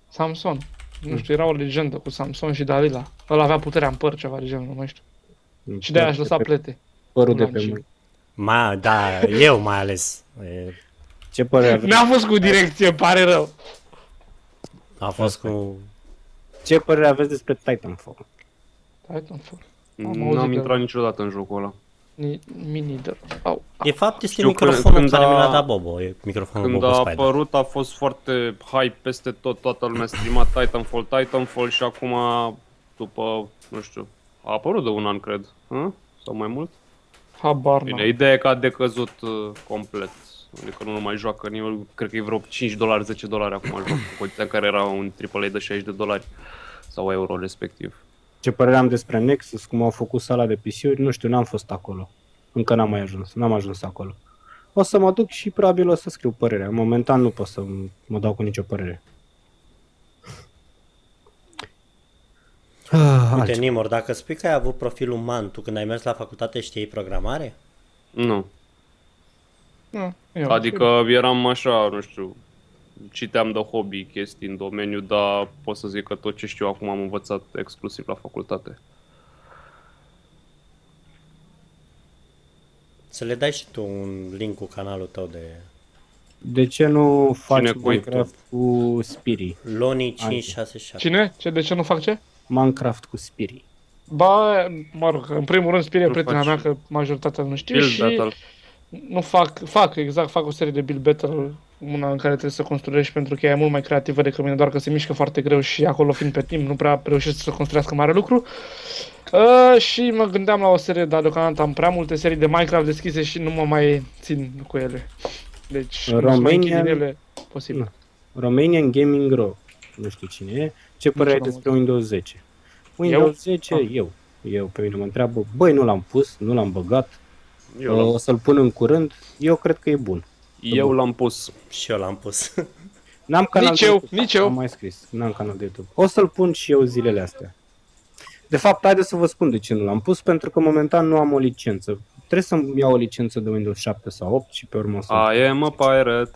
D: Samson. Nu știu, era o legendă cu Samson și Dalila. Ăla avea puterea în păr, ceva de genul, nu mai știu. Și
C: Da,
D: de-aia aș lăsa plete.
C: Deci Părul de
D: Ulan
C: pe
D: și-
C: mâini.
B: Ma, da, eu mai ales. E,
C: Ce părere aveți?
D: N-a fost cu direcție, pare rău.
B: a fost cu...
C: Ce părere aveți despre Titanfall?
D: Titanfall. Am auzit
E: N-am
D: de
E: intrat niciodată în jocul ăla.
D: Ni- Mini de Au.
B: De fapt este
E: Știu că
B: microfonul
E: când
B: care
E: a-
B: mi l-a dat Bobo, e microfonul
E: Când
B: Bobo
E: a
B: Spider.
E: apărut a fost foarte hype peste tot, toată lumea streama Titanfall, Titanfall și acum, după, nu știu, a apărut de un an, cred, hă? sau mai mult?
D: Habar n-am.
E: Bine, ideea e că a decăzut uh, complet, adică nu mai joacă nimeni, cred că e vreo 5 dolari, 10 dolari acum joc, cu condiția care era un AAA de 60 de dolari sau euro respectiv.
C: Ce părere am despre Nexus? Cum au făcut sala de PC-uri? Nu știu, n-am fost acolo. Încă n-am mai ajuns, n-am ajuns acolo. O să mă duc și probabil o să scriu părerea. Momentan nu pot să m- mă dau cu nicio părere. Ah,
B: Uite,
C: altceva.
B: Nimor, dacă spui că ai avut profilul MAN, tu când ai mers la facultate știai programare?
E: Nu,
D: Nu, eu.
E: adică eram așa, nu știu, citeam de hobby chestii în domeniu, dar pot să zic că tot ce știu acum am învățat exclusiv la facultate.
B: Să le dai și tu un link cu canalul tău de
C: De ce nu faci
E: cu
C: Minecraft cu Spiri?
B: Loni567.
D: Cine? Ce, de ce nu fac ce?
C: Minecraft cu Spiri.
D: Ba, mă rog, în primul rând spirie
E: Nu
D: prietena
E: faci
D: mea că majoritatea nu știu
E: Build
D: și
E: battle.
D: nu fac, fac, exact, fac o serie de build battle, una în care trebuie să construiești pentru că ea e mult mai creativă decât mine, doar că se mișcă foarte greu și acolo fiind pe timp nu prea reușesc să construiască mare lucru. Uh, și mă gândeam la o serie, dar deocamdată am prea multe serii de Minecraft deschise și nu mă mai țin cu ele. Deci, nu sunt mai închid
C: România-
D: din ele posibil.
C: Nu. Romanian Gaming Grow. Nu știu cine e. Ce părere ai
D: știu,
C: despre Windows 10? Windows eu? 10,
D: Ah.
C: eu. Eu pe mine mă întreabă, băi, nu l-am pus, nu l-am băgat,
E: Eu,
C: o
E: l-am,
C: să-l pun în curând, eu cred că e bun.
E: eu l-am pus.
B: Și eu l-am pus.
C: N-am canal
D: Nici
C: de
D: eu,
C: YouTube.
D: nici eu.
C: Am mai scris, n-am canal de YouTube. O să-l pun și eu zilele astea. De fapt, haideți să vă spun de ce nu l-am pus, pentru că momentan nu am o licență. Trebuie să-mi iau o licență de Windows 7 sau 8 și pe urmă o să...
E: I am a pirate.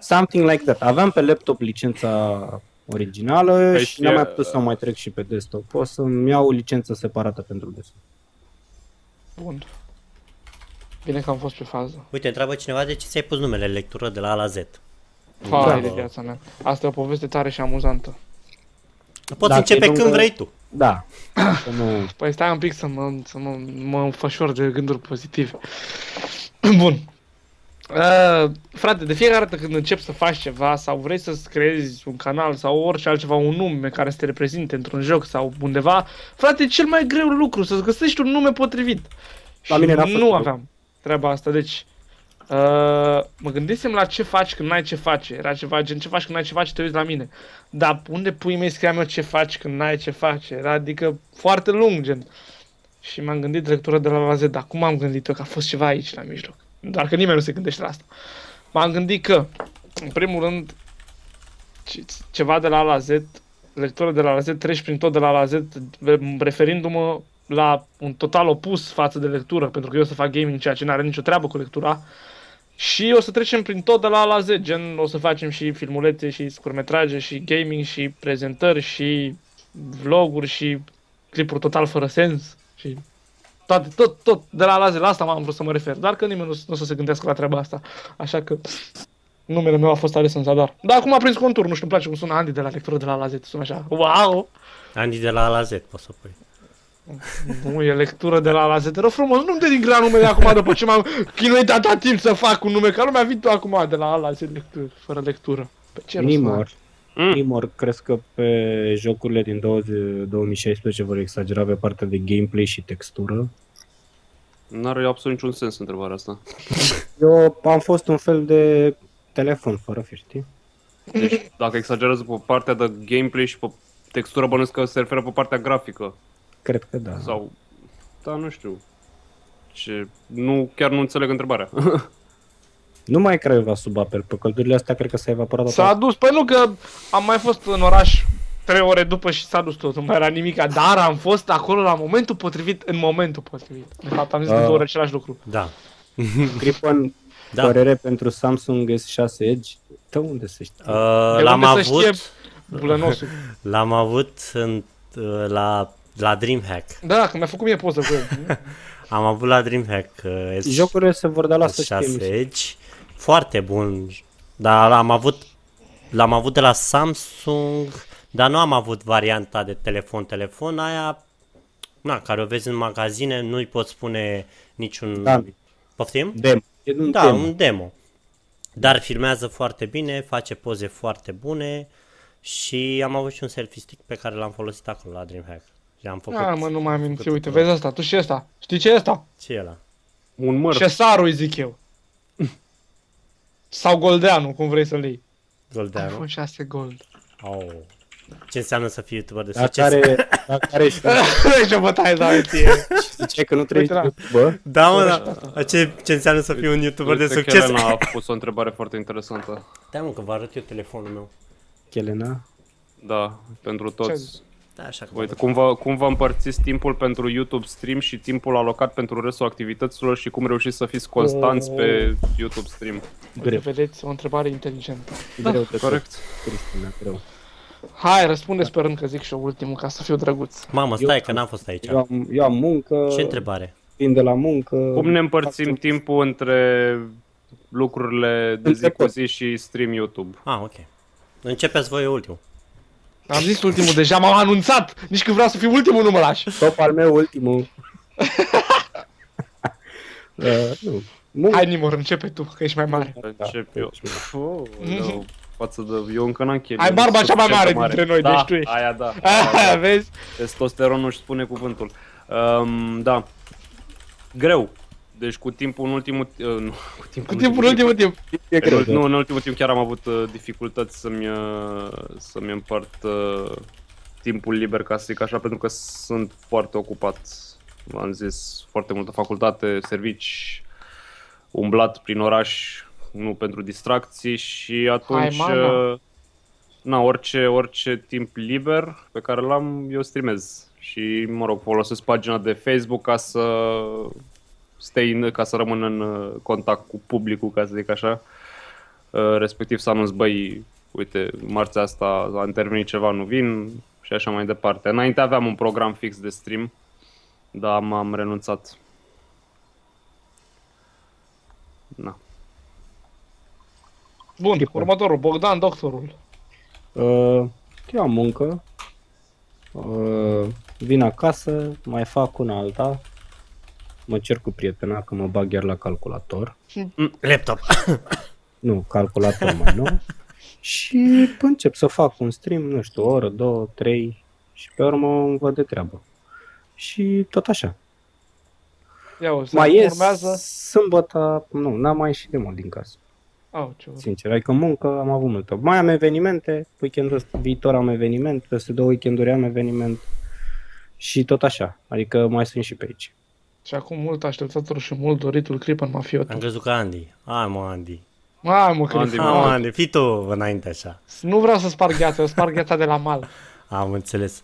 C: Something like that. Aveam pe laptop licența originală
E: Păi
C: și
E: și,
C: n-am mai
E: uh,
C: putut să o mai trec și pe desktop. O să-mi iau o licență separată pentru desktop.
D: Bun. Bine că am fost pe fază.
B: Uite, întreabă cineva de ce ți-ai pus numele lectură de la A la Z.
D: Fai de
B: Da.
D: viața mea. Asta e o poveste tare și amuzantă.
B: Poți
C: Dacă e
B: începe
C: lungă-
B: când vrei tu.
C: Da. Să nu...
D: Păi stai un pic să mă, să mă, mă înfășor de gânduri pozitive. Bun. Uh, frate, de fiecare dată când începi să faci ceva sau vrei să-ți creezi un canal sau orice altceva, un nume care să te reprezinte într-un joc sau undeva, frate, e cel mai greu lucru, să-ți găsești un nume potrivit.
C: La
D: și
C: mine n-a fost
D: nu
C: greu.
D: aveam treaba asta, deci uh, mă gândisem la ce faci când n-ai ce face, era ceva gen ce faci când n-ai ce face, te uiți la mine. Dar unde pui mei scriam eu ce faci când n-ai ce face? Era adică foarte lung, gen. Și m-am gândit lectura de la la Z, dar cum am gândit eu că a fost ceva aici la mijloc? Doar că nimeni nu se gândește la asta. M-am gândit că, în primul rând, ce- ceva de la A la Z, lectură de la A la Z, treci prin tot de la A la Z, referindu-mă la un total opus față de lectură, pentru că eu o să fac gaming, ceea ce n-are nicio treabă cu lectura. Și o să trecem prin tot de la A la Z, gen o să facem și filmulețe și scurmetraje și gaming și prezentări și vloguri și clipuri total fără sens și toate, tot, tot de la A la Z, la asta m-am vrut să mă refer, dar că nimeni nu, nu o să se gândească la treaba asta, așa că Numele meu a fost ales în zadar. Dar acum a prins contur, nu știu, îmi place cum sună Andy de la lectură de la la Z, sună așa, wow!
B: Andy de la A la Z poți să pui.
D: Nu, e lectură de la la Z, te rog frumos, nu-mi dă din grea numele acum după ce m-am chinuit atâta timp să fac un nume, ca lumea vii tu acum de la A la Z, lectură, fără lectură. Pe ce rost, mă?
C: Nimor.
E: Mm.
C: Nimor, crezi că pe jocurile din 20, 2016 vor exagera pe partea de gameplay și textură?
E: N-are absolut niciun sens întrebarea asta.
C: Eu am fost un fel de telefon fără fir, știi?
E: Deci, dacă exagerează pe partea de gameplay și pe textură, bănuiesc că se referă pe partea grafică.
C: Cred că da.
E: Sau... Da, nu știu. Ce... Nu, chiar nu înțeleg întrebarea.
C: Nu mai Craiova sub apel, pe căldurile astea cred că s-a evaporat
D: S-a
C: total.
D: dus, păi nu că am mai fost în oraș trei ore după și s-a dus tot, nu mai era nimica, dar am fost acolo la momentul potrivit, în momentul potrivit. De fapt am zis de
C: Ah.
D: două ori același lucru.
B: Da.
C: Gripon,
B: Da.
C: da. părere pentru Samsung S6 Edge, de unde se știe?
B: Uh,
D: De
B: l-am
D: unde să
B: avut,
D: știe Bulănosul.
B: l-am avut în, uh, la, la Dreamhack.
D: Da, că mi-a făcut mie poză cu el.
B: Am avut la Dreamhack uh, S-
C: Jocurile se vor da la să știe.
B: S6
C: mi se-
B: Edge. Foarte bun. Dar l-am avut, l-am avut de la Samsung, dar nu am avut varianta de telefon-telefon, aia na, care o vezi în magazine, nu-i poți spune niciun...
C: Da,
B: Poftim?
C: demo. E un
B: Da,
C: demo.
B: un demo. Dar filmează foarte bine, face poze foarte bune și am avut și un selfie stick pe care l-am folosit acolo la Dreamhack. Și am făcut...
D: Da,
C: Ah,
D: mă, nu mai aminti,
B: făcut-
D: uite, vezi asta, tu și asta. Știi ce e asta?
B: Ce e ăla?
E: Un măr.
D: Șesaru îi zic eu. Sau Goldeanu, cum vrei să-l iei.
B: Goldeanu?
D: Iphone 6 Gold.
B: Au. Ce înseamnă să fii youtuber de
C: La
B: succes?
C: care, la care și
D: Ce bătaie dau da, ție.
C: ziceai că nu treci
D: Uite, da.
C: de bă,
B: Da, mă, da. Ce, ce înseamnă să fii un youtuber de
E: Uite că
B: succes?
E: Elena a pus o întrebare foarte interesantă.
B: Da, mă, că vă arăt eu telefonul meu.
C: Chelena.
E: Da, pentru
D: Ce-ai
E: toți.
D: zis?
B: Da, așa că...
E: Uite, cum vă, cum vă împărțiți timpul pentru YouTube stream și timpul alocat pentru restul activităților și cum reușiți să fiți constanți pe YouTube stream.
D: Uite,
C: Greu,
D: vedeți, o întrebare inteligentă.
B: Ah,
C: greu de tot,
E: Corect.
C: Cristina, greu.
B: Da.
D: Hai, răspunde sperând că zic și eu ultimul ca să fiu drăguț.
B: Mamă, stai că n-am fost aici.
C: Eu am, uh, eu am muncă,
B: Ce întrebare?
C: vin de la muncă.
B: Um,
E: Cum ne împărțim timpul între lucrurile de zi cu zi și stream YouTube?
B: Ah, ok. Începeți voi eu ultimul.
D: Am zis ultimul deja, m-am anunțat! Nici când vreau să fiu ultimul nu mă lași!
C: Top al meu ultimul. uh, nu. Muncă.
D: Hai Nimor, începe tu, că ești mai mare.
E: Încep eu. Oh, no. Față de, eu încă n-am chemat.
D: Mhm. Ai barba cea mai mare dintre noi,
E: da,
D: deci tu ești.
E: Aia da. Aia,
D: Ah,
E: da.
D: vezi?
E: Testosteronul își spune cuvântul. Um, da. Greu. Deci cu timpul în ultimul... Uh, nu, cu timpul,
D: Cu timpul ultimul timp.
C: E greu,
E: În,
C: da.
E: ul- nu, în ultimul timp chiar am avut uh, dificultăți să-mi, uh, să-mi împart uh, timpul liber, ca să zic așa, pentru că sunt foarte ocupat. Am zis, foarte multă facultate, servici, umblat prin oraș, nu pentru distracții și atunci...
D: Hai, mana.
E: uh, Na, orice, orice timp liber pe care l-am, eu streamez. Și, mă rog, folosesc pagina de Facebook ca să stay in, ca să rămân în uh, contact cu publicul, ca să zic așa. Uh, Respectiv să anunț, băi, uite, marțea asta am terminat ceva, nu vin și așa mai departe. Înainte aveam un program fix de stream, dar m-am renunțat. Na.
D: Bun, următorul, Bogdan, doctorul.
C: Uh, eu am muncă. Uh, vin acasă, mai fac una alta. Mă cer cu prietena că mă bag iar la calculator. Mm,
B: Laptop.
C: Nu, calculator mai nou. Și încep să fac un stream, nu știu, o oră, două, trei și pe urmă îmi văd de treabă. Și tot așa.
D: Ia o să
C: mai ies
D: urmează.
C: sâmbătă, nu, n-am mai ieșit de mult din casă.
D: Au, ce
C: Sincer, adică muncă am avut multă. Mai am evenimente, weekendul ăsta- viitor am eveniment, peste două weekenduri am eveniment și tot așa. Adică mai sunt și pe aici.
D: Și acum mult așteptatul și mult doritul clip în mafiot.
B: Am crezut că Andy. Hai mă, Andy.
D: Mamă, că
E: Andy,
D: Andy,
B: Hai mă, Andy. Fii tu înainte așa.
D: Nu vreau să sparg gheața, eu sparg gheața de la mal.
B: Am înțeles.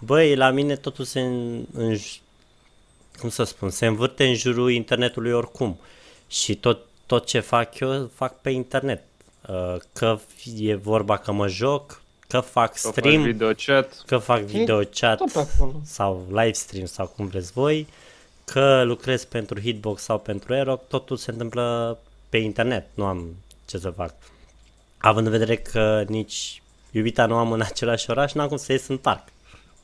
B: Băi, la mine totul se în, în, cum să spun, se învârte în jurul internetului oricum. Și tot, tot ce fac eu, fac pe internet. Uh, Că e vorba că mă joc, că fac
E: Că faci
B: stream,
E: Video chat.
B: că fac video chat
D: Tot pe acolo.
B: sau live stream sau cum vreți voi, că lucrez pentru Hitbox sau pentru Aeroc, totul se întâmplă pe internet, nu am ce să fac. Având în vedere că nici iubita nu am în același oraș, n-am cum să ies în parc.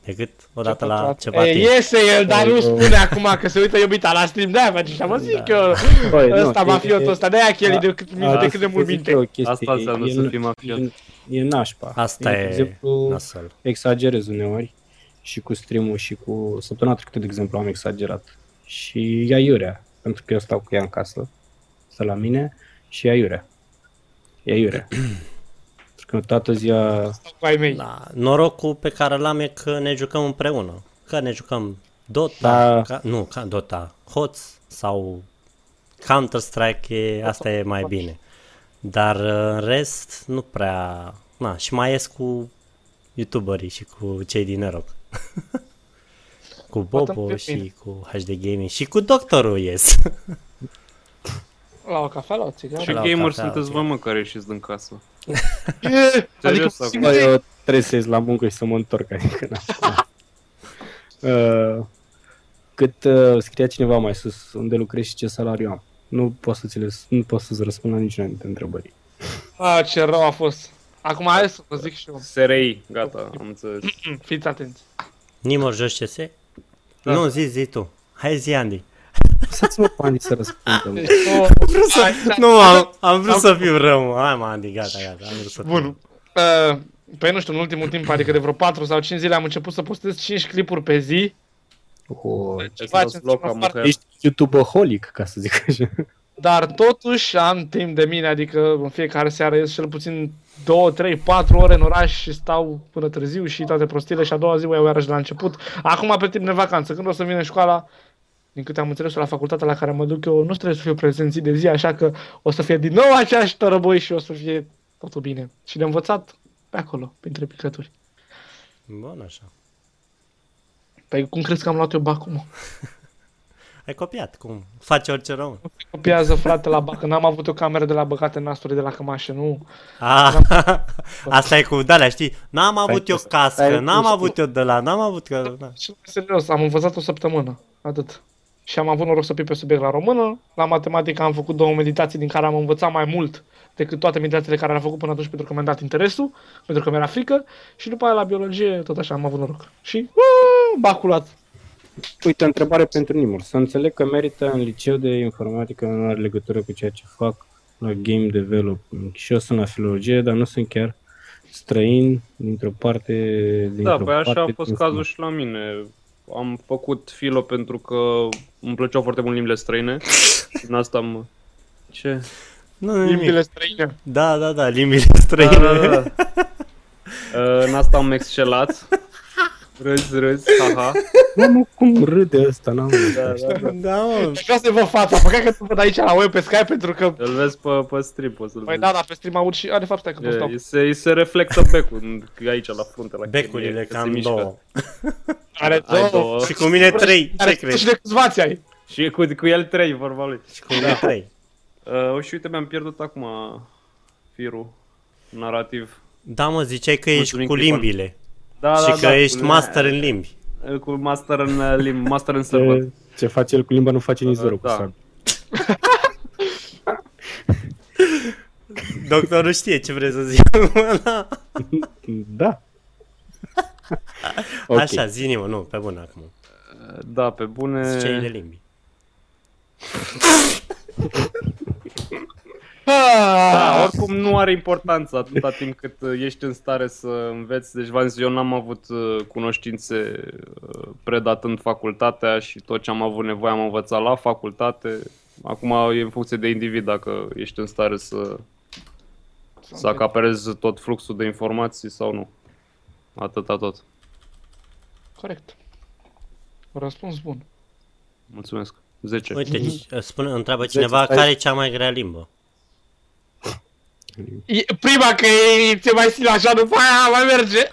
B: Decât odată la ceva
D: E,
B: timp.
D: iese el, dar nu spune acum că se uită iubita la stream, de-aia face așa, mă
B: Da.
D: zic eu,
C: Băi, nu,
D: ăsta
C: e- Da.
D: mafiotul ăsta, de-aia Kelly de cât,
C: a-
D: de cât de
C: să
D: mult
C: zic
D: minte.
C: eu o chestie,
E: Asta înseamnă
C: e-
E: să fii mafiot.
C: E, e nașpa.
B: Asta
C: Eu,
B: e
C: De exemplu,
B: nasol.
C: exagerez uneori și cu stream și cu... Săptămâna trecută, de exemplu, am exagerat. Și ea iurea, pentru că eu stau cu ea în casă, stă la mine, și ea iurea. Ea iurea. pentru că toată ziua...
D: Cu ai mei.
B: Da, norocul pe care l-am e că ne jucăm împreună. Că ne jucăm Dota,
C: Da.
B: ca, nu, ca Dota, Hots sau Counter-Strike, e, asta e mai bine. Dar uh, în rest nu prea... Na, și mai ies cu youtuberii și cu cei din Noroc. cu Bobo
D: pe
B: și
D: mine.
B: cu HD Gaming și cu doctorul ies.
D: La o cafea, la o
E: Ce
D: țigară.
B: la o
E: gamer
B: cafea,
E: sunteți
B: ok.
E: vă, mă, care ieșiți din casă?
D: Adică
E: Serios acum?
C: Bă, eu trebuie să ies la muncă și să mă întorc, adică n uh, Cât uh, scria cineva mai sus, unde lucrezi și ce salariu am. Nu pot, să ți le, nu pot să-ți răspund la niciuna dintre întrebări.
D: A, ce rău a fost. Acum hai să vă zic și eu, Hm,
E: SRI, gata, am înțeles.
D: fiți atenți.
B: Nimor joci CS?
E: Da.
B: Nu, zi, zi tu. Hai zi, Andy.
C: Lăsați-mă pe Andy să răspundă. mă.
D: Deci, o- hai, hai.
B: Nu, am, am vrut să fiu rău. mă. Hai, mă, Andy, gata, gata. Am vrut să fiu rău.
D: Bun. Uh, Păi nu știu, în ultimul timp, adică de vreo 4 sau 5 zile am început să postez 5 clipuri pe zi.
C: Oh,
E: Ceva
D: ce
E: ce loc
D: înseamnă
E: am mâncat.
C: ești youtubeholic, ca să zic așa.
D: Dar totuși am timp de mine, adică în fiecare seară ies cel puțin 2, 3, 4 ore în oraș și stau până târziu și toate prostile și a doua zi o iau iarăși de la început. Acum pe timp de vacanță, când o să vină școala, din câte am înțeles la facultatea la care mă duc eu, nu trebuie să fiu prezent zi de zi, așa că o să fie din nou aceeași tărăboi și o să fie totul bine. Și de învățat pe acolo, printre picături.
B: Bun, așa.
D: Păi cum crezi că am luat eu bacul, mă?
B: Ai copiat, cum? Face orice rău.
D: Copiază frate la bac, n-am avut o cameră de la băcate nasturi de la cămașă, nu.
E: Da.
B: A, Ah, asta e cu dalea, știi? N-am avut eu cască,
C: stai
B: n-am
C: liniștit.
B: avut eu de la, n-am avut că... da. na.
D: Cel mai serios, am învățat o săptămână, atât. Și am avut noroc să pic pe subiect la română, la matematică am făcut două meditații din care am învățat mai mult decât toate meditațiile care le-am făcut până atunci pentru că mi-am dat interesul, pentru că mi-era frică și după aia la biologie tot așa am avut noroc. Și uuu, baculat.
C: Uite, o întrebare pentru Nimur. Să înțeleg că merită în liceu de informatică, nu are legătură cu ceea ce fac la game development. Și eu sunt la filologie, dar nu sunt chiar străin dintr-o parte... Dintr-o
E: Da, păi așa a
C: parte
E: fost
C: din-
E: cazul și la mine. Am făcut filo pentru că îmi plăceau foarte mult limbile străine. și în asta am... Ce?
B: Nu, nu, nimic.
D: Limbile străine.
B: Da, da, da, limbile străine.
E: Da, da, da. Uh, În asta am excelat. Râzi, râzi, haha.
C: Mamă, cum râde ăsta, n-am da, da.
B: Da, mă.
D: Și Deci vreau să-i văd fața, păcat că nu văd aici la web pe Skype pentru că...
E: Îl vezi pe, pe strip, o să-l
D: Păi
E: vezi.
D: da, dar pe stream aud și... A, de fapt, stai că nu
E: E,
D: stau.
E: îi se, îi se reflectă becul în- aici la frunte la chelie,
B: Becurile
E: că se
B: cam
E: mișcă.
B: două.
D: Are
E: Ai
D: două.
E: două.
B: Și cu mine trei, ce
D: Are și
B: crezi?
D: de câțiva ți ai.
E: Și cu, cu el trei, vorba lui.
B: Și cu mine trei.
E: Uh, și uite, mi-am pierdut acum firul narativ.
B: Da, mă, ziceai că ești
E: Mulțumim,
B: cu
E: Cripan.
B: limbile.
E: Da, da,
B: Și că
E: da,
B: ești
E: cu-
B: master în limbi.
E: Eh, Cu master în uh, limb, master în sârbăt.
C: Ce, ce face el cu limba nu face nici
E: Da,
C: zero cu
E: da.
C: sabia.
B: Doctorul știe ce vrei să zic.
C: Da. Ok.
B: Așa, zi mă, nu, pe bun acum.
E: Da, pe bune.
B: Cei de limbi.
E: Da, oricum nu are importanță atâta timp cât uh, ești în stare să înveți. Deci, v-am zis, eu n-am avut uh, cunoștințe uh, predatând facultatea și tot ce am avut nevoie am învățat la facultate. Acum e în funcție de individ dacă ești în stare să, să acaperezi tot fluxul de informații sau nu. Atâta tot.
D: Corect. Răspuns bun.
E: Mulțumesc. 10.
B: Uite, spune, întreabă
C: Deci,
B: cineva
C: stai-
B: care e cea mai grea limbă.
D: E, prima că e, ți mai sil așa, după aia mai merge.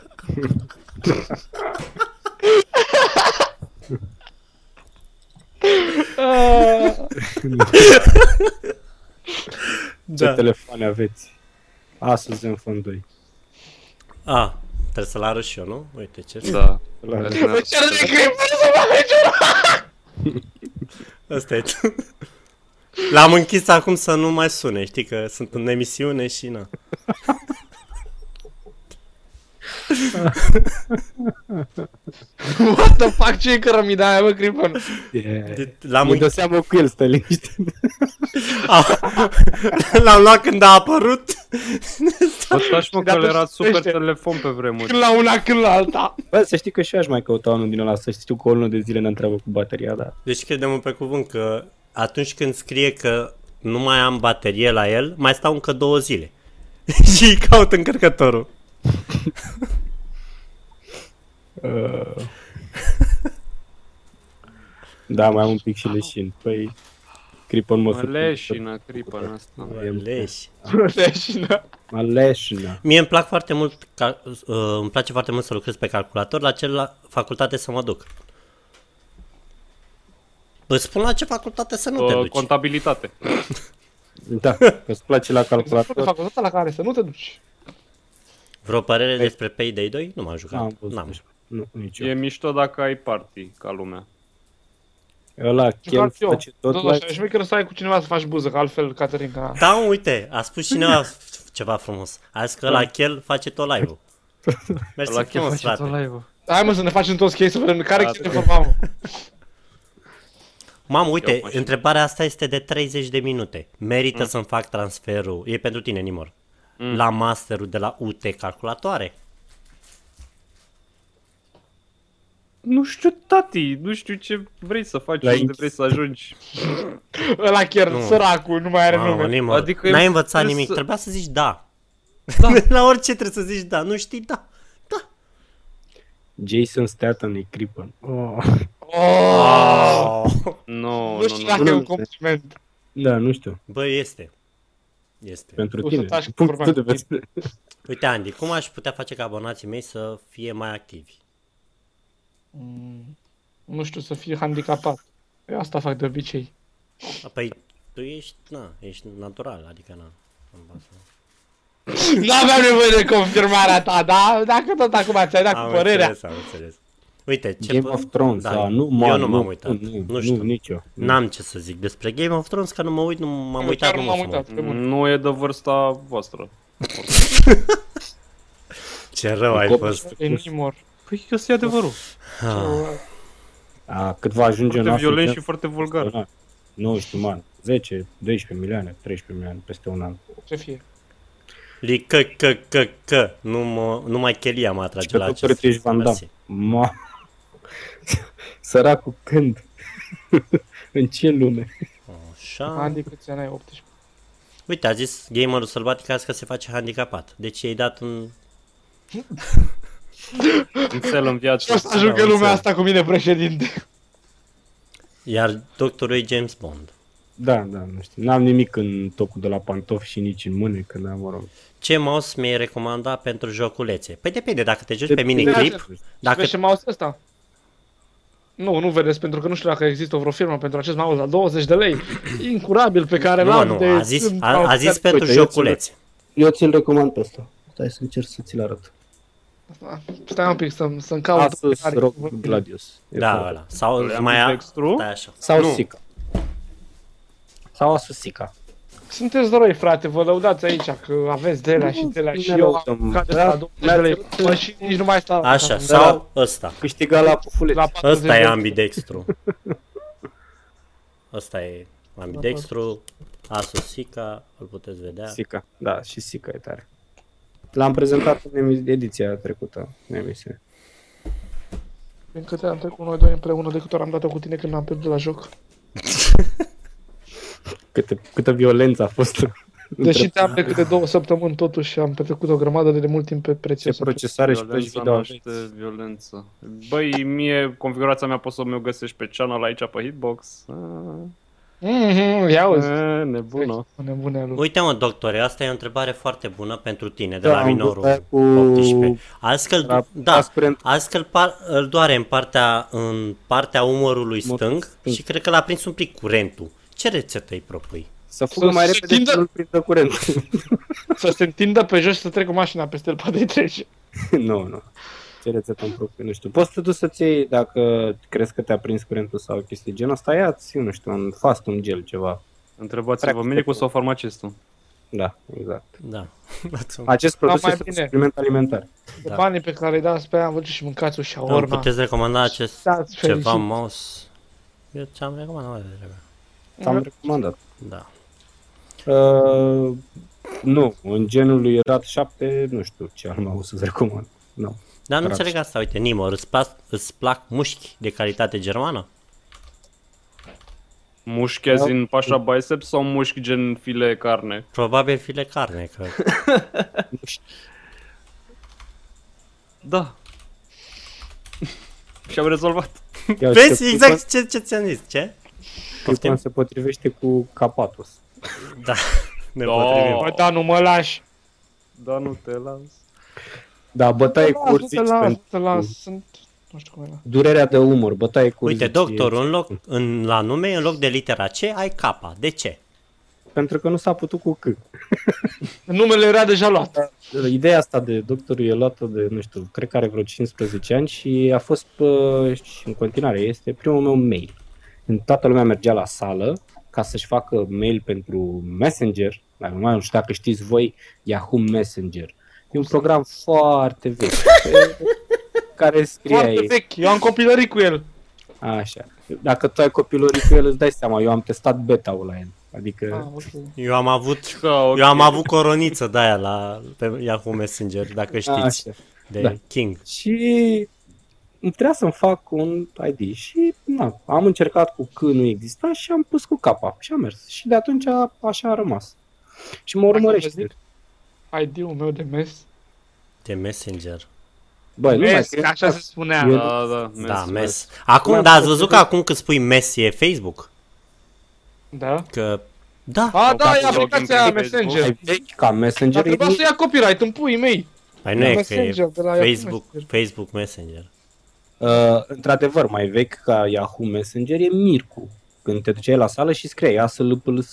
C: Ce
B: Da.
C: telefoane aveți? Asus Zenfone 2.
B: A, trebuie să-l arăt și eu, nu? Uite ce
E: Da.
C: La-
D: Mă cer de creper să mă merge.
B: Asta e. L-am închis acum să nu mai sune, știi că sunt în emisiune și na.
D: What the fuck, ce e cărămida aia, bă, Cripon?
C: Yeah.
B: Deci, L-am,
C: Îmi dă
B: uit-
C: seama cu el, stă liniștit.
B: Ah, l-am luat când a apărut.
E: Bă, stași mă
D: de
E: că le
D: atunci
E: era super
D: crește.
E: telefon pe vremuri.
D: Când la una, când la alta.
C: Bă, să știi că și eu aș mai căuta unul din ăla, să știu că o lună de zile ne-am treabă cu bateria, da. dar...
B: Deci credem pe cuvânt că atunci când scrie că nu mai am baterie la el, mai stau încă două zile. și îi caut încărcătorul.
C: Uh... da, mai am un pic și leșin. Păi, Cripon mă
E: Mă leșină, clipa în asta.
B: Leși.
D: Leșină.
C: Mă da. leșină.
B: Mie îmi plac foarte mult, cal- uh, îmi place foarte mult să lucrez pe calculator, la ce la facultate să mă duc. Îți spun la ce facultate să nu te
E: Uh,
B: duci.
E: contabilitate.
C: Da, că-ți place la
D: Exact,
C: calculator.
D: facultatea la care să nu te duci.
B: Vreo părere despre Payday 2? Nu m-am jucat.
C: N-am Da, văzut.
B: N-am.
C: nici- Nu, nici
E: E
C: eu.
E: mișto dacă ai party ca lumea.
C: Ăla, Ken
D: Jucat eu.
C: face tot
D: Tot așa,
C: la...
D: e șmecher să ai cu cineva să faci buză, că altfel, Caterinca...
B: Da, mă, uite, a spus cineva f- ceva frumos. A zis
C: Da.
B: că la Chel face tot live-ul. Mersi
E: La chef
B: frumos,
E: face tot
B: frate.
E: live
D: Hai mă să ne facem toți chei să vedem care
E: Da,
D: chestii ne
E: da.
D: formam. mă.
B: Mamă,
E: Eu Mm.
B: uite,
E: mă știu.
B: întrebarea asta este de 30 de minute. Merită să-mi fac transferul, e pentru tine, Nimor,
E: Mm.
B: la masterul de la UT calculatoare?
E: Nu știu, tati, nu știu ce vrei să faci,
C: La
E: unde
C: Inch.
E: vrei să ajungi.
D: Ăla chiar, săracul, nu mai are
B: Mamă,
D: nume.
B: Nimor,
E: Adică
B: adică n-ai
E: eu
B: învățat
E: trebuie
B: nimic,
E: să-
B: trebuia să zici da. da. la orice trebuie să zici da, nu știi da. Da.
C: Jason Statham e Cripon. Oh.
B: Ah.
D: Oh,
E: Nu,
D: Nu
E: nu,
D: știu
E: nu.
D: dacă e
C: Nu,
D: un
C: nu.
D: compliment.
C: Da, nu știu.
B: Bă, este. Este.
C: Pentru
D: O să
C: tine.
D: taci cu
C: Punctul de
D: vorba.
C: vedere.
B: Uite, Andy, cum aș putea face ca abonații mei să fie mai activi?
D: Nu știu, să fii handicapat. Eu asta fac de obicei.
B: Păi, tu ești, na, ești natural, adică na. am pasă.
D: N-aveam nevoie de confirmarea ta, da? Dacă tot acum ți-ai dat
B: Am
D: cu părerea.
B: înțeles, am înțeles. Uite, ce
C: Game
B: pă-
C: of Thrones,
B: da,
C: da, nu,
B: eu
C: man,
B: nu m-am uitat.
C: Nu,
B: nu
C: nu,
B: știu.
C: nu nici eu.
B: N-am ce să zic despre Game of Thrones, că nu mă uit, nu m-am
D: Eu
B: uitat,
D: chiar nu
B: mă
D: m-am
B: uit.
D: uitat. pe bune.
E: Nu e de vârsta voastră.
B: Ce rău ai
C: Copii.
B: fost. Ah.
D: E nimor.
E: Păi că e adevărul.
C: A, cât va ajunge în
E: Foarte
C: Africa?
E: violent și foarte vulgar.
C: Da. Nu știu, man. 10, 12 milioane, 13 milioane peste un an.
D: Ce fie.
B: Li că, că, că, că. Nu mă, numai Chelia mă
C: Și
B: atrage
C: pe
B: la
C: tot British
B: acest.
C: Van Damme.
B: mersi.
C: Ma... Săracul când? în ce lume?
B: Așa.
D: Andy, câți ani ai? 18.
B: Uite, a zis gamerul sălbatic azi că se face handicapat. Deci i-ai dat un...
E: Înțel în viață.
D: O să ajungă
B: Da,
D: lumea
B: înțeleg.
D: asta cu mine președinte.
B: Iar doctorul e James Bond.
C: Da, da, nu știu. N-am nimic în tocul de la pantof și nici în mâne, că n-am, mă rog.
B: Ce mouse mi-ai recomanda pentru joculețe? Păi depinde, dacă te joci pe
C: Depinde.
B: miniclip,
D: Dacă...
B: dacă
D: Vezi ce mouse ăsta? Nu, nu vedeți, pentru că nu știu dacă există vreo firmă pentru acest mouse la 20 de lei. Incurabil pe care
B: Nu,
D: l-am
B: nu,
D: de...
B: a zis,
D: când
B: a,
D: m-au
B: a zis
D: dat-
B: pentru
C: Uite, eu ți-l-
B: joculețe.
C: Eu ți-l recomand pe ăsta. Stai să încerc să ți-l arăt.
D: Stai un pic să-mi să caut.
C: Astăzi,
D: Are-
C: rog, Gladius. E
B: Da,
C: foarte-
B: ăla. Sau
E: Le-am
B: mai
E: zis
B: a...
E: extru?
B: Stai așa.
C: Sau
E: Nu.
C: Sica. Sau Asusica.
D: Sunteți răi, frate, vă lăudați aici că aveți de la și de la
C: Nu
D: și
C: ne
D: eu
C: lăudăm.
D: am cade
C: Da,
D: la 20 de lei. Bă, și nici nu mai stau.
B: Așa,
D: Da.
B: sau ăsta.
C: Câștiga la pufuleț.
D: La 40
B: Ăsta e
D: de lei.
B: ambidextru. Ăsta e ambidextru. Asusica, îl puteți vedea.
C: Sica, da, și Sica e tare. L-am prezentat în emi- ediția trecută, în emisiune.
D: Din câte am trecut noi doi împreună, de câte ori am dat-o cu tine când am pierdut la joc.
C: Câte, câtă violență a fost.
D: Deși
C: între
D: te-am de câte două săptămâni, totuși am petrecut o grămadă de mult timp pe
C: ce
D: prețioasă.
C: procesare și plăci
E: Violența
C: video.
E: naște violență. Băi, mie, configurația mea poți să mi-o găsești pe channel aici pe hitbox. Ah,
D: Mhm, ia uzi.
E: ah, Nebună.
D: Nebunea lui.
B: Uite mă, doctore, asta e o întrebare foarte bună pentru tine, de
C: Da,
B: la
C: am
B: minorul
C: văzut aia cu-
B: 18. Azi că,
C: Era
B: da,
C: transparent.
B: azi că îl, par, îl doare în partea, în partea umărului
C: Mă-
B: stâng și cred că l-a prins un pic curentul. Ce rețetă îi propui?
C: Să fugă
D: Să-
C: mai
D: să
C: repede
D: tindă-
C: că nu-l prindă curent.
D: Să se întindă pe jos și să treacă mașina peste el, poate îi trece.
C: nu, nu. Ce rețetă îmi propui, nu știu. Poți să te duci să-ți iei, dacă crezi că te-a prins curentul sau chestii genul ăsta, ia-ți, eu nu știu, un fast, un gel, ceva.
E: Întrebați-vă medicul sau farmacistul.
C: Da, exact.
B: Da. Dați-o.
C: Acest produs
D: mai
C: este un
D: bine.
C: supliment alimentar.
D: De
B: Da.
D: banii pe care îi dați pe aia, vă duceți și mâncați o
B: Îmi
D: șaorma.
B: puteți recomanda acest
C: Da,
D: Stați
B: ceva
D: fericit.
B: mouse? Eu ți-am recomandat mai devreme.
C: Ți-am recomandat.
B: Da.
C: Uh, nu, în genul lui Rat 7, nu știu ce am avut să-ți recomand. Nu.
B: Dar nu
C: Raț.
B: înțeleg asta, uite, Nimor, îți, pas, îți plac mușchi de calitate germană?
E: Mușchi
D: Da.
E: azi în pașa biceps sau mușchi gen file carne?
B: Probabil file carne, că
E: Da. Și-am rezolvat.
C: Ia uite,
B: Vezi?
C: clipul-
B: Exact ce, ce ți-am zis, ce?
C: Clipul se potrivește cu Capatos.
B: Da, ne
E: Da.
B: potrivim.
D: Bă, da, nu mă lași.
E: Da, nu te las.
C: Da, bătaie
D: Te
C: cu
D: las, nu
C: urzici
D: te las, nu
C: pentru
D: te las, sunt... Nu știu cum era.
C: durerea de umăr, bătaie cu
B: Uite,
C: urzici.
B: doctorul, în loc, în, la nume, în loc de litera C, ai capa. De ce?
C: Pentru că nu s-a putut cu C.
D: Numele era deja luat.
C: Ideea asta de doctorul e luată de, nu știu, cred că are vreo 15 ani și a fost pă, și în continuare este primul meu mail. Când toată lumea mergea la sală ca să-și facă mail pentru Messenger, mai mult, nu știu dacă știți voi, Yahoo Messenger. E un program foarte vechi pe care scrie
D: Foarte
C: aici.
D: vechi, eu am copilărit cu el.
C: Așa. Dacă tu ai copilării cu el, îți dai seama, eu am testat beta-ul la el. Adică
D: Ah, ok.
B: Eu am avut,
E: Ca, ok.
B: eu am avut coroniță de aia la pe Yahoo Messenger, dacă știți,
C: Ah, Așa.
B: de
C: da.
B: King.
C: Și îmi trebuia să-mi fac un ID și na, am încercat cu C nu exista și am pus cu capa și am mers. Și de atunci a- așa a rămas. Și mă urmărește.
D: vă ID-ul meu de mes.
B: De Messenger.
C: Băi, Păi, nu mai
D: Mes,
C: cred.
D: că așa se spunea.
C: Eu-
E: Da, da, mes.
B: da, mes. Acum, dar ați văzut că acum când spui mes e Facebook?
D: Da?
B: Că, da,
D: A,
E: Sau
D: da, e
E: dacă login
D: aplicația
E: pe Facebook.
D: Messenger.
C: Mai vechi ca
D: Dar
C: Messenger. e
D: trebuia să ia copyright în puii mei.
B: Păi nu e că e
D: Messenger, de la Yahoo
B: Facebook, Facebook Messenger.
C: Uh, într-adevăr, mai vechi ca Yahoo Messenger e Mircu. Când te duceai la sală și scriei ASLPLS.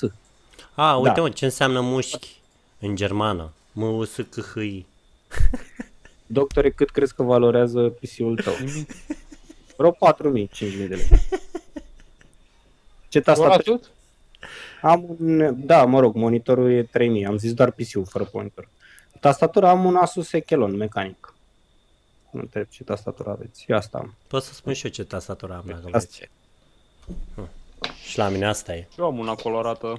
B: A, uite
C: Da.
B: mă, ce înseamnă mușchi în germană. m u s c h i
C: Doctore, cât crezi că valorează PC-ul tău? Vreo 4.000-5.000 de lei. Ce
D: Vă
C: tastatură
D: atât?
C: Am un, da, mă rog, monitorul e 3000, am zis doar PC-ul fără monitor. Tastatura am un Asus Echelon mecanic. Nu întreb ce tastatură aveți, eu asta am.
B: Pot să spun și eu ce tastatură am dacă
C: Asta
B: vreți.
C: e.
B: Și la mine asta e.
E: Eu am una colorată.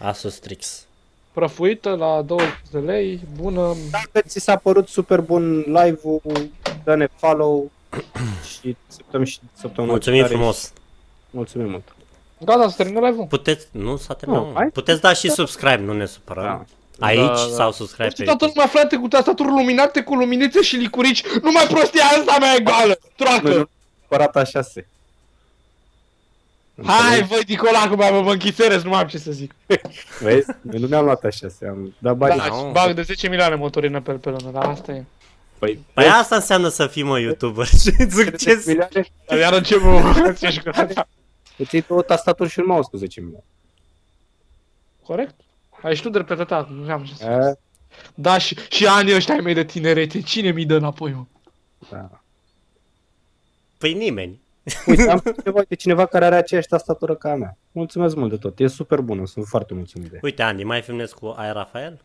B: Asus Strix.
D: Prăfuită la 20 de lei, bună.
C: Dacă ți s-a părut super bun live-ul, dă-ne follow și săptămâna și săptămâna
B: Mulțumim
C: viitoare
B: frumos.
C: și Mulțumim mult.
D: Gata, să termină live-ul.
B: Puteți, nu s-a terminat.
C: Nu,
B: mă.
C: hai.
B: Puteți da și subscribe, nu ne supărăm. Aici
E: Da, da.
B: sau subscribe
D: Știi
B: pe
D: Deci toată
B: YouTube.
D: lumea, frate, cu tastaturi luminate, cu luminițe și licurici. Nu mai prostia asta mea e goală. Troacă.
C: Părata 6.
D: Hai, voi, Nicolacu, mai mă, mă închiserez, nu mai am ce să zic.
C: Vezi? Eu nu mi-am luat a 6, am dat bani.
D: Da,
B: nu.
D: și bag de 10 milioane motorină pe, pe lună, dar asta e.
C: Păi,
B: Păi asta înseamnă să fii mă YouTuber. Ce zic ce
C: ce
B: să-
C: milioane?
D: Dar iară ce mă... ce și cu asta.
C: Îți iei două tastaturi și un mouse cu 10 milioane.
D: Corect? Ai și tu dreptate ta, nu am ce să
C: E?
D: Da, și, și anii ăștia ai mei de tinerețe, cine mi dă înapoi, mă?
C: Da.
B: Păi nimeni.
C: Uite, am nevoie de cineva care are aceeași tastatură ca a mea. Mulțumesc mult de tot. E super bună. Sunt foarte mulțumit de ea.
B: Uite Andy, mai filmezi cu Ai Rafael?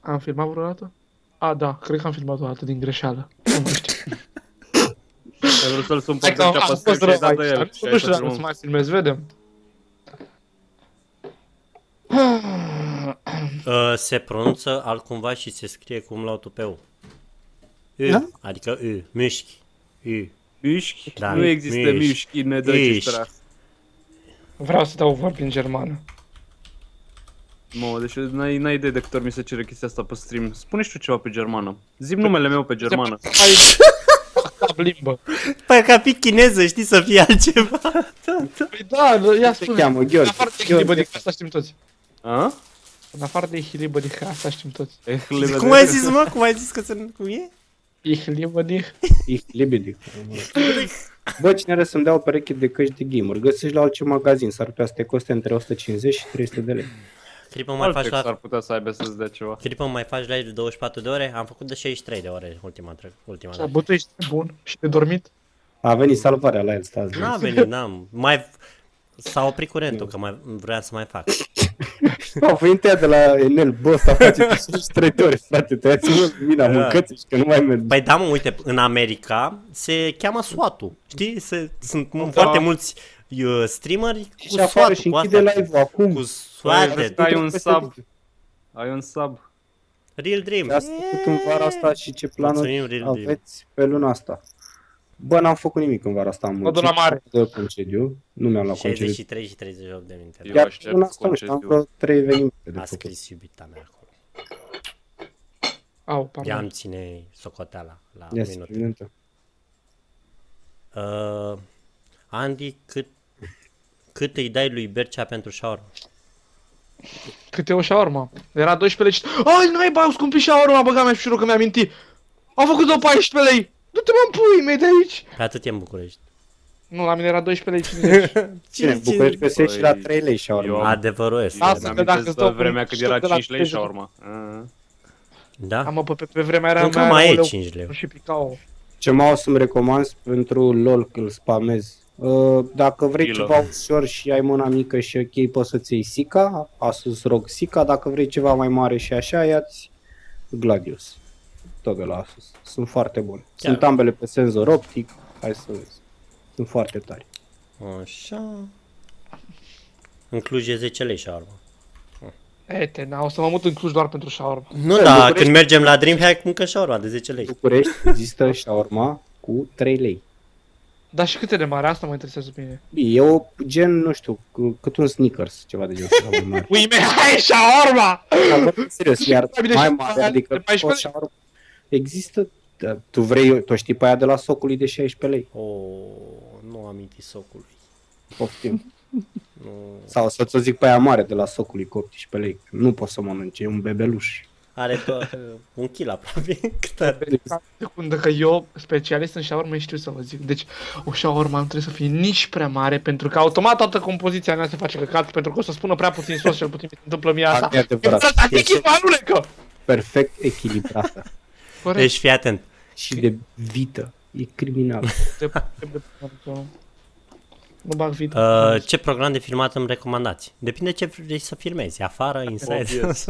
D: Am filmat vreodată? A, da, cred că am filmat o dată din greșeală. Nu știu.
E: Ai vrut să-l sun pe
D: Hai că am,
E: Mircea
D: am fost
E: Păstrăciu,
D: rău
E: ai dat de
D: aici,
E: el.
D: dar
E: Și
D: nu,
E: ai
D: nu știu
E: dat
D: dacă o să
E: drumul.
D: mai filmez, vedem.
B: Uh, se pronunță altcumva și se scrie cum la pe U. U,
C: Da?
B: adică U, mișchi. U.
E: Mișchi?
B: Da.
E: Nu există
B: Mișchi.
E: mișchi, ne dă
B: Mișchi.
E: ce
D: Vreau să dau vorbi în germană.
E: Mă, deci eu n-ai, n-ai idee de câte ori mi se cere chestia asta pe stream. Spune și tu ceva pe germană. Zim numele meu pe germană.
D: Ai... Cap limbă.
B: Păi ca fi chineză, știi să fie altceva.
D: Păi da, l- ia
C: Se
D: spune.
C: cheamă
D: În
C: Gheorghe.
D: afară de
C: Gheorghe.
D: hilibă de asta știm toți.
E: A? Eh,
D: În afară de hilibă de asta știm toți.
B: Cum ai zis, mă? Cum ai zis că se... Cum e?
D: E hilibă de...
C: Ich liebe dich. Bă, cine are să-mi dea o pereche de căști de gamer? Găsești la orice magazin, s-ar putea să te coste între 150 și 300 de lei.
B: Clipă mai faci
E: Altfix ar
B: la...
E: putea să aibă să-ți dea ceva.
B: Clipă mai faci live de 24 de ore? Am făcut de 63 de ore ultima trec, ultima
D: Da,
B: dată.
D: bă, tu ești bun și de dormit.
C: A venit salvarea la el, stați.
B: N-a venit, n-am. Mai... S-a oprit curentul, că mai vreau să mai fac.
C: Au venit păi ea de la Enel, bă, ăsta face piscini trăitori, frate, tăiați-mă mina,
B: Da.
C: mâncați și că nu mai merg.
B: Păi da, mă, uite, în America se cheamă SWAT-ul, știi? Se, sunt da.
D: Da.
B: foarte mulți uh, streameri
C: Și
B: cu
C: afară
B: SWAT,
C: și
B: cu
C: închide
B: astea,
C: live-ul acum. Păi,
B: cu
E: Ai,
B: SWAT,
E: ai un
C: Peste
E: sub.
C: tot.
E: Ai un sub.
B: Real Dream.
C: Ce ați făcut în vara asta și ce planuri
B: Mulțumim, Real Dream.
C: da, aveți pe luna asta? Bă, n-am făcut nimic în vara asta, am
D: O duna
C: muncit
D: mare.
C: de concediu, nu mi-am luat concediu.
B: 63 și 38 de minute. da.
E: Eu
C: Iar
E: aștept
C: luna asta nu știu, am
E: concediu.
C: vreo trei evenimente de
B: A
C: făcut.
B: scris iubita mea acolo.
D: Au,
B: Ea
D: pardon.
B: îmi ține socoteala la yes.
C: Yes,
B: minut.
C: evident.
B: Uh, Andy, cât, cât îi dai lui Bercea pentru șaur?
D: Câte o șaorma? Era 12 lei și... Ai, n-ai bani, au scumpit șaorma, băga mea și că mi-am mintit. Au făcut-o 14 lei. Du-te mă în pui mei de aici.
B: Pe atât e în București.
D: Nu, la mine era 12 lei 50.
C: Cine? în București pe
E: Păi,
C: și la 3 lei și
E: eu
C: au
E: am-
B: Adevărul este.
D: Asta
E: Asta
D: că
E: că
D: dacă
E: dacă
D: stau cu
E: vremea
D: șoc
E: când era
D: de la
E: 5 lei
D: 30
E: și urma. Ah.
B: Da?
D: Am mă, pe, pe, pe vremea era
B: Încă
D: mai
B: mai e
D: era
B: 5 lei.
D: și picao.
C: Ce mau să-mi recomand pentru LOL că îl spamez. Uh, Dacă vrei
E: Kilo.
C: ceva ușor și ai mâna mică și ok, poți să-ți iei Sica, Asus rog Sica, dacă vrei ceva mai mare și așa, ia-ți Gladius. Tot de la Asus. Sunt foarte bune.
B: Chiar.
C: Sunt ambele pe senzor optic, hai să vezi. Sunt foarte tari.
B: Așa. În Cluj e 10 lei șaurma.
D: Ete, na, o să mă mut în Cluj doar pentru șaorma.
B: Nu, da, când mergem la Dreamhack, încă șaurma de 10 lei.
C: București există și urma cu 3 lei.
D: Dar și câte de mare, asta mă interesează pe mine.
C: E o gen, nu știu, c- cât un sneakers, ceva de genul ăsta mai mare.
D: Ui, mea, hai șaorma!
C: Dar, Da, bă, serios, iar
D: Mai bine
C: mai
D: și-
C: mare,
D: de
C: adică
D: 14
C: poți să- există, da, tu vrei, tu știi pe aia de la socului de 16
B: O,
C: lei,
B: oh, nu am mintit socului.
C: poftim.
B: Nu.
C: Sau să-ți o zic pe aia mare de la socului cu 18 lei, nu poți să mănânci, e un bebeluș.
B: Are to- un kil aproape. Cât are?
D: Secundă că eu, specialist în șaorma, știu să vă zic. Deci, o șaorma nu trebuie să fie nici prea mare, pentru că automat toată compoziția mea se face căcat, pentru că o să spună prea puțin sos, cel puțin mi se întâmplă mie asta.
C: Asta e adevărat.
D: Exact, adică mă alunecă!
C: Perfect echilibrată
D: Corect.
B: Deci fii atent.
C: și de vită, e criminal.
D: de- de- de- Nu bag vit.
B: Uh, ce program de filmat îmi recomandați? Depinde ce vrei să filmezi. Afară, inside.
E: Obvious.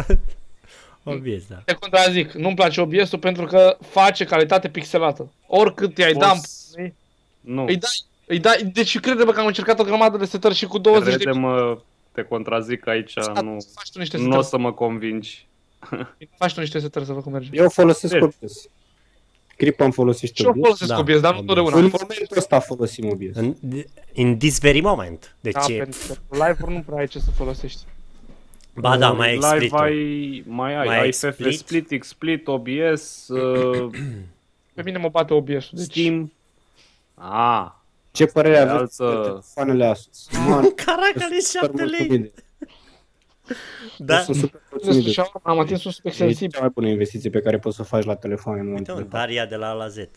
B: Obvious, da.
D: Te contrazic, nu-mi place OBS-ul pentru că face calitate pixelată. Oricât i-ai da, Păi
E: Poți- Nu,
D: îi dai, îi dai, deci crede-mă că am încercat o grămadă de setări și cu 20 de
E: crede-mă, te contrazic aici, nu,
D: Faci tu niște
E: nu o
D: setări,
E: să mă convingi.
D: faci tu niște setări să văd cum merge.
C: Eu folosesc
E: Serios.
C: OBS. Cripa îmi folosește
D: Și eu
C: OBS.
D: folosesc
B: Da,
D: OBS, dar nu
B: OBS.
C: În
D: totdeauna.
C: momentul ăsta folosim OBS.
B: În, in this very moment. Deci,
D: Da,
B: e-
D: pentru că live-uri nu prea ai ce să folosești.
B: ba da, mai ai
E: Live
B: split
E: ai, mai ai,
B: Mai
E: mai ai
B: ai
E: FF
B: split. Deci-
E: Split, XSplit, OBS, uh,
D: Pe mine mă bate OBS-ul, deci...
E: Steam. Ah,
C: Ce părere
E: Asta e
C: aveți
E: altă-
C: de telefoanele Asus? Man,
B: Caracale,
C: sunt super
B: 7 lei.
C: mulțumit. Eu
B: Da.
C: Sunt super mulțumit
D: Despre
C: de
D: șaorma, am atins un subiect
C: E cea
D: sensibil.
C: mai bună investiție pe care poți să o faci la telefon
B: Uite,
C: în
B: da-
C: momentul
B: mă,
C: de față.
B: Daria de la A la Z. E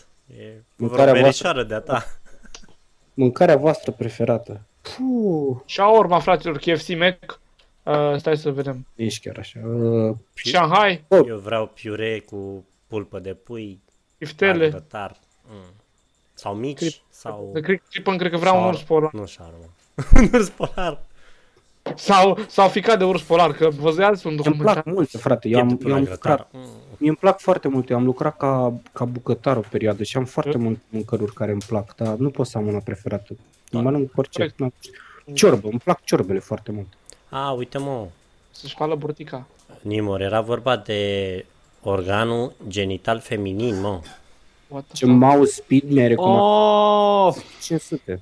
C: Mâncarea
B: verișoară de-a ta.
C: Mâncarea voastră preferată. Puh,
D: Șaorma, fraților, KFC, Mac. Uh, stai să vedem.
C: nu ești chiar așa. Uh,
D: Shanghai,
B: Eu vreau piure cu pulpă de pui,
D: piftele.
B: tartar. Mm. Sau mici, sau...
D: Cred, cred, cred că vreau un
B: sau-
D: urs polar.
B: Nu șarmă. un urs polar.
D: Sau, sau ficat de urs polar, că vă ziați un
C: îmi plac
D: documentar.
C: mult, frate. Eu am,
B: Piept
C: eu am
B: la grătar.
C: lucrat, mie îmi plac foarte mult. Eu am lucrat ca, ca bucătar o perioadă și am foarte
D: Da.
C: multe mâncăruri care îmi plac, dar nu pot să am una preferată.
B: Da.
C: Da. Mănânc orice.
D: Corect.
C: n-am- Ciorbă, îmi plac ciorbele foarte mult.
B: A, uite mă,
D: Să-și spală burtica.
B: Nimor, era vorba de organul genital feminin, mă.
D: What the
C: Ce
D: fuck?
C: mouse speed mi-ai recomandat
E: Oh!
C: 500.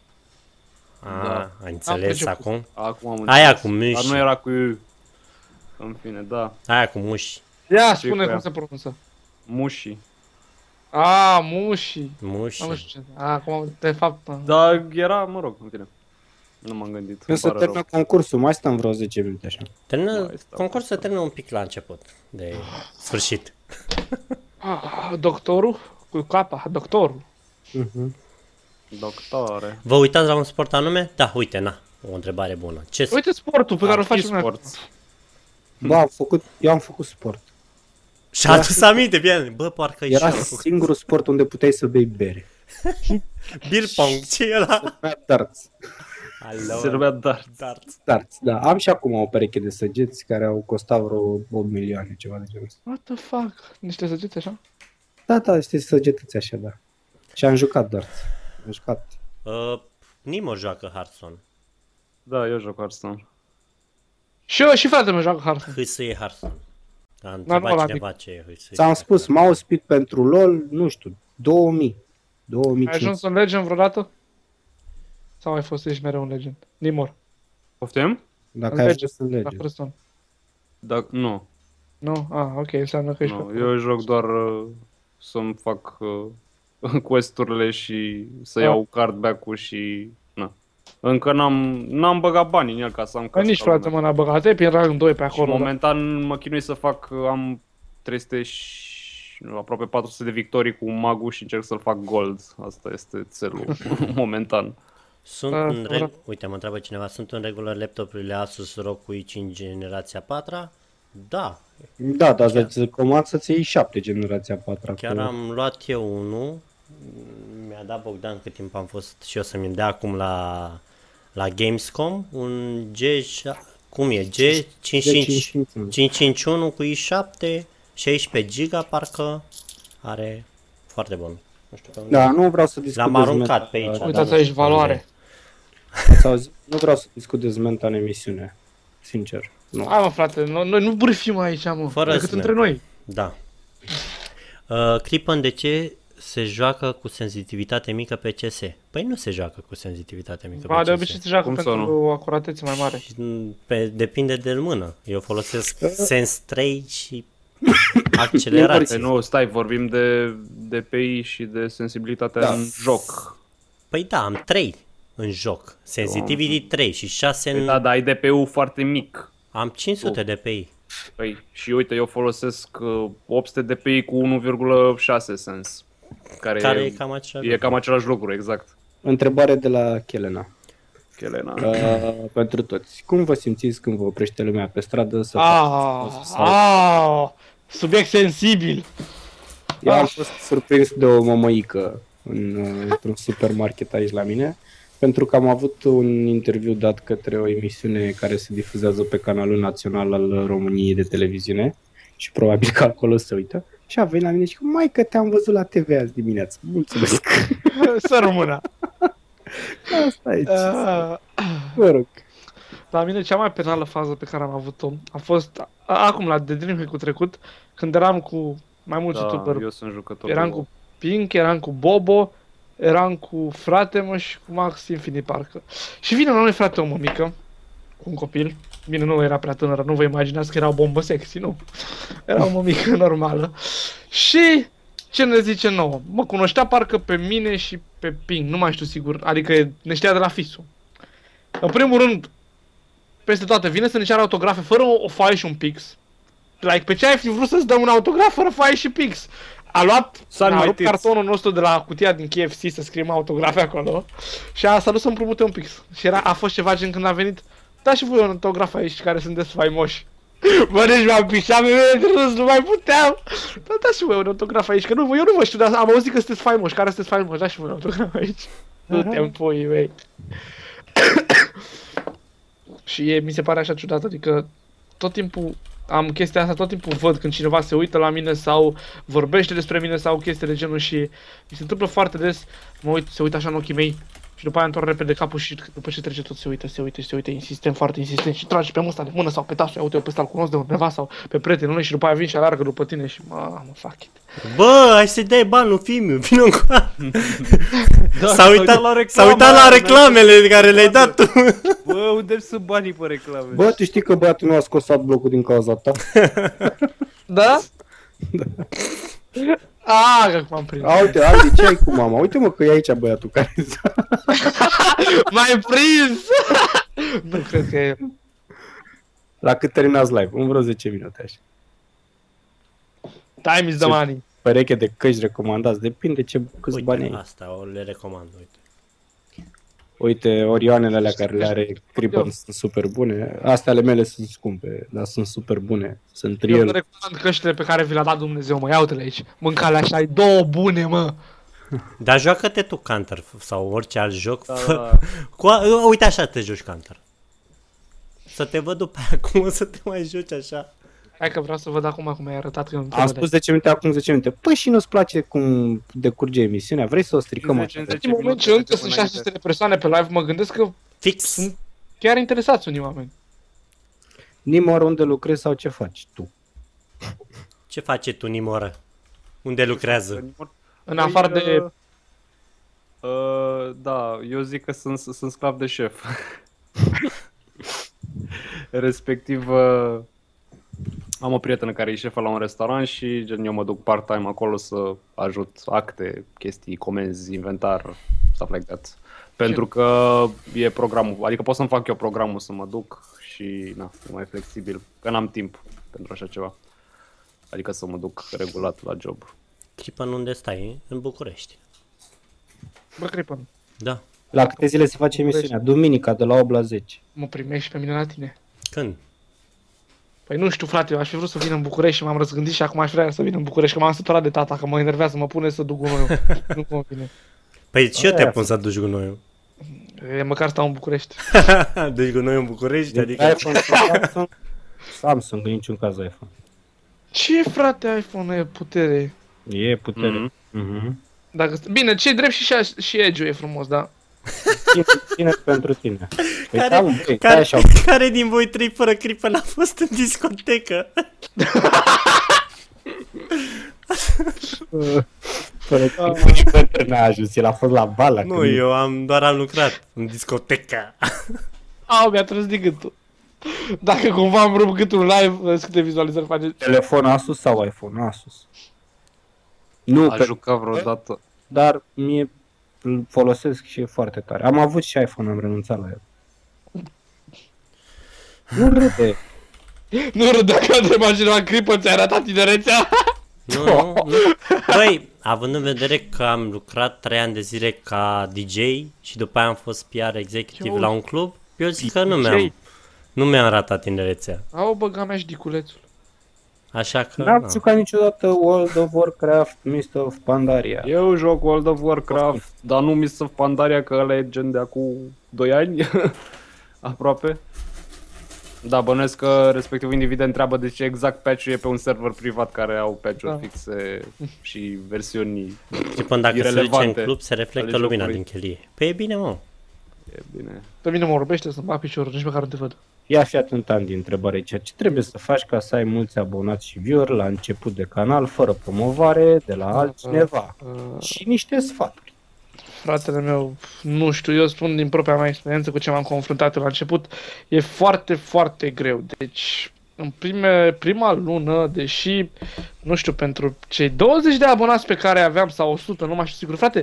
E: Da.
B: A, da. ai înțeles
D: Am perceput.
B: acum?
E: Acum am
B: Aia cu
E: Dar
B: muși,
E: nu era cu... În fine, da.
B: aia cu muși,
D: Ia,
E: Ce
D: spune
E: cu
D: cum
E: ea?
D: se pronunță.
E: Mușii.
D: A, mușii.
B: muși.
D: Am nu știu ce. A, acum, de fapt, da.
E: Dar era, mă rog, în fine. Nu m-am gândit.
C: Când se
E: îmi pare
C: termină concursul, mai stăm vreo 10 minute așa.
B: Termină,
E: Da, este
B: concursul se termină un pic la început, de sfârșit.
D: A, ah, doctorul cu capa, doctorul.
C: Mhm.
E: rău. Doctore.
B: Vă uitați la un sport anume? Da, uite, na, o întrebare bună. Ce sport?
D: Uite sportul pe care
E: Ar
D: îl
E: fi
D: faci lumea.
E: sport.
C: Ba, am făcut, eu am făcut sport.
B: Și-a adus aminte, bine, bă, parcă
C: Era
B: era...
C: singurul sport unde puteai să bei bere.
B: Beer pong, ce e ăla?
C: Mai darts.
B: Hello.
E: Se numea
D: da,
E: Dart.
B: Dar
C: Darts, da. Am și acum o pereche de săgeți care au costat vreo 8 milioane, ceva de genul ăsta.
D: What the fuck? Niște săgeți așa?
C: Da, da, este săgetăți așa, da. Și am jucat darts. Am jucat.
D: Deci
B: Uh, Nimo joacă Hearthstone.
E: Da, eu joc Hearthstone.
D: Și eu și fratele meu joacă Hearthstone.
B: Hâi să e Hearthstone. A întrebat
D: Normal, adică-
B: cineva ce e hâi să
C: Ți-am spus, mouse speed pentru LOL, nu știu, 2000. 2005.
D: Ai ajuns un legend vreodată? Sau ai fost ești mereu un legend? Nimor.
E: Poftim?
C: Dacă
D: în
C: ai
D: Legend,
C: ajuns în lege.
D: La Hearthstone.
E: Da, nu,
D: Nu? Ah, ok, înseamnă că ești
E: nu.
D: pe-
E: Eu joc doar uh, să-mi fac uh, quest-urile și să
D: Ah.
E: iau card back-ul și... Na. Încă n-am, n-am băgat bani în el ca să am
D: Că Păi nici frate mă n-a băgat, e prin rang 2
E: Și
D: pe acolo. da.
E: momentan mă chinui să fac, uh, am 300 și nu, aproape 400 de victorii cu magul și încerc să-l fac gold. Asta este țelul momentan.
B: Sunt
D: Ah,
B: în reg...
D: corect.
B: Uite, mă întreabă cineva, sunt în regulă laptopurile Asus ROG i5 generația 4 Da,
C: Da, dar îți recomand să-ți iei 7 generația 4
B: chiar am luat eu unul. Mi-a dat Bogdan cât timp am fost și o să-mi dea acum la, la Gamescom un G... Cum e? G55 551 cu i7, 16 giga parcă are foarte bun. Nu știu pe unde.
C: Da, nu vreau să discut
B: L-am
C: despre
B: aruncat
C: meta-
B: pe aici.
D: Uitați
E: da,
B: dar nu
D: aici
B: știu unde
D: valoare.
B: e.
C: Sau zi- nu vreau să discut dezmenta în emisiune, sincer.
E: da.
C: Nu.
D: Hai mă frate, no- noi nu brâfim aici mă,
B: Fără
D: decât
B: zmerit.
D: între noi.
B: Da. Uh, Cripan, de ce se joacă cu sensitivitate mică pe CS? Păi nu se joacă cu sensitivitate mică
D: Ba,
B: pe
D: de
B: CS.
D: obicei se joacă
E: Cum să
D: pentru acuratețe mai mare.
B: Și, m, Pe, depinde de mână. Eu folosesc Sense 3 și
E: Păi
B: accelerație.
E: nu, stai, vorbim de DPI și de sensibilitatea
C: Da.
E: da. în joc.
B: Păi da, am 3 în joc. Sensitivity 3 și 6
E: Păi da,
B: în...
E: dar ai DPI-ul foarte mic.
B: Am 500 de PI.
E: Păi, și uite, eu folosesc uh, 800 DPI cu 1,6 sens. Care,
B: Care
E: Păi e,
B: e cam acea...
E: e cam același lucru, exact.
C: Întrebare de la Chelena.
E: Chelena.
C: Uh, pentru toți. Cum vă simțiți când vă oprește lumea pe stradă să faceți
D: Ah,
C: poză sau-
D: ah, subiect sensibil.
C: Eu am fost surprins de o mămăică în, uh, într-un supermarket aici la mine, pentru că am avut un interviu dat către o emisiune care se difuzează pe canalul național al României de televiziune și probabil că acolo se uită. Și a venit la mine și mai că te-am văzut la TV azi dimineață. Mulțumesc.
D: Să rămână.
C: Asta e. ce-
D: Ah,
C: Mă rog.
D: La mine cea mai penală fază pe care am avăut-o a fost a- acum la The Dream Hack-ul trecut, când eram cu mai mulți
E: Da,
D: youtuberi.
E: eu sunt jucător.
D: Eram cu Pink, eram cu Bobo, eram cu frate mă și cu Max Infinity parcă. Și vine la noi frate o mămică, cu un copil. Bine, nu era prea tânără, nu vă imaginați că era o bombă sexy, nu. Era o mămică normală. Și ce ne zice nouă? Mă cunoștea parcă pe mine și pe Ping, nu mai știu sigur, adică ne știa de la fisul. În primul rând, peste toate vine să ne ceară autografe fără o, o foaie și un pix. Like, pe ce ai fi vrut să-ți dăm un autograf fără foaie și pix? A luat,
E: Sun
D: a
E: my
D: rupt
E: tits.
D: cartonul nostru de la cutia din KFC să scriem autografe acolo și a s-a dus să împrumute un pix. Și era, a fost ceva gen când a venit, da și voi un autograf aici care sunteți faimoși. Bă, deci m-am pișat, mi-e de râs, nu mai puteam. Da, da și voi un autograf aici, că nu, vă- eu nu vă știu, dar am auzit că sunteți faimoși, care sunteți faimoși, da și voi un autograf aici. Du-te în puii mei. Și e, mi se pare așa ciudat, adică tot timpul am chestia asta, tot timpul văd când cineva se uită la mine sau vorbește despre mine sau chestii de genul și mi se întâmplă foarte des, mă uit, se uită așa în ochii mei și după aia întorc repede capul și după ce trece tot se uită, se uită și se uită insistent, foarte insistent și trage pe musta de mână sau pe tasul, ia uite eu pe ăsta îl cunosc de undeva sau pe prietenul lui și după aia vin și alargă după tine și mamă, fuck it.
B: Bă, ai să-i dai bani lui Fimiu, vină încoa.
E: Da,
B: s-a uitat la, s-a uitat la reclamele de care le-ai dat tu.
E: Bă, unde sunt banii pe reclame?
C: Bă, tu știi că băiatul meu a scos blocul din cauza ta?
D: Da? Ah, că acum am prins.
C: A, uite, Aldi, ce ai cu mama? Uite mă că e aici băiatul care
D: M-ai prins! nu cred că e.
C: La cât terminați live? În vreo 10 minute așa.
D: Time is the money.
C: Pereche de căști recomandați, depinde ce câți bani ai.
D: da.
B: Uite, asta o le recomand, uite.
C: Uite, orioanele alea care le are Crippen
D: Eu.
C: sunt super bune. Astea ale mele sunt scumpe, dar sunt super bune. Sunt
D: Eu vă
C: real.
D: recomand căștile pe care vi le-a dat Dumnezeu, mă, iau-te aici. Mâncale așa, ai două bune, mă.
B: Dar joacă-te tu Counter f- sau orice alt joc.
E: Păi,
B: Da.
D: Păi,
B: Cu, a- uite așa te joci Counter. Să te văd după aia cum o să te mai joci așa.
D: Hai că vreau să văd acum cum ai arătat că eu nu te
C: Am
D: vedeam.
C: spus 10 minute, acum 10 minute. Păi și nu-ți place cum decurge emisiunea, vrei să o stricăm
E: 50,
C: așa?
E: 50.
D: În moment ce încă sunt 600 de persoane pe live, mă gândesc că
B: Fix.
D: chiar interesați unii oameni.
C: Nimor, unde lucrezi sau ce faci tu?
B: Ce face tu, Nimoră? Unde lucrează?
E: Păi-
D: În afară de...
E: Uh, da, eu zic că sunt, sunt sclav de șef. Respectiv, uh, am o prietenă care e șefă la un restaurant și gen, eu mă duc part-time acolo să ajut acte, chestii, comenzi, inventar, stuff like that. Pentru că e programul, adică pot să-mi fac eu programul să mă duc și na, e mai flexibil, că n-am timp pentru așa ceva. Adică să mă duc regulat la job.
B: Clipă în unde stai, în București.
D: Bă, Cripăn,
B: Da.
C: La câte zile se face emisiunea? Duminica de la 8 la 10.
D: mă primești pe mine la tine.
B: Când?
D: Păi nu știu, frate, eu aș fi vrut să vin în București și m-am răzgândit și acum aș vrea să vin în București, că m-am săturat de tata, că mă enervează, mă pune să duc gunoiul. nu mă vine.
B: Păi și eu te
C: Aia
B: pun să duci gunoiul.
D: E, măcar stau în București.
B: duci gunoiul în București, adică...
C: iPhone sau Samsung? Samsung, în niciun caz iPhone.
D: Ce, frate, iPhone e putere?
C: E putere.
E: Mhm.
C: Mm-hmm.
D: Dacă... st- Bine, ce drept și, și, și Edge-ul e frumos, da?
C: Cine, cine pentru tine? Păi
B: Care-
C: da, mă, băi, stai
B: Care,
C: așa.
B: care din voi trei fără clipă n-a fost în discotecă?
C: Fără timp și pentru n-a ajuns, el a fost la bala.
B: Nu, eu am doar am lucrat în discotecă.
D: Au, mi-a trăs din gâtul. Dacă cumva am rupt gâtul în live, vezi câte vizualizări face.
C: Telefon Asus sau iPhone Asus? Nu,
E: A
C: pe,
E: jucat vreodată
C: dar mie îl folosesc și e foarte tare. Am avut și iPhone, am renunțat la el. Nu râde.
D: Nu râd dacă a întrebat cineva cripă, ți-ai ratat tinerețea?
B: Nu, nu, nu. Băi, având în vedere că am lucrat 3 ani de zile ca DJ și după aia am fost PR executive
D: Eu-
B: la un club, eu zic că nu mi-am, nu mi-am ratat tinerețea.
D: Au, băga mea și diculețul.
B: Așa că...
C: N-am
B: na.
C: jucat niciodată World of Warcraft, Mist of Pandaria.
E: Eu joc World of Warcraft, dar nu mi se pandaria că ăla e gen de acum 2 ani, aproape. Da, bănuiesc că respectiv individ întreabă de ce exact patch e pe un server privat care au patch-uri
D: Da.
E: fixe și versiuni.
B: Și până dacă se duce în
E: irelevante
B: club, se reflectă
E: ale
B: lumina din
E: jocului.
B: chelie. Păi e bine, mă.
E: E bine.
D: Pe mine mă orbește să-mi bag piciorul, nici măcar nu te văd.
C: Ia fi atent, Andy, întrebare aici. Ce trebuie să faci ca să ai mulți abonați și viewer la început de canal, fără promovare, de la altcineva?
D: Uh,
C: Și niște sfaturi.
D: fratele meu, nu știu, eu spun din propria mea experiență cu ce m-am confruntat eu la început, e foarte, foarte greu. Deci, în prime, prima lună, deși, nu știu, pentru cei 20 de abonați pe care aveam, sau 100, nu mai știu sigur, frate,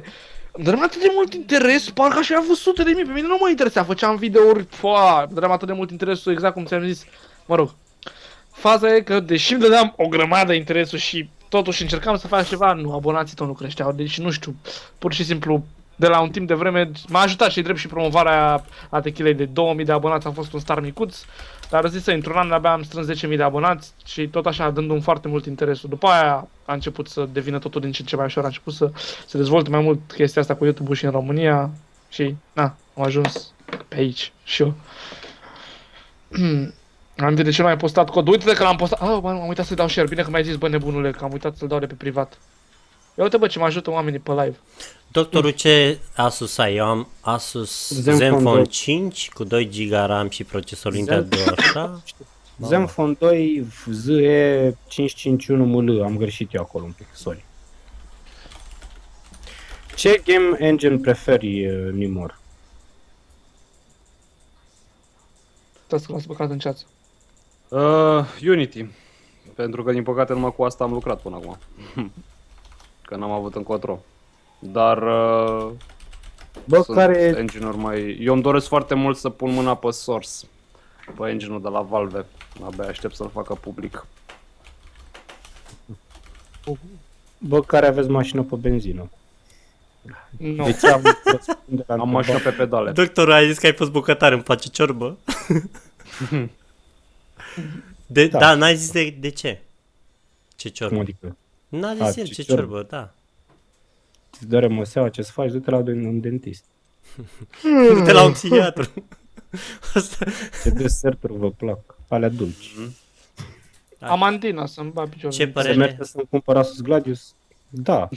D: îmi dădeam atât de mult interes, parcă aș fi avut sute de mii, pe mine nu mă interesa, făceam videouri, foa, îmi dădeam atât de mult interesul, exact cum ți-am zis, mă rog. Faza e că, deși îmi dădeam o grămadă interesul și totuși încercam să fac ceva, nu, abonații tot nu creșteau, deci nu știu, pur și simplu, de la un timp de vreme, m-a ajutat și drept și promovarea a techilei de 2000 de abonați, a fost un star micuț, dar zis să într-un an abia am strâns 10.000 de abonați și tot așa dându-mi foarte mult interesul. După aia a început să devină totul din ce în ce mai ușor, a început să se dezvolte mai mult chestia asta cu YouTube-ul și în România și na, am ajuns pe aici și eu. am de ce nu ai postat cod. Uite că l-am postat. Ah, bă, nu, am uitat să-i dau share. Bine că mi-ai zis, bă, nebunule, că am uitat să-l dau de pe privat. Ia uite, bă, ce mă ajută oamenii pe live.
B: Doctorul, ce Asus ai? Eu am Asus
C: Zenfone
B: Zenfone
C: doi.
B: 5 cu 2 GB RAM și procesorul Intel 2
C: Zen-
B: Mamă.
C: Zenfone 2 ZE 551 ML, am greșit eu acolo un pic, sorry. Ce game engine preferi, eh, Nimor?
D: Stați că l-ați băcat în ceață.
E: Uh, Unity. Pentru că din păcate numai cu asta am lucrat până acum. că n-am avut încotro. Dar uh,
C: Bă,
E: sunt
C: care...
E: engine-uri mai... Eu îmi doresc foarte mult să pun mâna pe Source, pe engine-ul de la Valve. Abia aștept să-l facă public.
C: Bă, care aveți mașină pe benzină?
D: Nu.
E: Deci-
C: De ce am răspunde la
E: Am
C: întrebare?
E: mașină pe pedale.
B: Doctorul, ai zis că ai fost bucătar, îmi face ciorbă. De, da.
C: Da.
B: da, n-ai zis de, de ce? Ce
C: Cum
B: ciorbă?
C: adică?
B: N-a zis
C: A,
B: el
C: ce
B: ce
C: ciorbă.
B: ciorbă, da.
C: îți doare moseaua, ce să faci, du-te la un dentist.
B: Du-te la un psihiatru. Asta...
C: Ce deserturi vă plac, alea dulci.
D: Amandina să-mi bat piciorul.
B: Ce
C: Să
B: părere?
C: mergeți să-mi cumpărați sus Gladius? Da.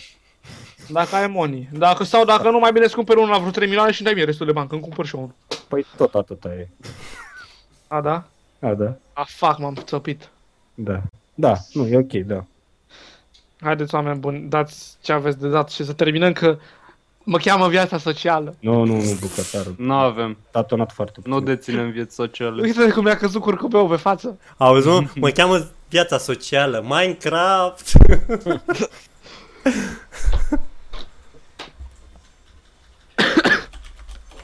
D: Dacă ai money. Dacă, sau dacă nu, mai bine îți cumperi unul la vreo 3 milioane și dai mie restul de bani, că îmi cumpăr și eu unul.
C: Păi tot atâta e.
D: A, da?
C: A, da.
D: A, fac, m-am țăpit.
C: Da. Da, nu, e ok, da.
D: Haideți, oameni buni, dați ce aveți de dat și să terminăm, că mă cheamă viața socială.
C: Nu, nu, nu, bucătarul.
E: Nu avem.
C: Tatonat foarte
E: Nu
C: puțin.
E: deținem vieți sociale.
D: Uite cum mi-a căzut curcubeul pe față.
B: Auzi, mă, mă cheamă viața socială, Minecraft.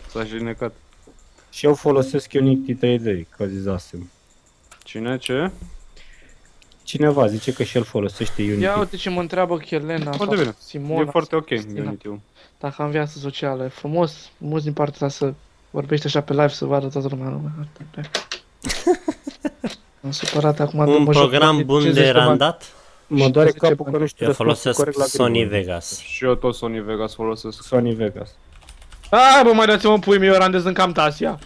E: S-a jinecat.
C: Și eu folosesc Unity 3D, că zisasem.
E: Cine? Ce?
C: Cineva zice că și el folosește Unity.
D: Ia uite ce mă întreabă Chelena
E: Foarte
D: sau
E: bine.
D: Simona,
E: E foarte ok,
D: Cristina.
E: Unity-ul.
D: Dacă am viață socială, e frumos, mulți din partea ta să vorbești așa pe live să vadă toată lumea. lumea. Am supărat acum. după
B: Un
D: jocul
B: program bun
D: 50
B: de
D: bani.
B: randat.
C: Mă doare capul că nu știu
B: Eu
C: răspunsul
B: folosesc
C: corect la
B: Sony
C: Green.
B: Vegas.
E: Și eu tot Sony Vegas folosesc.
C: Sony Vegas.
D: Hai bă, mai dați-mă pui mie, eu randez în cam Tasia.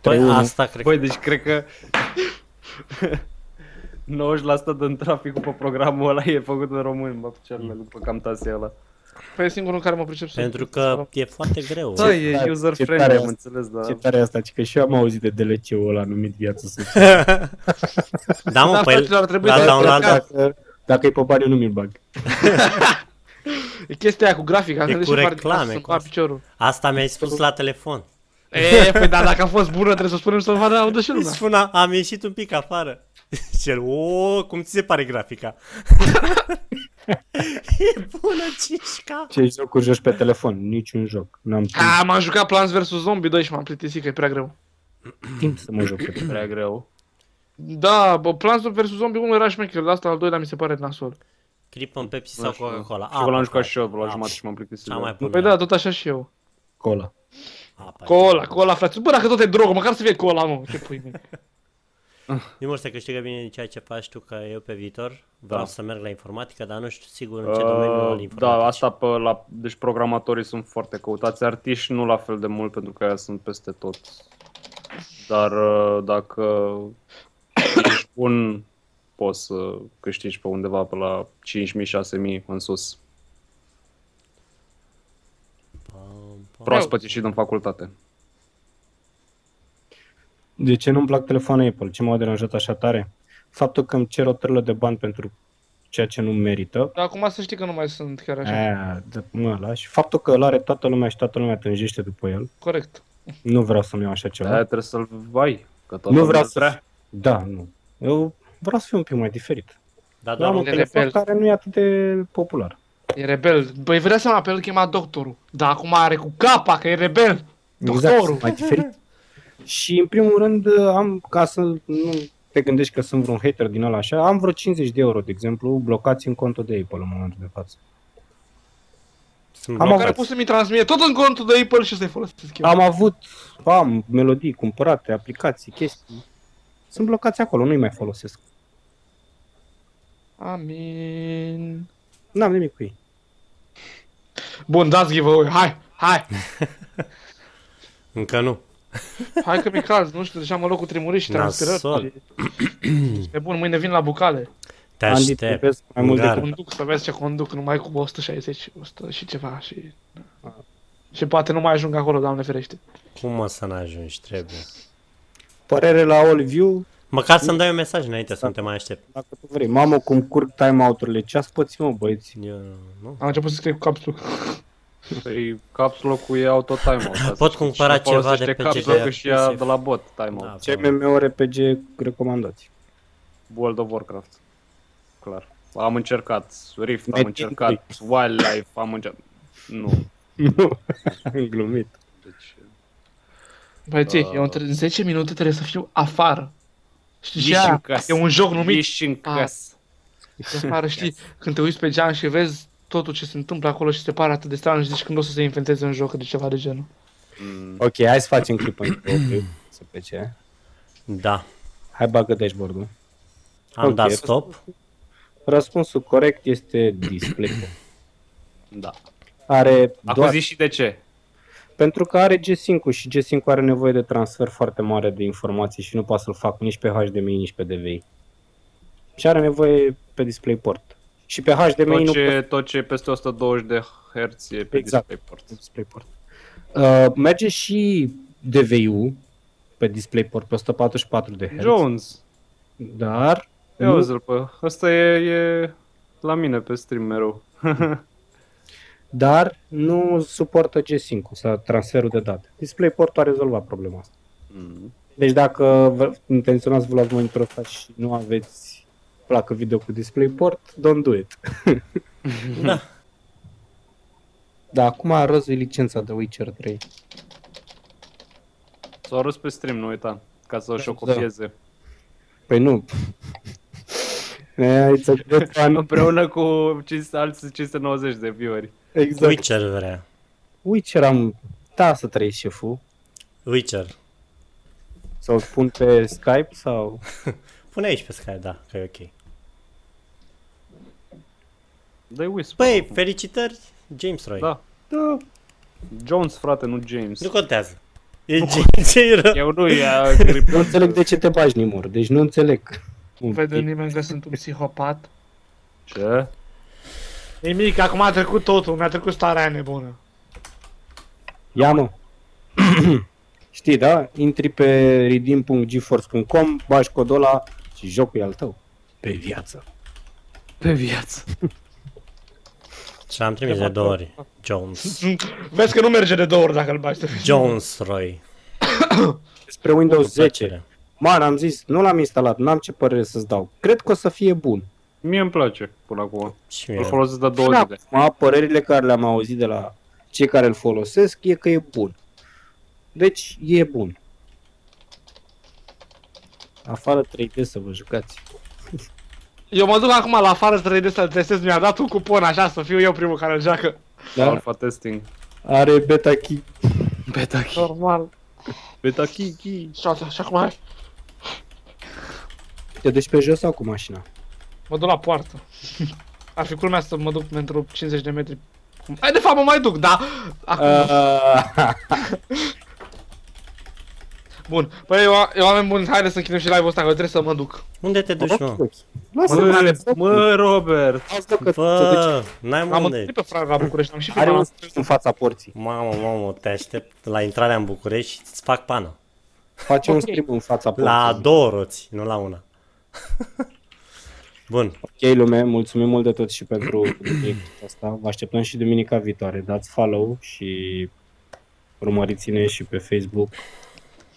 B: Păi
C: Trei,
B: asta cred că...
E: Băi, deci cred că 90% din traficul pe programul ăla e făcut de români, mă, cealaltă după cam tasia ăla.
D: Păi e singurul în care mă pricep să...
B: Pentru că e foarte greu.
E: Da, e
C: tare-
E: user
C: ce
E: friendly,
C: tare
E: am
C: e.
E: înțeles, dar...
C: Ce tare e asta, ci că și eu am auzit de DLC-ul ăla numit Viața Sfântă.
B: Da, mă,
D: Da,
B: păi
D: fraților, ar trebui
B: la
D: să-
B: download
C: dacă, dacă e pe bani, eu nu mi-l bag.
D: E chestia aia cu grafica,
B: E
D: am
B: cu reclame,
D: să
B: cu asta.
D: piciorul.
B: Asta mi-ai spus la telefon.
D: E, păi da, dacă a fost bună, trebuie să spunem să vadă audă și
B: Îi
D: lumea.
B: spun, "A- am ieșit un pic afară. Și el, o, cum ți se pare grafica? e bună, cișca.
C: Ce jocuri joci pe telefon? Niciun joc. N-am timp,
D: A, m-am jucat Plants vs Zombie 2 și m-am plictisit că e prea greu.
C: timp să mă joc pe telefon.
E: Prea greu.
D: Da, bă, Plants vs Zombie 1 era șmecher, la asta al doilea mi se pare nasol. Păi
B: Clip în Pepsi sau Coca-Cola.
E: Și eu l-am jucat și eu la
B: Apă.
E: jumătate și m-am plictisit.
B: N-am mai pus.
D: Păi da, tot așa și eu.
C: Cola.
B: Apă.
D: Cola, cola, frate. Bă, dacă tot e drogă, măcar să fie cola, mă. Ce pui mie?
B: Nimor să câștigă bine din ceea ce faci tu, că eu pe viitor vreau
E: Da.
B: să merg la informatică, dar nu știu sigur în ce domeniu al
E: Uh, da,
B: informaticii.
E: asta pe la... Deci programatorii sunt foarte căutați, artiști nu la fel de mult pentru că aia sunt peste tot. Dar uh, dacă ești bun, poți să câștigi pe undeva pe la 5.000-6.000 în sus.
B: Pam, pam.
E: Proaspăt ieșit din facultate.
C: De ce nu-mi plac telefoanele Apple? Ce m-a deranjat așa tare? Faptul că îmi cer o trălă de bani pentru ceea ce nu merită.
D: Dar acum să știi că nu mai sunt chiar așa.
C: Aia, dă mă la. Și faptul că îl are toată lumea și toată lumea tânjește după el.
D: Corect.
C: Nu vreau să-mi iau așa
E: Da.
C: ceva.
E: Aia trebuie să-l vai. Că toată
C: nu vreau
E: lumea
C: să...
E: vrea.
C: Da, nu. Eu vreau să fiu un pic mai diferit.
B: Da,
C: Eu
B: doar
C: am
B: un
C: un
D: de
C: telefon
D: rebel.
C: care nu e atât de popular.
D: E rebel. Băi, vrea să mă apel, îl chema doctorul. Dar acum are cu capa, că e rebel.
C: Exact,
D: Doctorul.
C: sunt mai diferit. Și în primul rând am, ca să nu te gândești că sunt vreun hater din ăla așa, am vreo 50 de euro, de exemplu, blocați în contul de Apple în momentul de față.
B: Sunt
C: Am
B: blocat.
D: Care
C: avut.
D: poți să mi transmite tot în contul de Apple și să-i folosesc eu.
C: Am avut, am melodii cumpărate, aplicații, chestii. Sunt blocați acolo, nu-i mai folosesc.
D: Amin.
C: N-am nimic cu ei.
D: Bun, dați giveaway. Hai, hai.
B: Încă nu.
D: Hai că mi caz, nu știu, deja mă loc cu tremuri și
B: Nasol.
D: transpirări. E bun, mâine vin la Bucale.
B: Te
C: Andy, te
B: aștept.
C: iubesc mai mult
B: Bulgar.
C: decât
D: Conduc, să vezi ce conduc, numai cu 160, 100 și ceva și...
C: Ah.
D: Și poate nu mai ajung acolo, doamne ferește.
B: Cum o să n-ajungi? Trebuie.
C: părere la All View,
B: Măcar să-mi dai un mesaj înainte să nu te mai aștept.
C: dacă tu vrei. Mamă, cum curg timeout-urile, ce ați pățit, mă, băieți?
B: Eu, nu?
D: Am început să scriu cu capsul.
E: Păi caps lock-ul e auto timeout.
B: Pot cumpăra
E: Cine
B: ceva
E: folosește
B: de pe
E: caps
B: GDR
E: lock-ul și ia
B: exclusiv.
E: de la bot
B: Da,
E: timeout.
C: Ce
B: vreau.
C: MMORPG recomandați?
E: World of Warcraft. Clar. Am încercat Rift, am
C: Metin
E: încercat Wildlife, am încercat... Nu.
C: Nu, am glumit.
E: Deci,
D: Băieții,
E: Da.
D: eu în 10 minute trebuie să fiu afară. Știi ce
E: Ieși
D: aia?
E: în casă.
D: E un joc numit
E: Ieși în casă.
D: de afară, știi? Când te uiți pe geam și vezi totul ce se întâmplă acolo și se pare atât de straniu și zici când o să se inventeze un joc de ceva de genul.
E: Mm,
C: Ok, hai să facem clip în să pe ce.
B: Da.
C: Hai bagă dashboard-ul.
B: Am
C: Ok.
B: dat stop.
C: Răspunsul corect este display.
E: Da.
C: Are
E: Acum
C: doar...
E: zi și de ce.
C: Pentru că are G5 și G5 are nevoie de transfer foarte mare de informații și nu poate să-l fac nici pe HDMI, nici pe DVI. Și are nevoie pe DisplayPort. Și pe HDMI
E: Tot
C: nu poți
E: ce, tot ce e peste 120 de Hz e pe
C: Exact.
E: DisplayPort.
C: pe DisplayPort. Uh, merge și DVI-ul pe DisplayPort pe 144 de Hz.
E: Jones,
C: Dar
E: ia
C: nu,
E: uzi-l pe... Ăsta e, e la mine pe stream mereu.
C: dar nu suportă G5 sau transferul de date. DisplayPort a rezolvat problema asta.
E: Mm.
C: Deci dacă vă intenționați să vă luați monitorul ăsta și nu aveți placă video cu DisplayPort, don't do it.
B: Da.
C: Da, acum rozui licența de Witcher 3.
E: S-a râs pe stream, nu uita, ca să și-o
C: Da.
E: copieze.
C: Păi nu. Eh, It's a good one.
E: Împreună cu 500, alți 590 de vieweri.
C: Exact. Witcher.
B: Witcher vrea.
C: Witcher am... Da, să trăiești șeful.
B: Witcher.
C: Sau pun pe Skype sau...
B: Pune aici pe Skype, da, că e ok.
E: Dai whisper.
B: Păi, felicitări, James Roy.
E: Da.
C: Da.
E: Jones, frate, nu James.
B: Nu contează. E James Roy.
E: Eu nu, e
C: Nu înțeleg de ce te bagi, Nimur. Deci nu înțeleg.
D: Nu vede nimeni că sunt un psihopat.
E: Ce?
D: Nimic, acum a trecut totul, mi-a trecut starea aia nebună.
C: Ia mă. Știi, da? Intri pe redeem.geforce.com, bagi codul ăla și jocul e al tău. Pe viață.
E: Pe viață.
B: Și am trimis de două ori. Jones.
D: Vezi că nu merge de două ori dacă îl bagi. să fii-
B: Jones Roy.
C: Despre Windows 10.
B: Plăcere.
C: Man, am zis, nu l-am instalat, n-am ce părere să-ți dau. Cred că o să fie bun.
E: Mie îmi place până acum.
B: Și
E: Îl
B: mie.
E: folosesc de două
C: Da.
E: zile.
C: Acum, părerile care le-am auzit de la cei care îl folosesc e că e bun. Deci, e bun. Afară 3D să vă jucați.
D: Eu mă duc acum la afară să de să-l testez, mi-a dat un cupon așa, să fiu eu primul care îl joacă.
C: Da?
E: Alpha testing.
C: Are beta key.
E: Beta key.
D: Normal.
E: Beta key, key.
D: Și asta, și acum hai.
C: Te duci pe jos sau cu mașina?
D: Mă duc la poartă. Ar fi culmea să mă duc pentru 50 de metri. Ai, de fapt mă mai duc, da? Acum,
C: Uh,
D: Bun. Păi eu, eu oameni buni, haide să închidem și live-ul ăsta, că eu trebuie să mă duc.
B: Unde te duci, mă?
E: Mă,
C: Lasă-mă,
E: mă, Robert.
B: Bă, n-ai mă
D: Am
B: unde.
D: întâlnit pe Fran la București, am și
C: Are un
D: filmat.
C: stres în fața porții.
B: Mamă, mamă, te aștept la intrarea în București și îți fac pană.
C: Face un strip în fața porții.
B: La două roți, nu la una. Bun,
C: Ok, lume, mulțumim mult de tot și pentru subiectul asta. Vă așteptăm și duminica viitoare. Dați follow și urmăriți-ne și pe Facebook.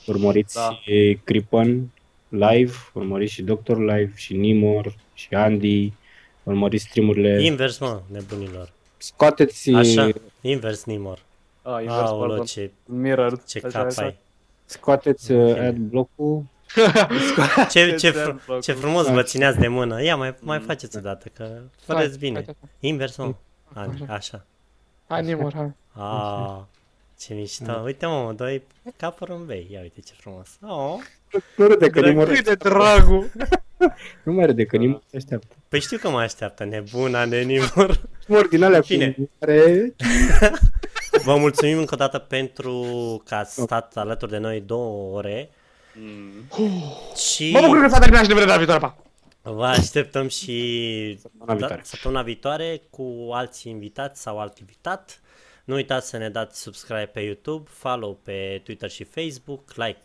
C: Urmăriți
E: Da.
C: da. Cripan live, urmăriți și Doctor Live și Nimor și Andy. Urmăriți streamurile.
B: invers, mă, nebunilor.
C: Scoateți
B: Așa, invers Nimor.
E: A, invers,
B: Aolo,
E: pardon.
B: ce,
E: Mirrored.
B: ce
E: Așa,
B: cap
E: așa.
B: ai.
C: scoateți
B: Ok.
C: uh, adblock-ul.
B: Ce, ce,
E: Ce
B: fr-
E: ți-am
B: ce frumos
C: plăcut.
B: vă țineați de mână. Ia, mai, mai faceți o dată, că păreți bine. Invers, mă. Ani, Așa.
D: Hai, Nimor, hai.
B: A, ce mișto. Uite, mă, doi capuri în bei. Ia uite ce frumos. Oh.
C: Nu râde că
B: Drag-
C: Nimor,
D: Cât de dragul!
C: nu mai râde că Nimor te așteaptă.
B: Păi știu că mă așteaptă nebuna de Nimor.
C: Nimor din alea cu
B: Bine.
C: care
B: Vă mulțumim încă o dată pentru că ați stat alături de noi două ore.
E: Mm.
B: Și
D: Mă bucur că s-a terminat și ne vedem la viitoare, pa!
B: vă așteptăm și da,
C: Săptămâna viitoare.
B: săptămâna viitoare cu alți invitați sau alt invitat. Nu uitați să ne dați subscribe pe YouTube, follow pe Twitter și Facebook, like.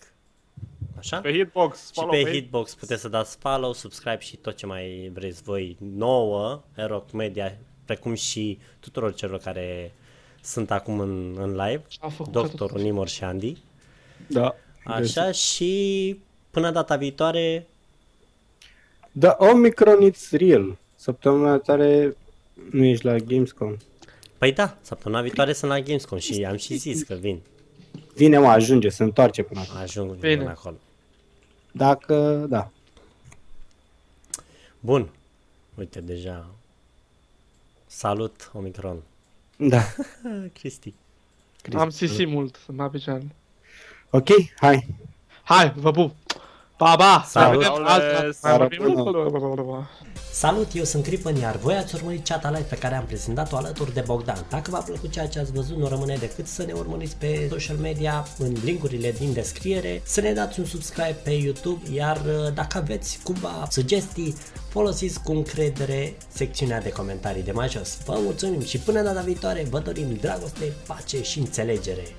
B: Așa?
E: Pe hitbox,
B: Și
E: follow
B: pe Hitbox puteți să dați follow, subscribe și tot ce mai vreți voi nouă, Rock Media, precum și tuturor celor care sunt acum în, în live,
D: Au făcut
B: Doctorul Nimor și Andy.
C: Da.
B: Așa și până data viitoare,
C: Da, Omicron it's real. Săptămâna viitoare nu ești la Gamescom.
B: păi da, săptămâna viitoare sunt la Gamescom și am și zis că vin,
C: Vine, mă, ajunge, se întoarce până acum.
B: ajung
D: Bine.
B: până acolo.
C: Dacă, da.
B: Bun, uite deja, salut Omicron,
C: Da.
B: Cristi.
D: Am sisi mult, să mă apician.
C: Ok, hai.
D: Hai, vă pup! Pa, ba!
B: Salut.
D: Ne vedem altă- mai
C: Salut.
D: vorbim?
B: Salut, eu sunt Crispin, iar voi ați urmărit Chata Live pe care am prezentat-o alături de Bogdan. Dacă v-a plăcut ceea ce ați văzut, nu rămâne decât să ne urmăriți pe social media, în linkurile din descriere, să ne dați un subscribe pe YouTube, iar uh, dacă aveți cumva sugestii, folosiți cu încredere secțiunea de comentarii de mai jos. Vă mulțumim și până data viitoare vă dorim dragoste, pace și înțelegere!